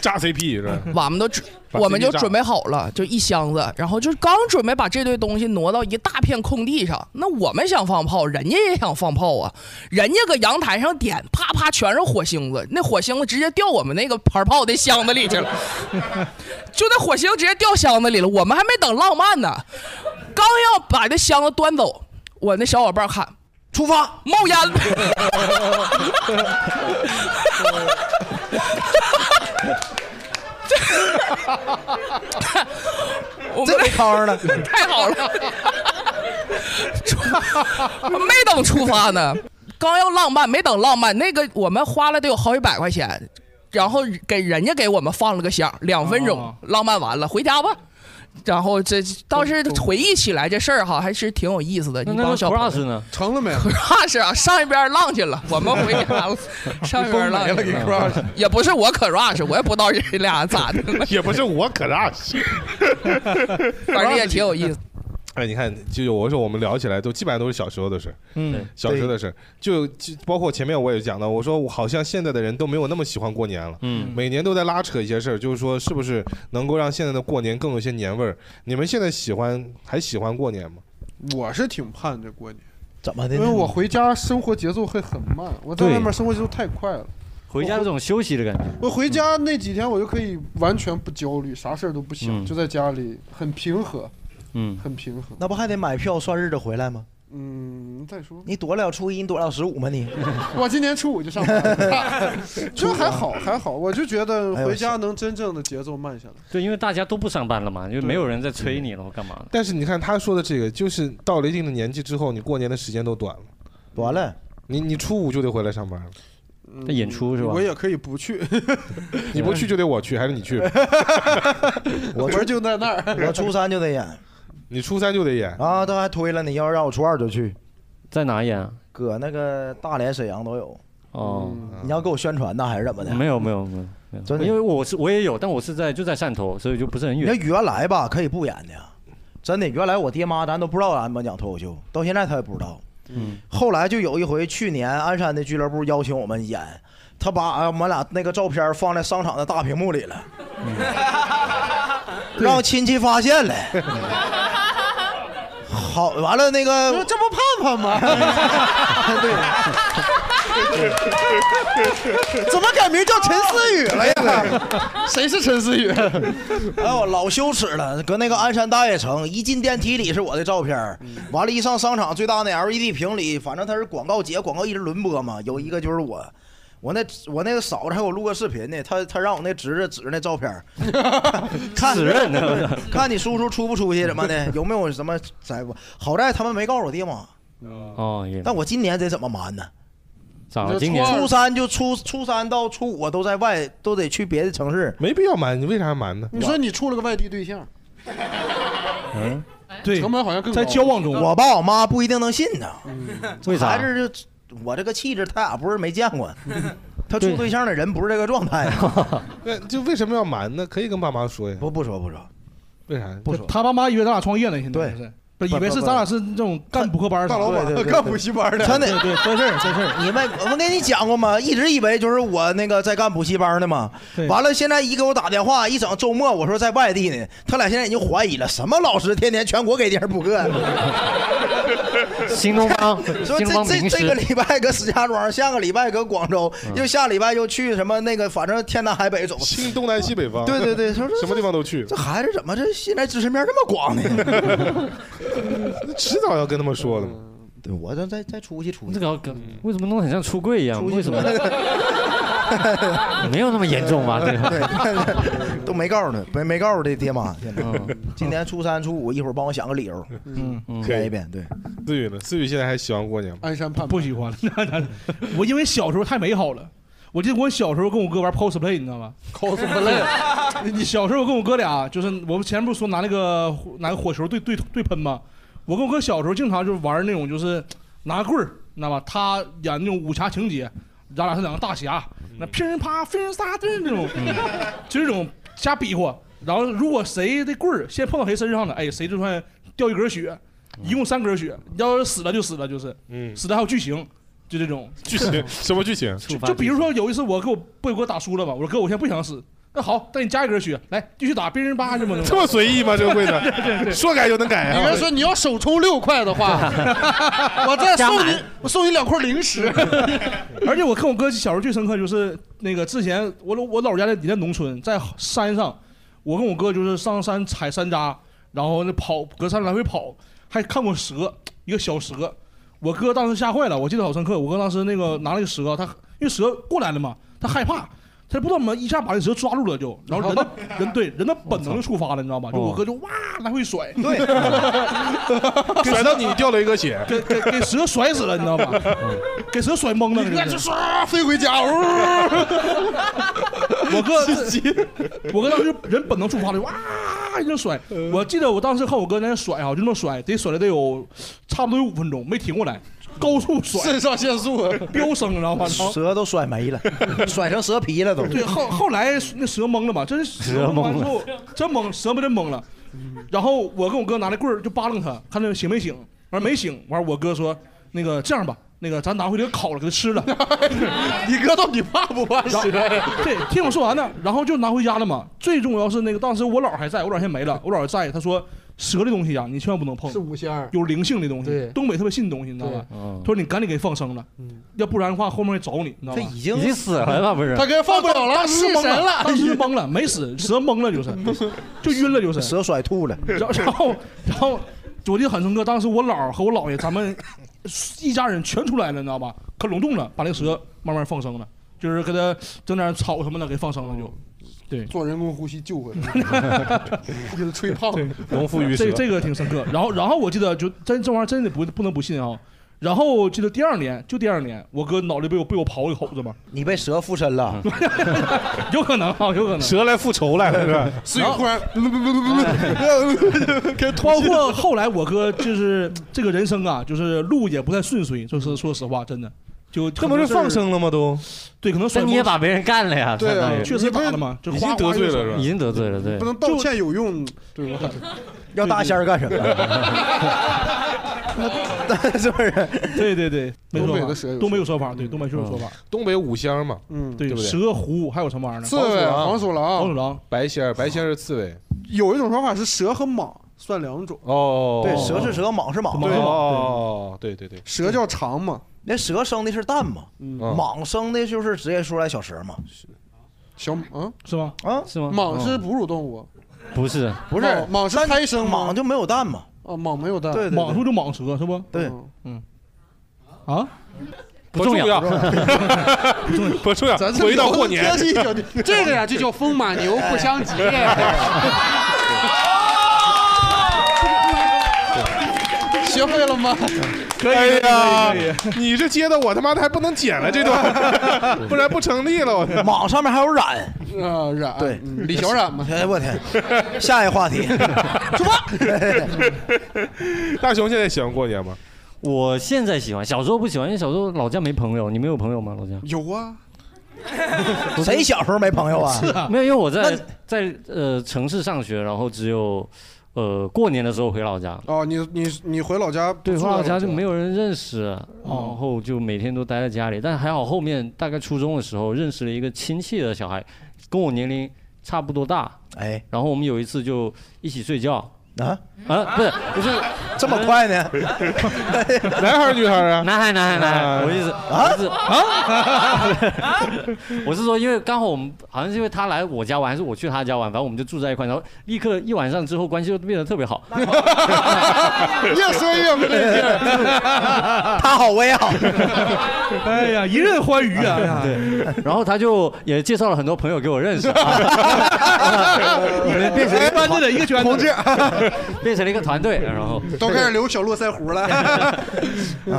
炸 CP 是吧？
我们都准，
把
我们
CD
就
炸
准备好了，就一箱子，然后就是刚准备把这堆东西挪到一大片空地上，那我们想放炮，人家也想放炮啊，人家搁阳台上点，啪啪全是火星子，那火星子直接掉我们那个盘炮那箱子里去了，就那火星直接掉箱子里了，我们还没等浪漫呢，刚要把那箱子端走，我那小伙伴喊出发冒烟。 我们
这康呢？
太好了，出没等出发呢，刚要浪漫，没等浪漫，那个我们花了得有好几百块钱，然后给人家给我们放了个响，两分
哦
钟，浪漫完了，回家吧。然后这
嗯
倒是回忆起来这事儿哈，还是挺有意思的。
那
一
那
帮
个
小朋友
crush 呢？
成了没？
crush 啊，上一边浪去了，我们回家了， 上一边浪去
给 crush
也不是我可 rush，我也不知道人俩咋的，
也不是我可 rush，
反正也挺有意思。
哎，你看，就有我说我们聊起来都基本上都是小时候的事儿，
嗯
小时候的事儿，就就包括前面我也讲到，我说我好像现在的人都没有那么喜欢过年了，
嗯
每年都在拉扯一些事儿，就是说是不是能够让现在的过年更有一些年味儿？你们现在喜欢还喜欢过年吗？
我是挺盼着过年，
怎么
因为我回家生活节奏会很慢，我在
对
外面生活节奏太快了。
回家有种休息的感觉。
我回家那几天，我就可以完全不焦虑，啥事儿都不想，
嗯
就在家里很平和，
嗯，
很平和。
那不还得买票算日子回来吗？
嗯，再说，
你躲得了初一，你躲得了十五吗？你
我今年初五就上班 了，这还好还好，我就觉得
啊哎呦
回家能真正的节奏慢下来。
对，因为大家都不上班了嘛，就没有人在催你了或干嘛的。
但是你看他说的这个，就是到了一定的年纪之后，你过年的时间都短了，
短了。
你你初五就得回来上班了，
那演出是吧
我也可以不去，
你不去就得我去，还是你去？
我
门儿就在那 儿。
我初 三就得演，
你初三就得演
啊，都还推了你，要是让我初二就去，
在哪演啊？
搁那个大连、沈阳都有。
哦，嗯
你要给我宣传呢，还是怎么的？
没有没有没有没有，
真的
因为我是我也有，但我是在就在汕头，所以就不是很
你要
远。
原来吧，可以不演的，真的。原来我爹妈咱都不知道俺们讲脱口秀，到现在他也不知道。
嗯，
后来就有一回，去年鞍山的俱乐部邀请我们演，他把俺们俩那个照片放在商场的大屏幕里了，让亲戚发现了。好，完了那个，这不盼盼 吗？ 对，怎么改名叫陈思雨了呀？谁是陈思雨？哎呦，老羞耻了！搁那个鞍山大悦城，一进电梯里是我的照片儿，完了，一上商场最大那 LED 屏里，反正它是广告节，广告一直轮播嘛，有一个就是我。我那我那个嫂子还给我录个视频呢，她她让我那侄子指着那照片 儿，看
指认呢
看你叔叔出不出去怎么的，有没有什么在不？好在他们没告诉我爹妈，
嗯
哦，也
但我今年得怎么瞒呢？
咋了？今年
初三就初初三到初五我都在外，都得去别的城市。
没必要瞒，你为啥瞒呢？
你说你处了个外地对象，
嗯，
对，成本哎好像更高嗯
我爸我妈不一定能信呢。
为啥
孩子就我这个气质，他俩不是没见过， 他处对象的人不是这个状态。
对， 就为什么要瞒呢？可以跟爸妈说呀。
不不说不说，
为啥？
不说
他爸妈以为咱俩创业呢，现在是不以为是咱俩是那种干补课班儿啥的，
真的
对对，
真事儿真事儿。你们我跟你讲过吗？一直以为就是我那个在干补习班呢嘛，完了现在一给我打电话，一整周末我说在外地呢，他俩现在已经怀疑了，什么老师天天全国给点儿补课。
新东方，
说
新东
这
方
这这
名
个
师嗯
礼拜搁石家庄，下个礼拜搁广州，又下礼拜又去什么那个，反正天南海北走，
新东南西北方
对对对，他说
什么地方都去。
这孩子怎 么这现在知识面这么广呢？
迟早要跟他们说的嘛。
嗯对我这再再出去出去。
这个
嗯
为什么弄得很像出柜一样？为什么？ 没有那么严重吧？这个
对，都没告诉他，没没告诉这爹妈。现在今年初三初五，一会儿帮我想个理由，
嗯
嗯
开一遍。对，啊
思雨呢？思雨现在还喜欢过年吗？
鞍山盼
不喜欢了。我因为小时候太美好了，我记得我小时候跟我哥玩 cosplay，你知道吗
cosplay 啊
你小时候我跟我哥俩就是我们前面不是说拿那个拿个火球对对对喷吗？我跟我哥小时候经常就是玩那种就是拿棍儿，你知道吧？他演那种武侠情节，咱俩是两个大侠，那噼儿啪飞儿撒就是那种， 就这种瞎比划。然后如果谁的棍儿先碰到谁身上了，哎，谁就算掉一格血，一共三格血，要是死了就死了，就是，
嗯
死了还有剧情，就这种
剧 情什么剧情？
就就比如说有一次我给我被我哥打输了嘛，我说哥我现在不想死，那好，再给你加一格血，来继续打别人吧什么的。
这么随意吗这个规 则
对对对，
说改就能改啊
你
你
别
别说
你要手充六块的 话 我再送你，我送你两块零食。
而且我跟我哥小时候最深刻就是那个之前我老我老家在也在农村，在山上，我跟我哥就是上山采山楂，然后那跑隔山来回跑，还看过蛇，一个小蛇。我哥当时吓坏了，我记得好深刻。我哥当时那个拿那个蛇，他因为蛇过来了嘛，他害怕，他不知道怎么一下把那蛇抓住了就，然后人的人对人的本能就触发了，你知道吗？就我哥就哇来回甩， 对，
甩到你掉了一个血，
给给给蛇甩死了，你知道吗？给蛇甩懵了，
你
那
看
个
这
人
唰飞回家，呜，
我哥，我哥当时人本能触发了，哇一顿甩。我记得我当时看我哥在那甩啊，就那么甩，得甩了得有差不多有五分钟，没停过来，高速甩，
肾上腺素
飙升，然后完了。
蛇都甩没 了，甩成蛇皮了都。
对，后后来那蛇懵了嘛，真是
蛇懵
完
了
之后真懵，蛇不真懵了。然后我跟我哥拿那棍儿就扒楞他，看他醒没醒。完没醒，完我哥说那个这样吧，那个咱拿回去烤了给他吃了。
你哥到底怕不怕
然后
蛇呀？
对，听我说完呢，然后就拿回家了嘛。最重要是那个当时我姥儿还在，我姥儿现在没了，我姥儿在，她说蛇这东西呀、啊你千万不能碰，
是五仙儿
有灵性的东
对
西，东北特别信东西，你知道吧？
对
嗯
她说你赶紧给放生了，要不然的话后面找你，你知道
这
吧？
已经已经死了吧不是
他
他
给
给
放
放不
不了
了了
了，
当
当时
时
懵
懵了
了，当时懵了，没死，蛇懵了就是，就晕了就是，
蛇甩吐了。
然后然后然后我记得很深刻，当时我姥儿和我姥爷咱们一家人全出来了，你知道吧？可隆重了，把那个蛇慢慢放生了，就是给它整点草什么的给放生了就。对，
做人工呼吸救回来，给他吹胖了，
哦这这个挺深刻。然后，然后我记得就真这玩意儿真的不不能不信啊。然后我记得第二年，就第二年，我哥脑袋被我被我刨一口子嘛。
你被蛇附身了，
有可能啊，有可能。
蛇来复仇来了是吧？
所以忽然不不不不不，给
包括后来我哥就是这个人生啊，就是路也不太顺遂，就是说实话，真的就
嗯这不是放生了吗？都
对，可能甩
那
锅
你也把别人干了呀？
对啊
相当于
确实打了嘛就已经哗哗
得罪了是吧
已经得罪了，对
不。能道歉有用，对吧？
要大仙儿干什么？ 是不是？
对 对对，没
东
说
北
法
的蛇有嗯
东北有说法，对，东北就有说法。
东北五仙嘛，
嗯，
对
对不对？
蛇、虎还有什么玩意儿呢？
刺猬、黄鼠狼、
黄鼠狼、
白仙儿，白仙儿是刺猬。
有一种说法是蛇和蟒算两种，
哦，
对蛇是蛇
蟒是蟒
对
对
哦，对对对，
蛇叫长嘛，
那蛇生的是蛋嘛，
嗯
蟒生的就是直接说来小蛇嘛，
小啊
是吗？
啊
是吗
蟒是哺乳动物，
不是
不是
蟒蟒是
但
胎生吗
蟒就没有蛋 嘛？
啊，蟒没
哦
有蛋，
对对对
蟒叔就蟒蛇是不？
对，
嗯，啊，
不重要
不重要 啊不重要
咱这
啊回到过年
聊 得天气就这个呀，就叫风马牛不相 及。学会了吗？
可
以
哎呀
可以，
你这接的我他妈的还不能剪了这段，不然不成立了。我
蟒上面还有染，
啊，染
对，
嗯李小冉嘛。
哎我天， 下一 个话题，
大雄现在喜欢过年吗？
我现在喜欢，小时候不喜欢，因为小时候老家没朋友。你们有朋友吗？老家？
有啊，
谁小时候没朋友啊？
没有，因为我在在呃城市上学，然后只有呃过年的时候回老家。
哦，你你你回老家？
对，回老家就没有人认识，然后就每天都待在家里。但还好后面大概初中的时候认识了一个亲戚的小孩，跟我年龄差不多大。
哎，
然后我们有一次就一起睡觉。
啊
啊，不是不是
这么快 呢？
男孩儿女孩儿啊？
男孩男孩男孩，我意思我意思啊， 我是说，因为刚好我们好像是因为他来我家玩，还是我去他家玩，反正我们就住在一块，然后立刻一晚上之后关系就变得特别好。
越说越不对劲
他好，我也
啊
好。
哎呀，一任欢愉啊！
对，然后他就也介绍了很多朋友给我 认识， 啊你们变成
一般的一个圈子同志
变成了一个团队，然后
都开始留小络腮胡了，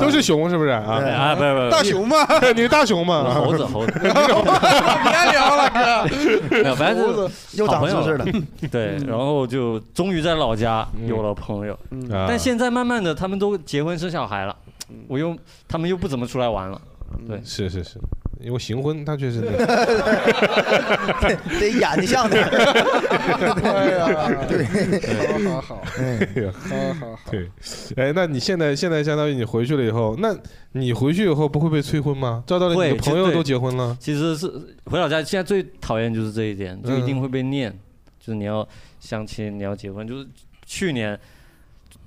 都是熊是不是啊？
对啊不是不是
大熊嘛
你是大熊
我
嘛？
猴子猴子，
别聊了哥。
没有，反正
猴
就
子
是
又
好
长
朋友
知识了嗯
了 对，然后就终于在老家有了朋友，
啊
但现在慢慢的他们都结婚生小孩了，我又他们又不怎么出来玩了，对，
是是是，因为行婚他确实
得演的像点儿对，
哎好好好，好好好。
对，哎，那你现在现在相当于你回去了以后，那你回去以后不会被催婚吗？照道理你
会
的朋友
对
都结婚了，嗯
其实是回老家，现在最讨厌就是这一点，就一定会被念，就是你要相亲，你要结婚。就是去年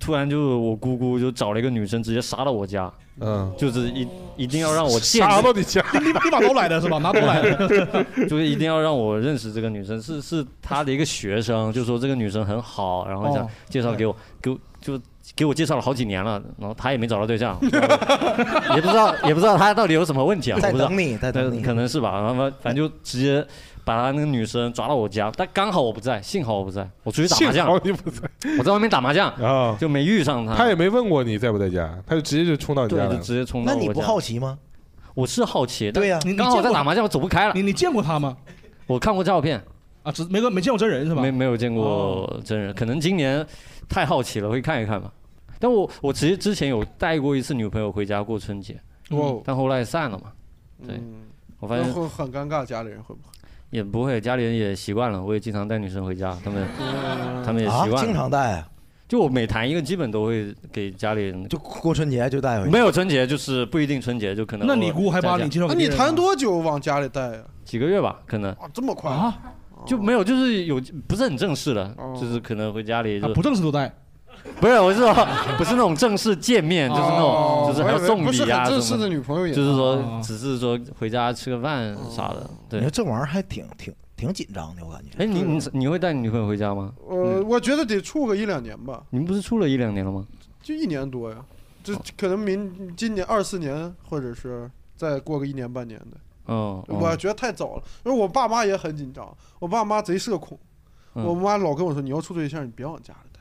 突然就是我姑姑就找了一个女生，直接杀到我家，
嗯，
就是一一定要让我见识
杀到你 家，
立立马刀来的是吧？拿刀来的。
就是一定要让我认识这个女生，是是她的一个学生，就说这个女生很好，然后想
哦
介绍给我，给我就给我介绍了好几年了，然后她也没找到对象，也不知道也不知道她到底有什么问题啊，
在
我不知道
等你在等
但
你
可能是吧，然后反正就直接把她那个女生抓到我家，但刚好我不在，幸好我不在，我出去打麻
幸好
将，
你不在，
我在外面打麻将，
啊，
就没遇上她，
他也没问过你在不在家，他就直接就冲到你
对
家，了，
就直接冲到
那
我
你不
家
好
奇吗？
我是好奇，但
对呀你
刚好
你见
在
过
打麻将，我走不开了。
你你见过她吗？
我看过照片，
啊，只没个没见过真人是吧？哦
没没有见过真人，可能今年太好奇了，会看一看吧。但我我其实之前有带过一次女朋友回家过春节，
哇哦
但后来散了嘛。
嗯
对， 我发现
会很尴尬，家里人会不会？
也不会，家里人也习惯了，我也经常带女生回家，他们
嗯
他们也习
啊
惯了、
经常带啊
就我每谈一个，基本都会给家里人。就
过春节就带回去。
嗯
没有春节，就是不一定春节，就可能偶尔在家
那啊你谈多久往家里带啊呀？
几个月吧，可能
啊，这么快哦
啊？
就没有，就是有不是很正式的，就是可能回家里就、
不正式都带。
不是，我是说 不是那种正式见面，就是那种
哦
就是还要送礼啊
我以为不是很
什么
正式的女朋友也
就是说
哦
只是说回家吃个饭啥的。
你
对
说，这玩意儿还挺挺挺紧张的，我感觉。
哎，你你你会带你女朋友回家吗？
呃，我觉得得处个一两年吧，
你们不是处了一两年了吗？
就一年多呀，这可能明今年二四年，或者是再过个一年半年的。
嗯，嗯
哦我觉得太早了，因为我爸妈也很紧张，我爸妈贼社恐，
嗯
我妈老跟我说你要处对象，你别往家里带。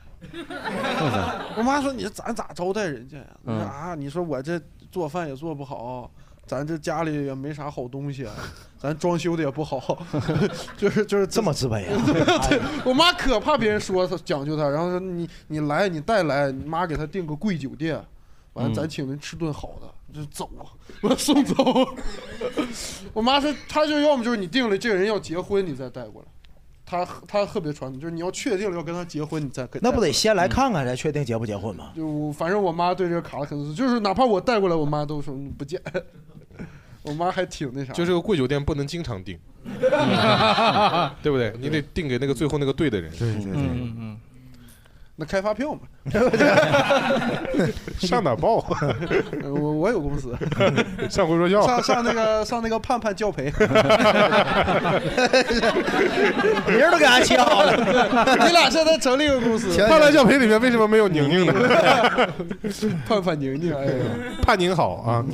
我妈说你咱咋招待人家呀？我
嗯
说啊，你说我这做饭也做不好，咱这家里也没啥好东西，啊咱装修的也不好， 就是就是这
么自卑
啊！ 对我妈可怕别人说她讲究她，然后说你你来你带来，你妈给她订个贵酒店，完了
嗯
咱请人吃顿好的，就走啊，我送走。 我妈说，她就要么就是你定了这个人要结婚，你再带过来。她她特别传统，就是你要确定了要跟她结婚，你再跟。
那不得先来看看，再确定结不结婚吗？
嗯就我反正我妈对这个卡拉肯斯，就是哪怕我带过来，我妈都说你不见。 我妈还挺那啥，
就这个贵酒店不能 经常订，对不对？你得订给那个最后那个对的人。对对对，
嗯
那开发票嘛，
上哪儿报？
呃 我我有公司，
上回说要
上上那个上那个盼盼教培，
名儿都给俺起好了
你俩现在成立一个公司，
判断教培里面为什么没有宁宁 呢？
盼盼宁宁，哎呀，
盼宁好啊，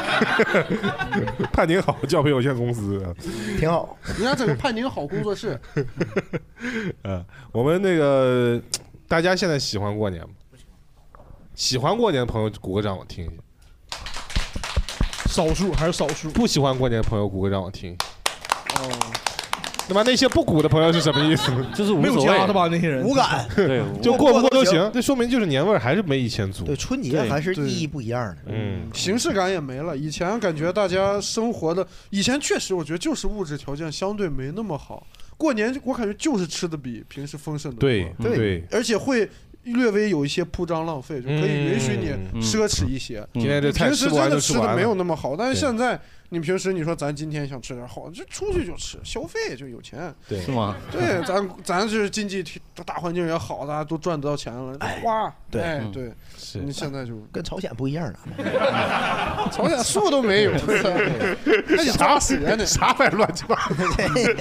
盼宁好教培有限公司啊。
挺好。
你俩整个盼宁好工作室，
嗯，我们那个大家现在喜欢过年吗？喜欢过年的朋友鼓个掌，我听一下。
少数还是少数？
不喜欢过年的朋友鼓个掌，我听一下。
哦，
那么那些不鼓的朋友是什么意思呢？
就是
无所谓没有家的吧那些人无
感
对
就
无
过不
过
过
都
都
行
行。那说明就是年味儿还是没以前足。对，
春节还是意义不一样的。
嗯，
形式感也没了。以前感觉大家生活的，以前确实我觉得就是物质条件相对没那么好，过年我感觉就是吃的比平时丰盛的多，
对对对
而且会。略微有一些铺张浪费，就可以允许你
嗯
奢侈一些。
今天这菜
平时
吃不完
真的
就吃
吃
不完
的
了
没有那么好，但是现在你平时你说咱今天想吃点好，就出去就吃，消费就有钱。
对
是吗？
对，咱咱就是经济体大环境也好，大家都赚得到钱了，花。
对
哎
嗯
对，
是
你现在就
跟朝鲜不一样了，
朝鲜树 都 没有，那你咋死人呢？
啥 玩意乱七八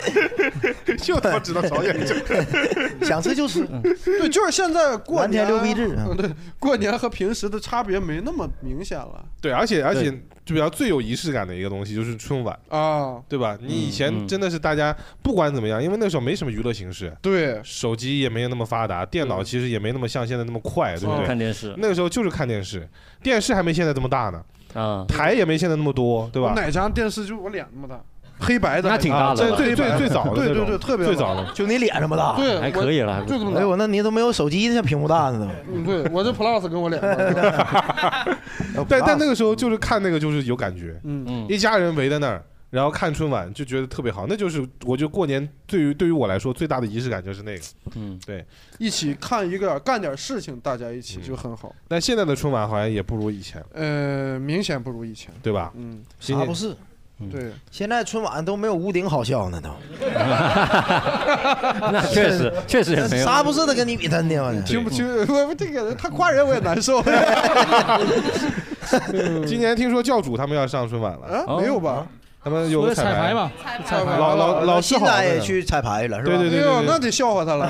糟，
就他妈知道朝鲜去，
想吃就吃。嗯对，就是现在过
蓝
年
天六必治啊
嗯 对，过年和平时的差别没那么明显了
对，而且而且
对，
就比较最有仪式感的一个东西就是春晚，
啊。
对吧？你以前
嗯
真的是大家不管怎么样，因为那时候没什么娱乐形式，
对，
手机也没有那么发达，电脑其实也没那么像现在那么快，对不对？
看电视
那个时候就是看电视，电视还没现在这么大呢，
啊，
台也没现在那么多，对吧？
哪家电视就我脸那么大，黑白的，
那挺大的
啊
了
这
最最最早的
对
那
对
种
对，特别
最早的
就你脸这么
呃
大，
对还可以了我还不错就这么大
哎呦，那你都没有手机，那屏幕大呢？
嗯，对我这 Plus 跟我脸上，
但但那个时候就是看那个就是有感觉，
嗯
嗯，一家人围在那儿，然后看春晚就觉得特别好，那就是我觉得过年对于对于我来说最大的仪式感就是那个，
嗯，
对。
一起看一个干点事情，大家一起就很好。
但现在的春晚好像也不如以前，
嗯
呃，明显不如以前。
对吧？
嗯，
今年
啥不是？
对，
现在春晚都没有屋顶好笑呢，都。
那 确实确实也没有
啥不是的，跟你比真的，我
听不清， 我这个人他夸人我也难受。
嗯
今年听说教主他们要上春晚了，
啊没有吧？
他们 有个
说的彩排吧彩排
老老老师好
现
那
在
个
去彩排了，是吧？
对对对对对哎呦那
得笑话他了。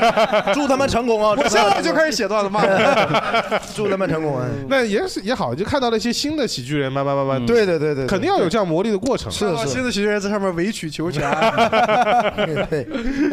祝他们成功啊！
我现 在就开始写段子 骂
他，祝他们成功啊！
那也是也好，就看到了一些新的喜剧人，慢慢慢
嗯
慢，
对对对对对
肯定要有这样磨砺的过程。
看到新的喜剧人在上面委曲求 全。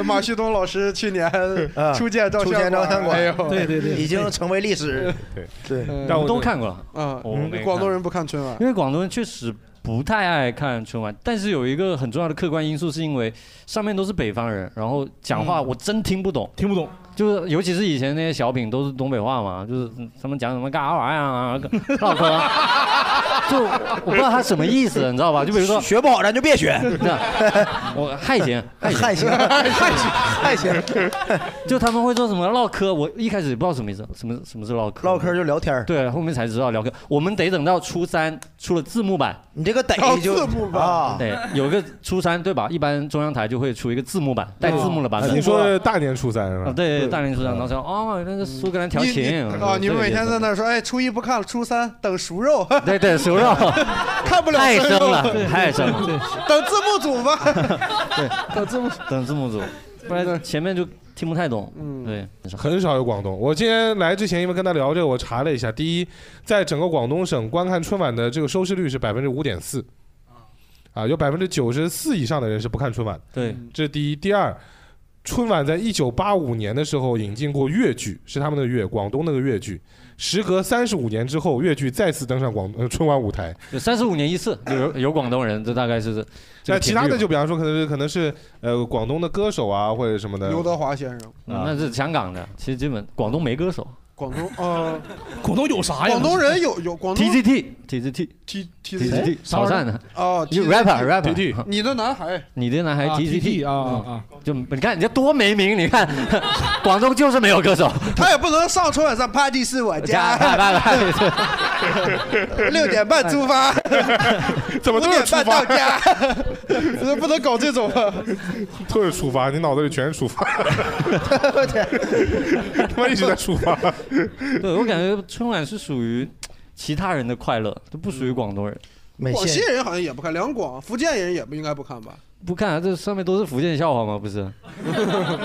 马旭东老师去年
啊
嗯初见照
初见照相
馆，
馆
哎呦，
已经成为历史。
对
对
嗯
但我都看过了
啊
我没看
广东人不看春
啊
晚
因为广东人确实不太爱看春晚，但是有一个很重要的客观因素，是因为上面都是北方人，然后讲话
嗯
我真听不懂，
听不懂，
就是尤其是以前那些小品都是东北话嘛，就是嗯他们讲什么干啥玩意儿啊，唠 嗑啊，就我不知道他什么意思，你知道吧？就比如说
学不好咱就别学，
我害钱，
害
钱，
钱害钱害钱，
就他们会说什么唠嗑，我一开始也不知道什么意思，什么什么是唠嗑，唠嗑
就聊天
对，后面才知道聊嗑，我们得等到初三出了字幕版，
你这个得就啊，
对，有个初三对吧？一般中央台就会出一个字幕版，带字幕的版
啊
本。
你说嗯大年初三是吧
啊？对，大年初三，然后说 哦，那个苏格兰调
你
情
你啊，你们每天在那儿说，哎，初一不看了，初三等熟肉。
对对熟肉
看不了
太
生
生
肉
了太生了
等字幕组 吧。
对
等字幕
等字幕组，不然前面就听不太懂。
嗯
对，
很少有广东。我今天来之前，因为跟他聊这个，我查了一下，第一，在整个广东省观看春晚的这个收视率是百分之五点四，啊，有百分之九十四以上的人是不看春晚。
对，
这是第一。第二，春晚在一九八五年的时候引进过粤剧，是他们的粤，广东那个粤剧。时隔三十五年之后，粤剧再次登上广、呃、春晚舞台。
有三十五年一次，有有广东人，这大概是这。
那
这个
其
频
他
率
的
吧
就比方说，可能是可能是呃广东的歌手啊，或者什么的。
刘德华先生，
嗯那是香港的，其实基本广东没歌手。
广东啊，
广东 有啥
广东人有有广东
TGT TGT
T T
TGT 潮汕的
哦
就
TZT
rapper rapper
你的男孩，
嗯你的男孩
啊
TGT
TGT 啊啊，
嗯就你看人家多没名，你看 广州就是没有歌手。
他也不能上春晚上 party 是我家，
拜拜拜
六点半出发，
怎么
五
都是
点
出
半
发
到家，这不能搞这种啊！
都是出发，你脑子里全是出发，
我天，
他妈一直在出发。
对我感觉春晚是属于其他人的快乐，都不属于广东人。
广西人好像也不看，两广、福建人也不应该不看吧？
不看、啊、这上面都是福建笑话吗？不是，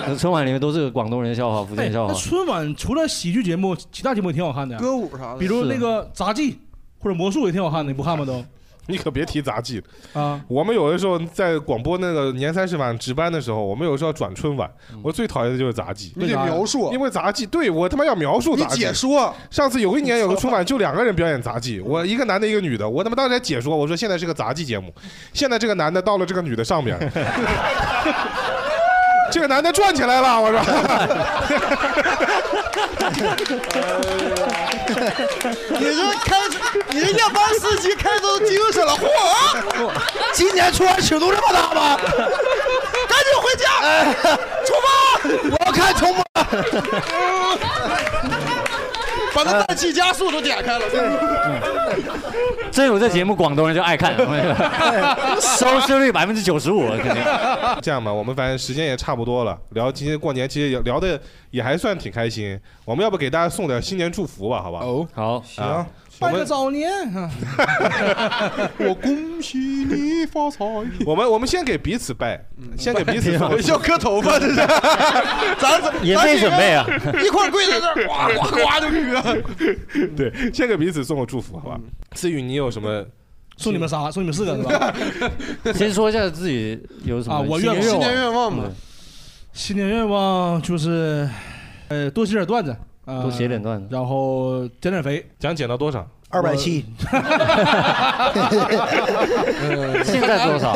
那春晚里面都是广东人笑话、福
哎
建笑
那
话。
春晚除了喜剧节目，其他节目也挺好看的呀，
歌舞啥的
比如那个杂技或者魔术也挺好看的，你不看吗？都
你可别提杂技
了啊！
我们有的时候在广播那个年三十晚值班的时候，我们有时候要转春晚，我最讨厌的就是杂技。
嗯你得描述啊
因为杂技，对我他妈要描述杂技。
你解说。啊
上次有一年有个春 晚，就两个人表演杂技，我一个男的，一个女的，我他妈当时还解说，我说现在是个杂技节目，现在这个男的到了这个女的上面。 这个男的转起来了，我说。
你
这开，
你这夜班司机开都精神了，嚯！
今年春晚尺度这么大吗？
赶紧回家，出发！
我要看春晚。
把那氮气加速都点开了，
这种这节目广东人就爱看，收视率百分之九十五，肯定。
这样吧，我们反正时间也差不多了，聊今天过年其实也聊的也还算挺开心。我们要不给大家送点新年祝福吧，好吧？哦，
好，
行，我
拜个
们
早年，
我恭喜你发财。我们我们先给彼此拜，先给彼此送
要割头发这是，咱咱
也没准备啊
咱几个一块儿跪在这儿，呱呱呱就割。
对，先给彼此送个祝福，好吧？思雨，你有什么？
送你们仨，送你们四个是 吧？
先说一下自己有什么
啊，我
新
愿望，
年愿
嘛，新年愿望就是，呃，多写点段子，呃
多写点段子，
然后减点肥，
想减到多少？
270。
现在多少？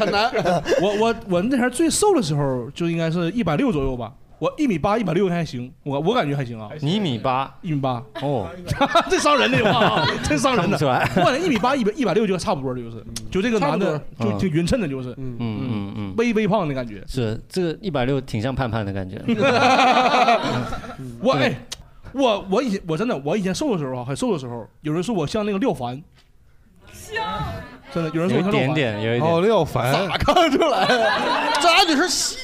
很难。 我我我那前儿最瘦的时候就应该是一百六左右吧，我一米八一百六还行，我我感觉还行啊。
你一米八，
一米八，
哦，
这伤人这话 啊，真伤人
看不
的。
出来嗯
我感觉一米八一百一百六就差不多了，就是就这个男的
差不
就
多
挺匀称的，就是
嗯嗯嗯，
微微胖的感觉。
是这个一百六挺像盼盼的感觉。
我哎，我我以前我真的我以前瘦的时候啊，很瘦的时候，有人说我像那个廖凡，真的有人说我像廖凡，
哦，廖凡，
看出来，这俺女生像。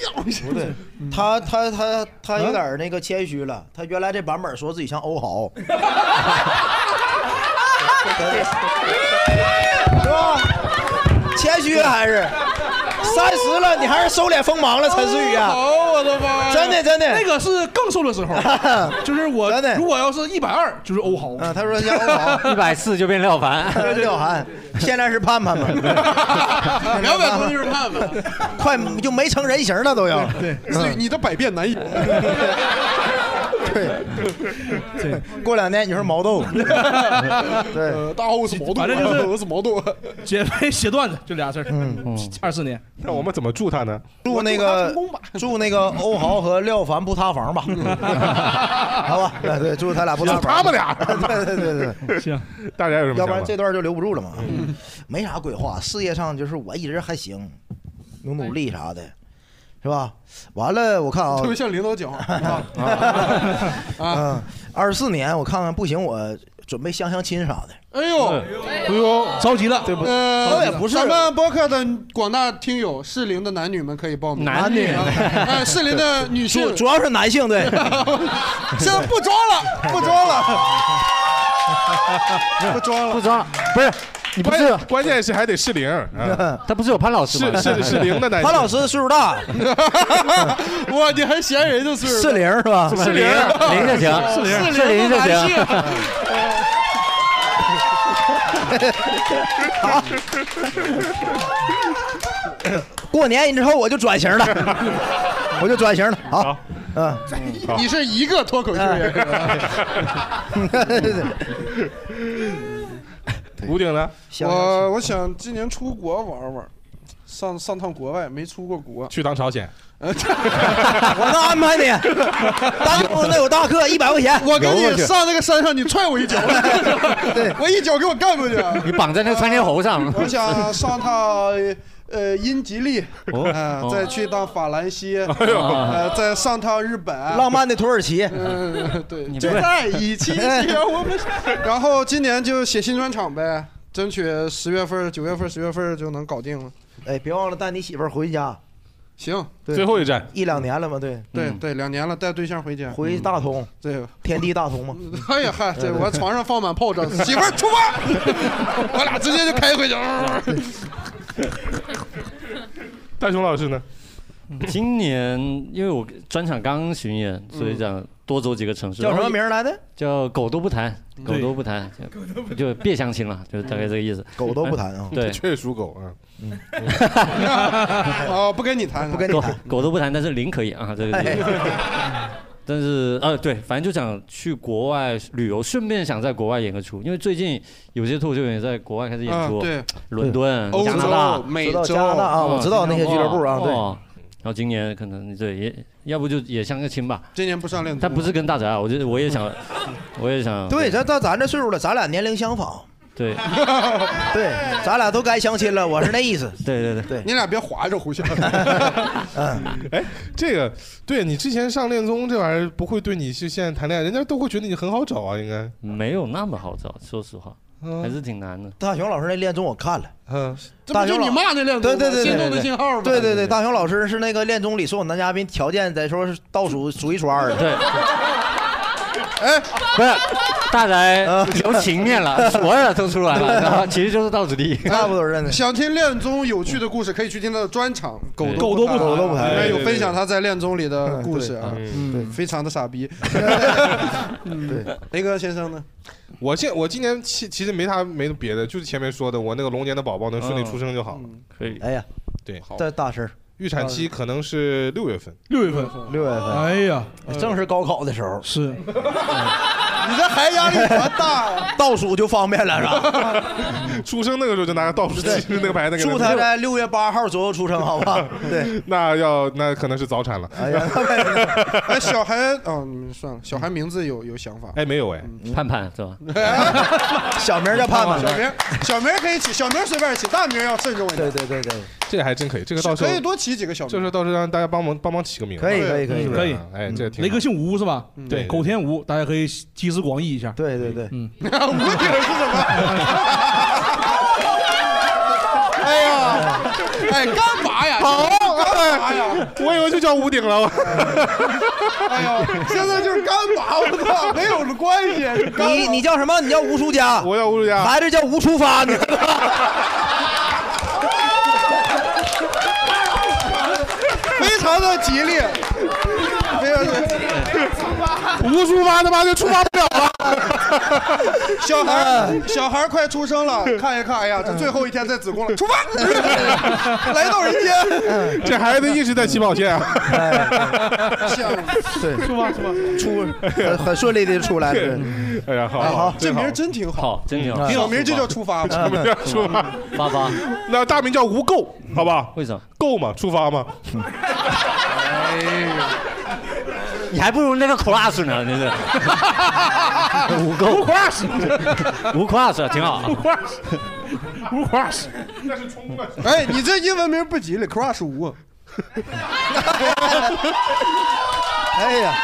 不对，
嗯
他他他他有点儿那个谦虚了。他原来这版本说自己像欧豪，是吧？谦虚啊还是三十了，你还是收敛锋芒了，陈思宇啊！
我的妈
真的真的，
那个是更瘦的 时候，就是我
真的
如果要是一百二就是欧豪
啊，他说像 欧豪，
一百四就变廖 凡，
呃廖 涵，现在是盼盼嘛，
两百多就是盼盼，
快就没成人形了都要。嗯
对，
所以你的百变 难移。
对，过两天你是毛 豆，
对，呃大欧是毛豆，
反正就是
我是毛豆。
减肥写段子就俩事儿，
嗯
二四年。
那我们怎么祝他呢？
祝那个祝那个欧豪和廖凡不塌房吧，
嗯
好吧？哎对，祝他俩不塌房。
就他们俩
对对对对，
行，
大家有什么想法？
要不然这段就留不住了嘛。
嗯
没啥规划，事业上就是我一直还行，努努力啥的，是吧？完了，我看 啊，
特别像领导讲话啊，
嗯，二四年我看看不行，我准备相相亲啥的。
哎呦，
哎呦，
着急了，
对不？
呃，
倒也不是，
咱们播客的广大听友，适龄的男女们可以报名。
男女
啊 哎，适龄的女
主
性，
主 要是男性对。
现在不装了，不装了，
不装了，
不装了，不是。你不是，
关键是还得适龄，嗯
他不是有潘老师吗？
是是是龄的 男性
潘老师岁数大，
哇，你还嫌人家岁数大
适龄是吧？
适龄
龄就行
适龄
适
适
龄就行
龄的男性
过年之后我就转 型了，我就转型了。好，嗯，
你是一个脱口秀 演员。
啊吴鼎呢？
我我想今年出国玩玩，上上趟国外，没出过国。
去趟朝 鲜。
我能安排你，当中那有大课，一百块钱。
我跟你上那个山上，你踹我一 脚，对我一脚给我干过去。
你绑在那个窜天猴上。
我想上趟呃英吉利，
哦
啊
哦，哎
再去趟法兰西，
呦
呃，再上趟日本，
浪漫的土耳其。
嗯， 对，
你
就
们
在一起，我们。然后今年就写新专场呗，争取十月份、九月份、十月份就能搞定了。
哎，别忘了带你媳妇儿回家。
行，
对
最后一站，嗯
一两年了嘛，对
对对，两年了，带对象回家，嗯
回大同，
对，
天地大同 嘛。
哎呀
嗯
嗨，对我床上放满炮仗，媳妇儿出发，我 俩直接就开 回去。
大雄老师呢？
今年因为我专场刚巡演，所以想多走几个城市。
叫什么名儿来着？
叫狗都不谈，狗
对
都不谈，就就别相亲了，就大概这个意思。哎
狗都不谈啊
对， 嗯
确实属狗啊。
哦，不跟你谈，
狗，狗都不谈，但是零可以啊，这个意思。
哎
但是呃，对，反正就想去国外旅游，顺便想在国外演个出，因为最近有些脱口秀演员在国外开始演出，
啊对
伦敦、
欧
加拿
洲
大、
美洲知道加拿大啊我知道那些俱乐部啊对
哦然后今年可能对也，要不就也相个亲吧。
今年不上恋，
但不是跟大宅啊，我就我也想，我也 想
对，咱咱咱这岁数了，咱俩年龄相仿。
对
对，咱俩都该相亲了，我是那意思。
对对对对，
你俩别划着互相。
哎，这个对你之前上恋综这玩意儿，不会对你是现在谈恋爱，人家都会觉得你很好找啊，应该
没有那么好找，说实话，
嗯
还是挺难的。
大熊老师那恋综我看了，
嗯，
这不就你骂
那
那恋
对
综
对
吗
对，
心
对
动的
对
信号吗
对对对，大熊老师是那个恋综里所有男嘉宾条件在说是倒数数一数二的。
对，
哎，
不是，大宅 留情面 了，所有的都出来了，然后其实就是倒数第一，
差不多认的。
想听恋综有趣的故事，可以去听他的专场《狗
狗都不谈
狗都不谈
对
里面
对
有
对
分享他在恋综里的故事啊，嗯，非常的傻逼。对，雷哥先生呢？
我现我今年其其实没啥没别的，就是前面说的，我那个龙年的宝宝能顺
嗯
利出生就好了。
可以。
哎呀，
对，好
这大事儿
预产期可能是六月份。
六月份，
六月份，
哎呀，
正是高考的时候。
是，你
这孩子压力
哎
多大呀？倒数就方便了，是吧？
出生那个时候就拿个倒数计时那个牌子给
祝他在六月八号左右出生，好 吧？对，
那要那可能是早产了。
哎呀，
哎，小韩，哦，你们算了，小韩名字有有想法。
哎，没有哎，
嗯
盼盼是吧？
小名叫盼盼
小名小名可以起，小名随便起，大名要慎重一点。
对对对对，
这个还真可以，这个到时候
可以多起几个小名。
就是到时候让大家帮忙帮忙起个名字。
可以可以可以
是不是
可以
哎，这个挺好嗯
雷哥姓吴是吧？
对
口天吴，大家可以集思广益一下。
对对对，
嗯，
我顶是怎么？ 哎呀， 哎，干嘛呀？
好啊
干嘛呀？
我以为就叫屋顶了。
哎呀，现在就是干
啊
嘛？我操，没有关系。啊是干嘛
你你叫什么？你叫吴书家，
我叫吴书家，
孩子叫吴出发，你知道吗？
非常的吉利，非常的
吴出发他妈就出发不了
了。哎小孩儿，小孩儿快出生了，看一看，哎呀，这最后一天在子宫了，出 发，来到人间。
这孩子一直在起跑线啊！
像
对，
出发出发
出很 很顺利的出来了。
哎呀，好
哎好
好，
这名儿真挺好，
好，真挺好。
小名儿就叫出发吧
这。名叫出发，
发发。
那大名叫吴够，好吧？
为啥？
够嘛，出发嘛。
你还不如那个 crush 呢，真是。无垢。无 crush。无 crush 挺 好。
无 crush。
那是冲了。
哎，你这英文名不吉利，crush 啊吴。
哎呀，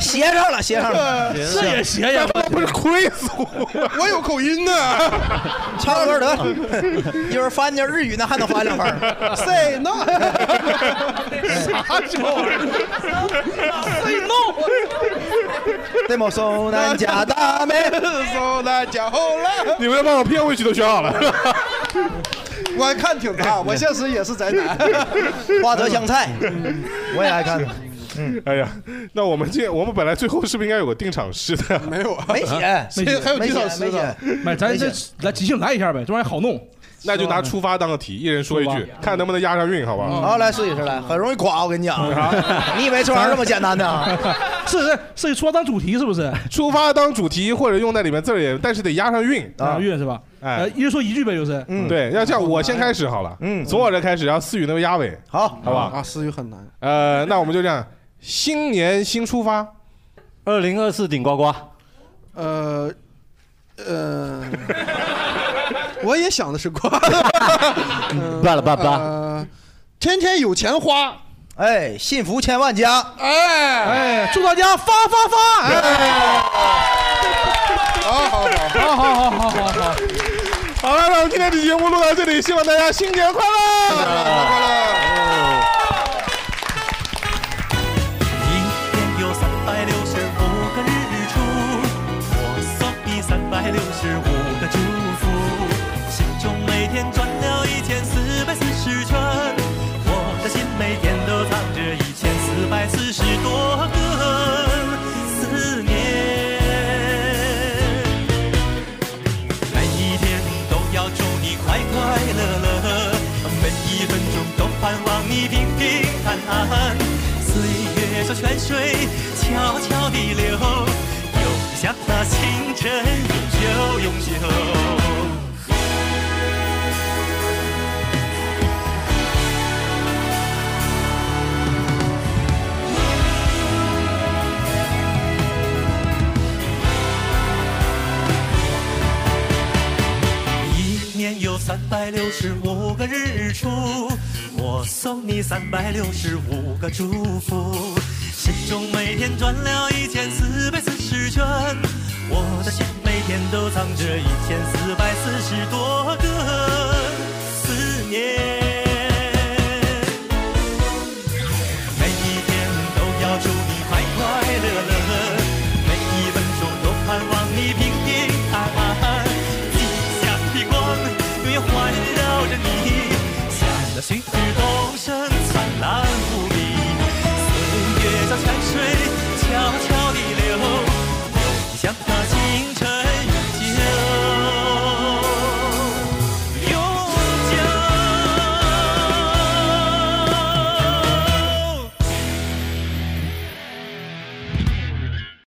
斜上了，斜上了，
这也
斜呀！
他妈不是亏死我，
我有口音呢。
差不多得， 一会儿翻点日语呢，还能翻两 番儿。
Say no，哎
啥时候？Say no，
对吗？松南加大妹，
松南加后来。
你们把我片尾曲都选好了。
我看挺 大，我现实也是宅 男。
花泽香菜，
嗯
我也爱看。
哎呀，那我们这我们本来最后是不是应该有个定场诗的？
没有啊
没写
谁还有几首诗呢？
买咱这来即兴来一下呗，这玩意儿好弄。
那就拿出发当个题，一人说一句，看能不能押上韵，好
嗯
吧？
好，来试一试来，很容易垮，我跟你讲。 你以为这玩意儿这么简单 呢？
是是是，出发当主题是不是？
出发当主题或者用在里面字儿也，但是得押上韵
押韵是吧？
哎
呃，一人说一句呗，就是。
嗯，对，要这样，我先开始好了，嗯，从我这开始，然后思雨那个压尾，
好，
好吧？
啊，思雨很难。
呃，那我们就这样，新年新出发，
二零二四顶呱呱。
呃，呃，我也想的是 瓜，
罢了罢了罢
嗯了，天天有钱花，
哎，幸福千万家，
哎
哎，祝大家发发发，
哎，好好
好
好，
好好好好好。
好了，那我们今天的节目录到这里，希望大家新年快乐！
一天有三百六十五个日出，我送你三百六十五个祝福，心中每天转了一千四百四十圈，我的心每天都藏着一千四百四十多个思念。每一天都要祝你快快乐乐，每一分钟都盼望你平平安安。岁月像泉水悄悄地流，涌向那清晨，永久永久。一百六十五个日出，我送你三百六十五个祝福。心中每天转了一千四百四十圈，我的心每天都藏着一千四百四十多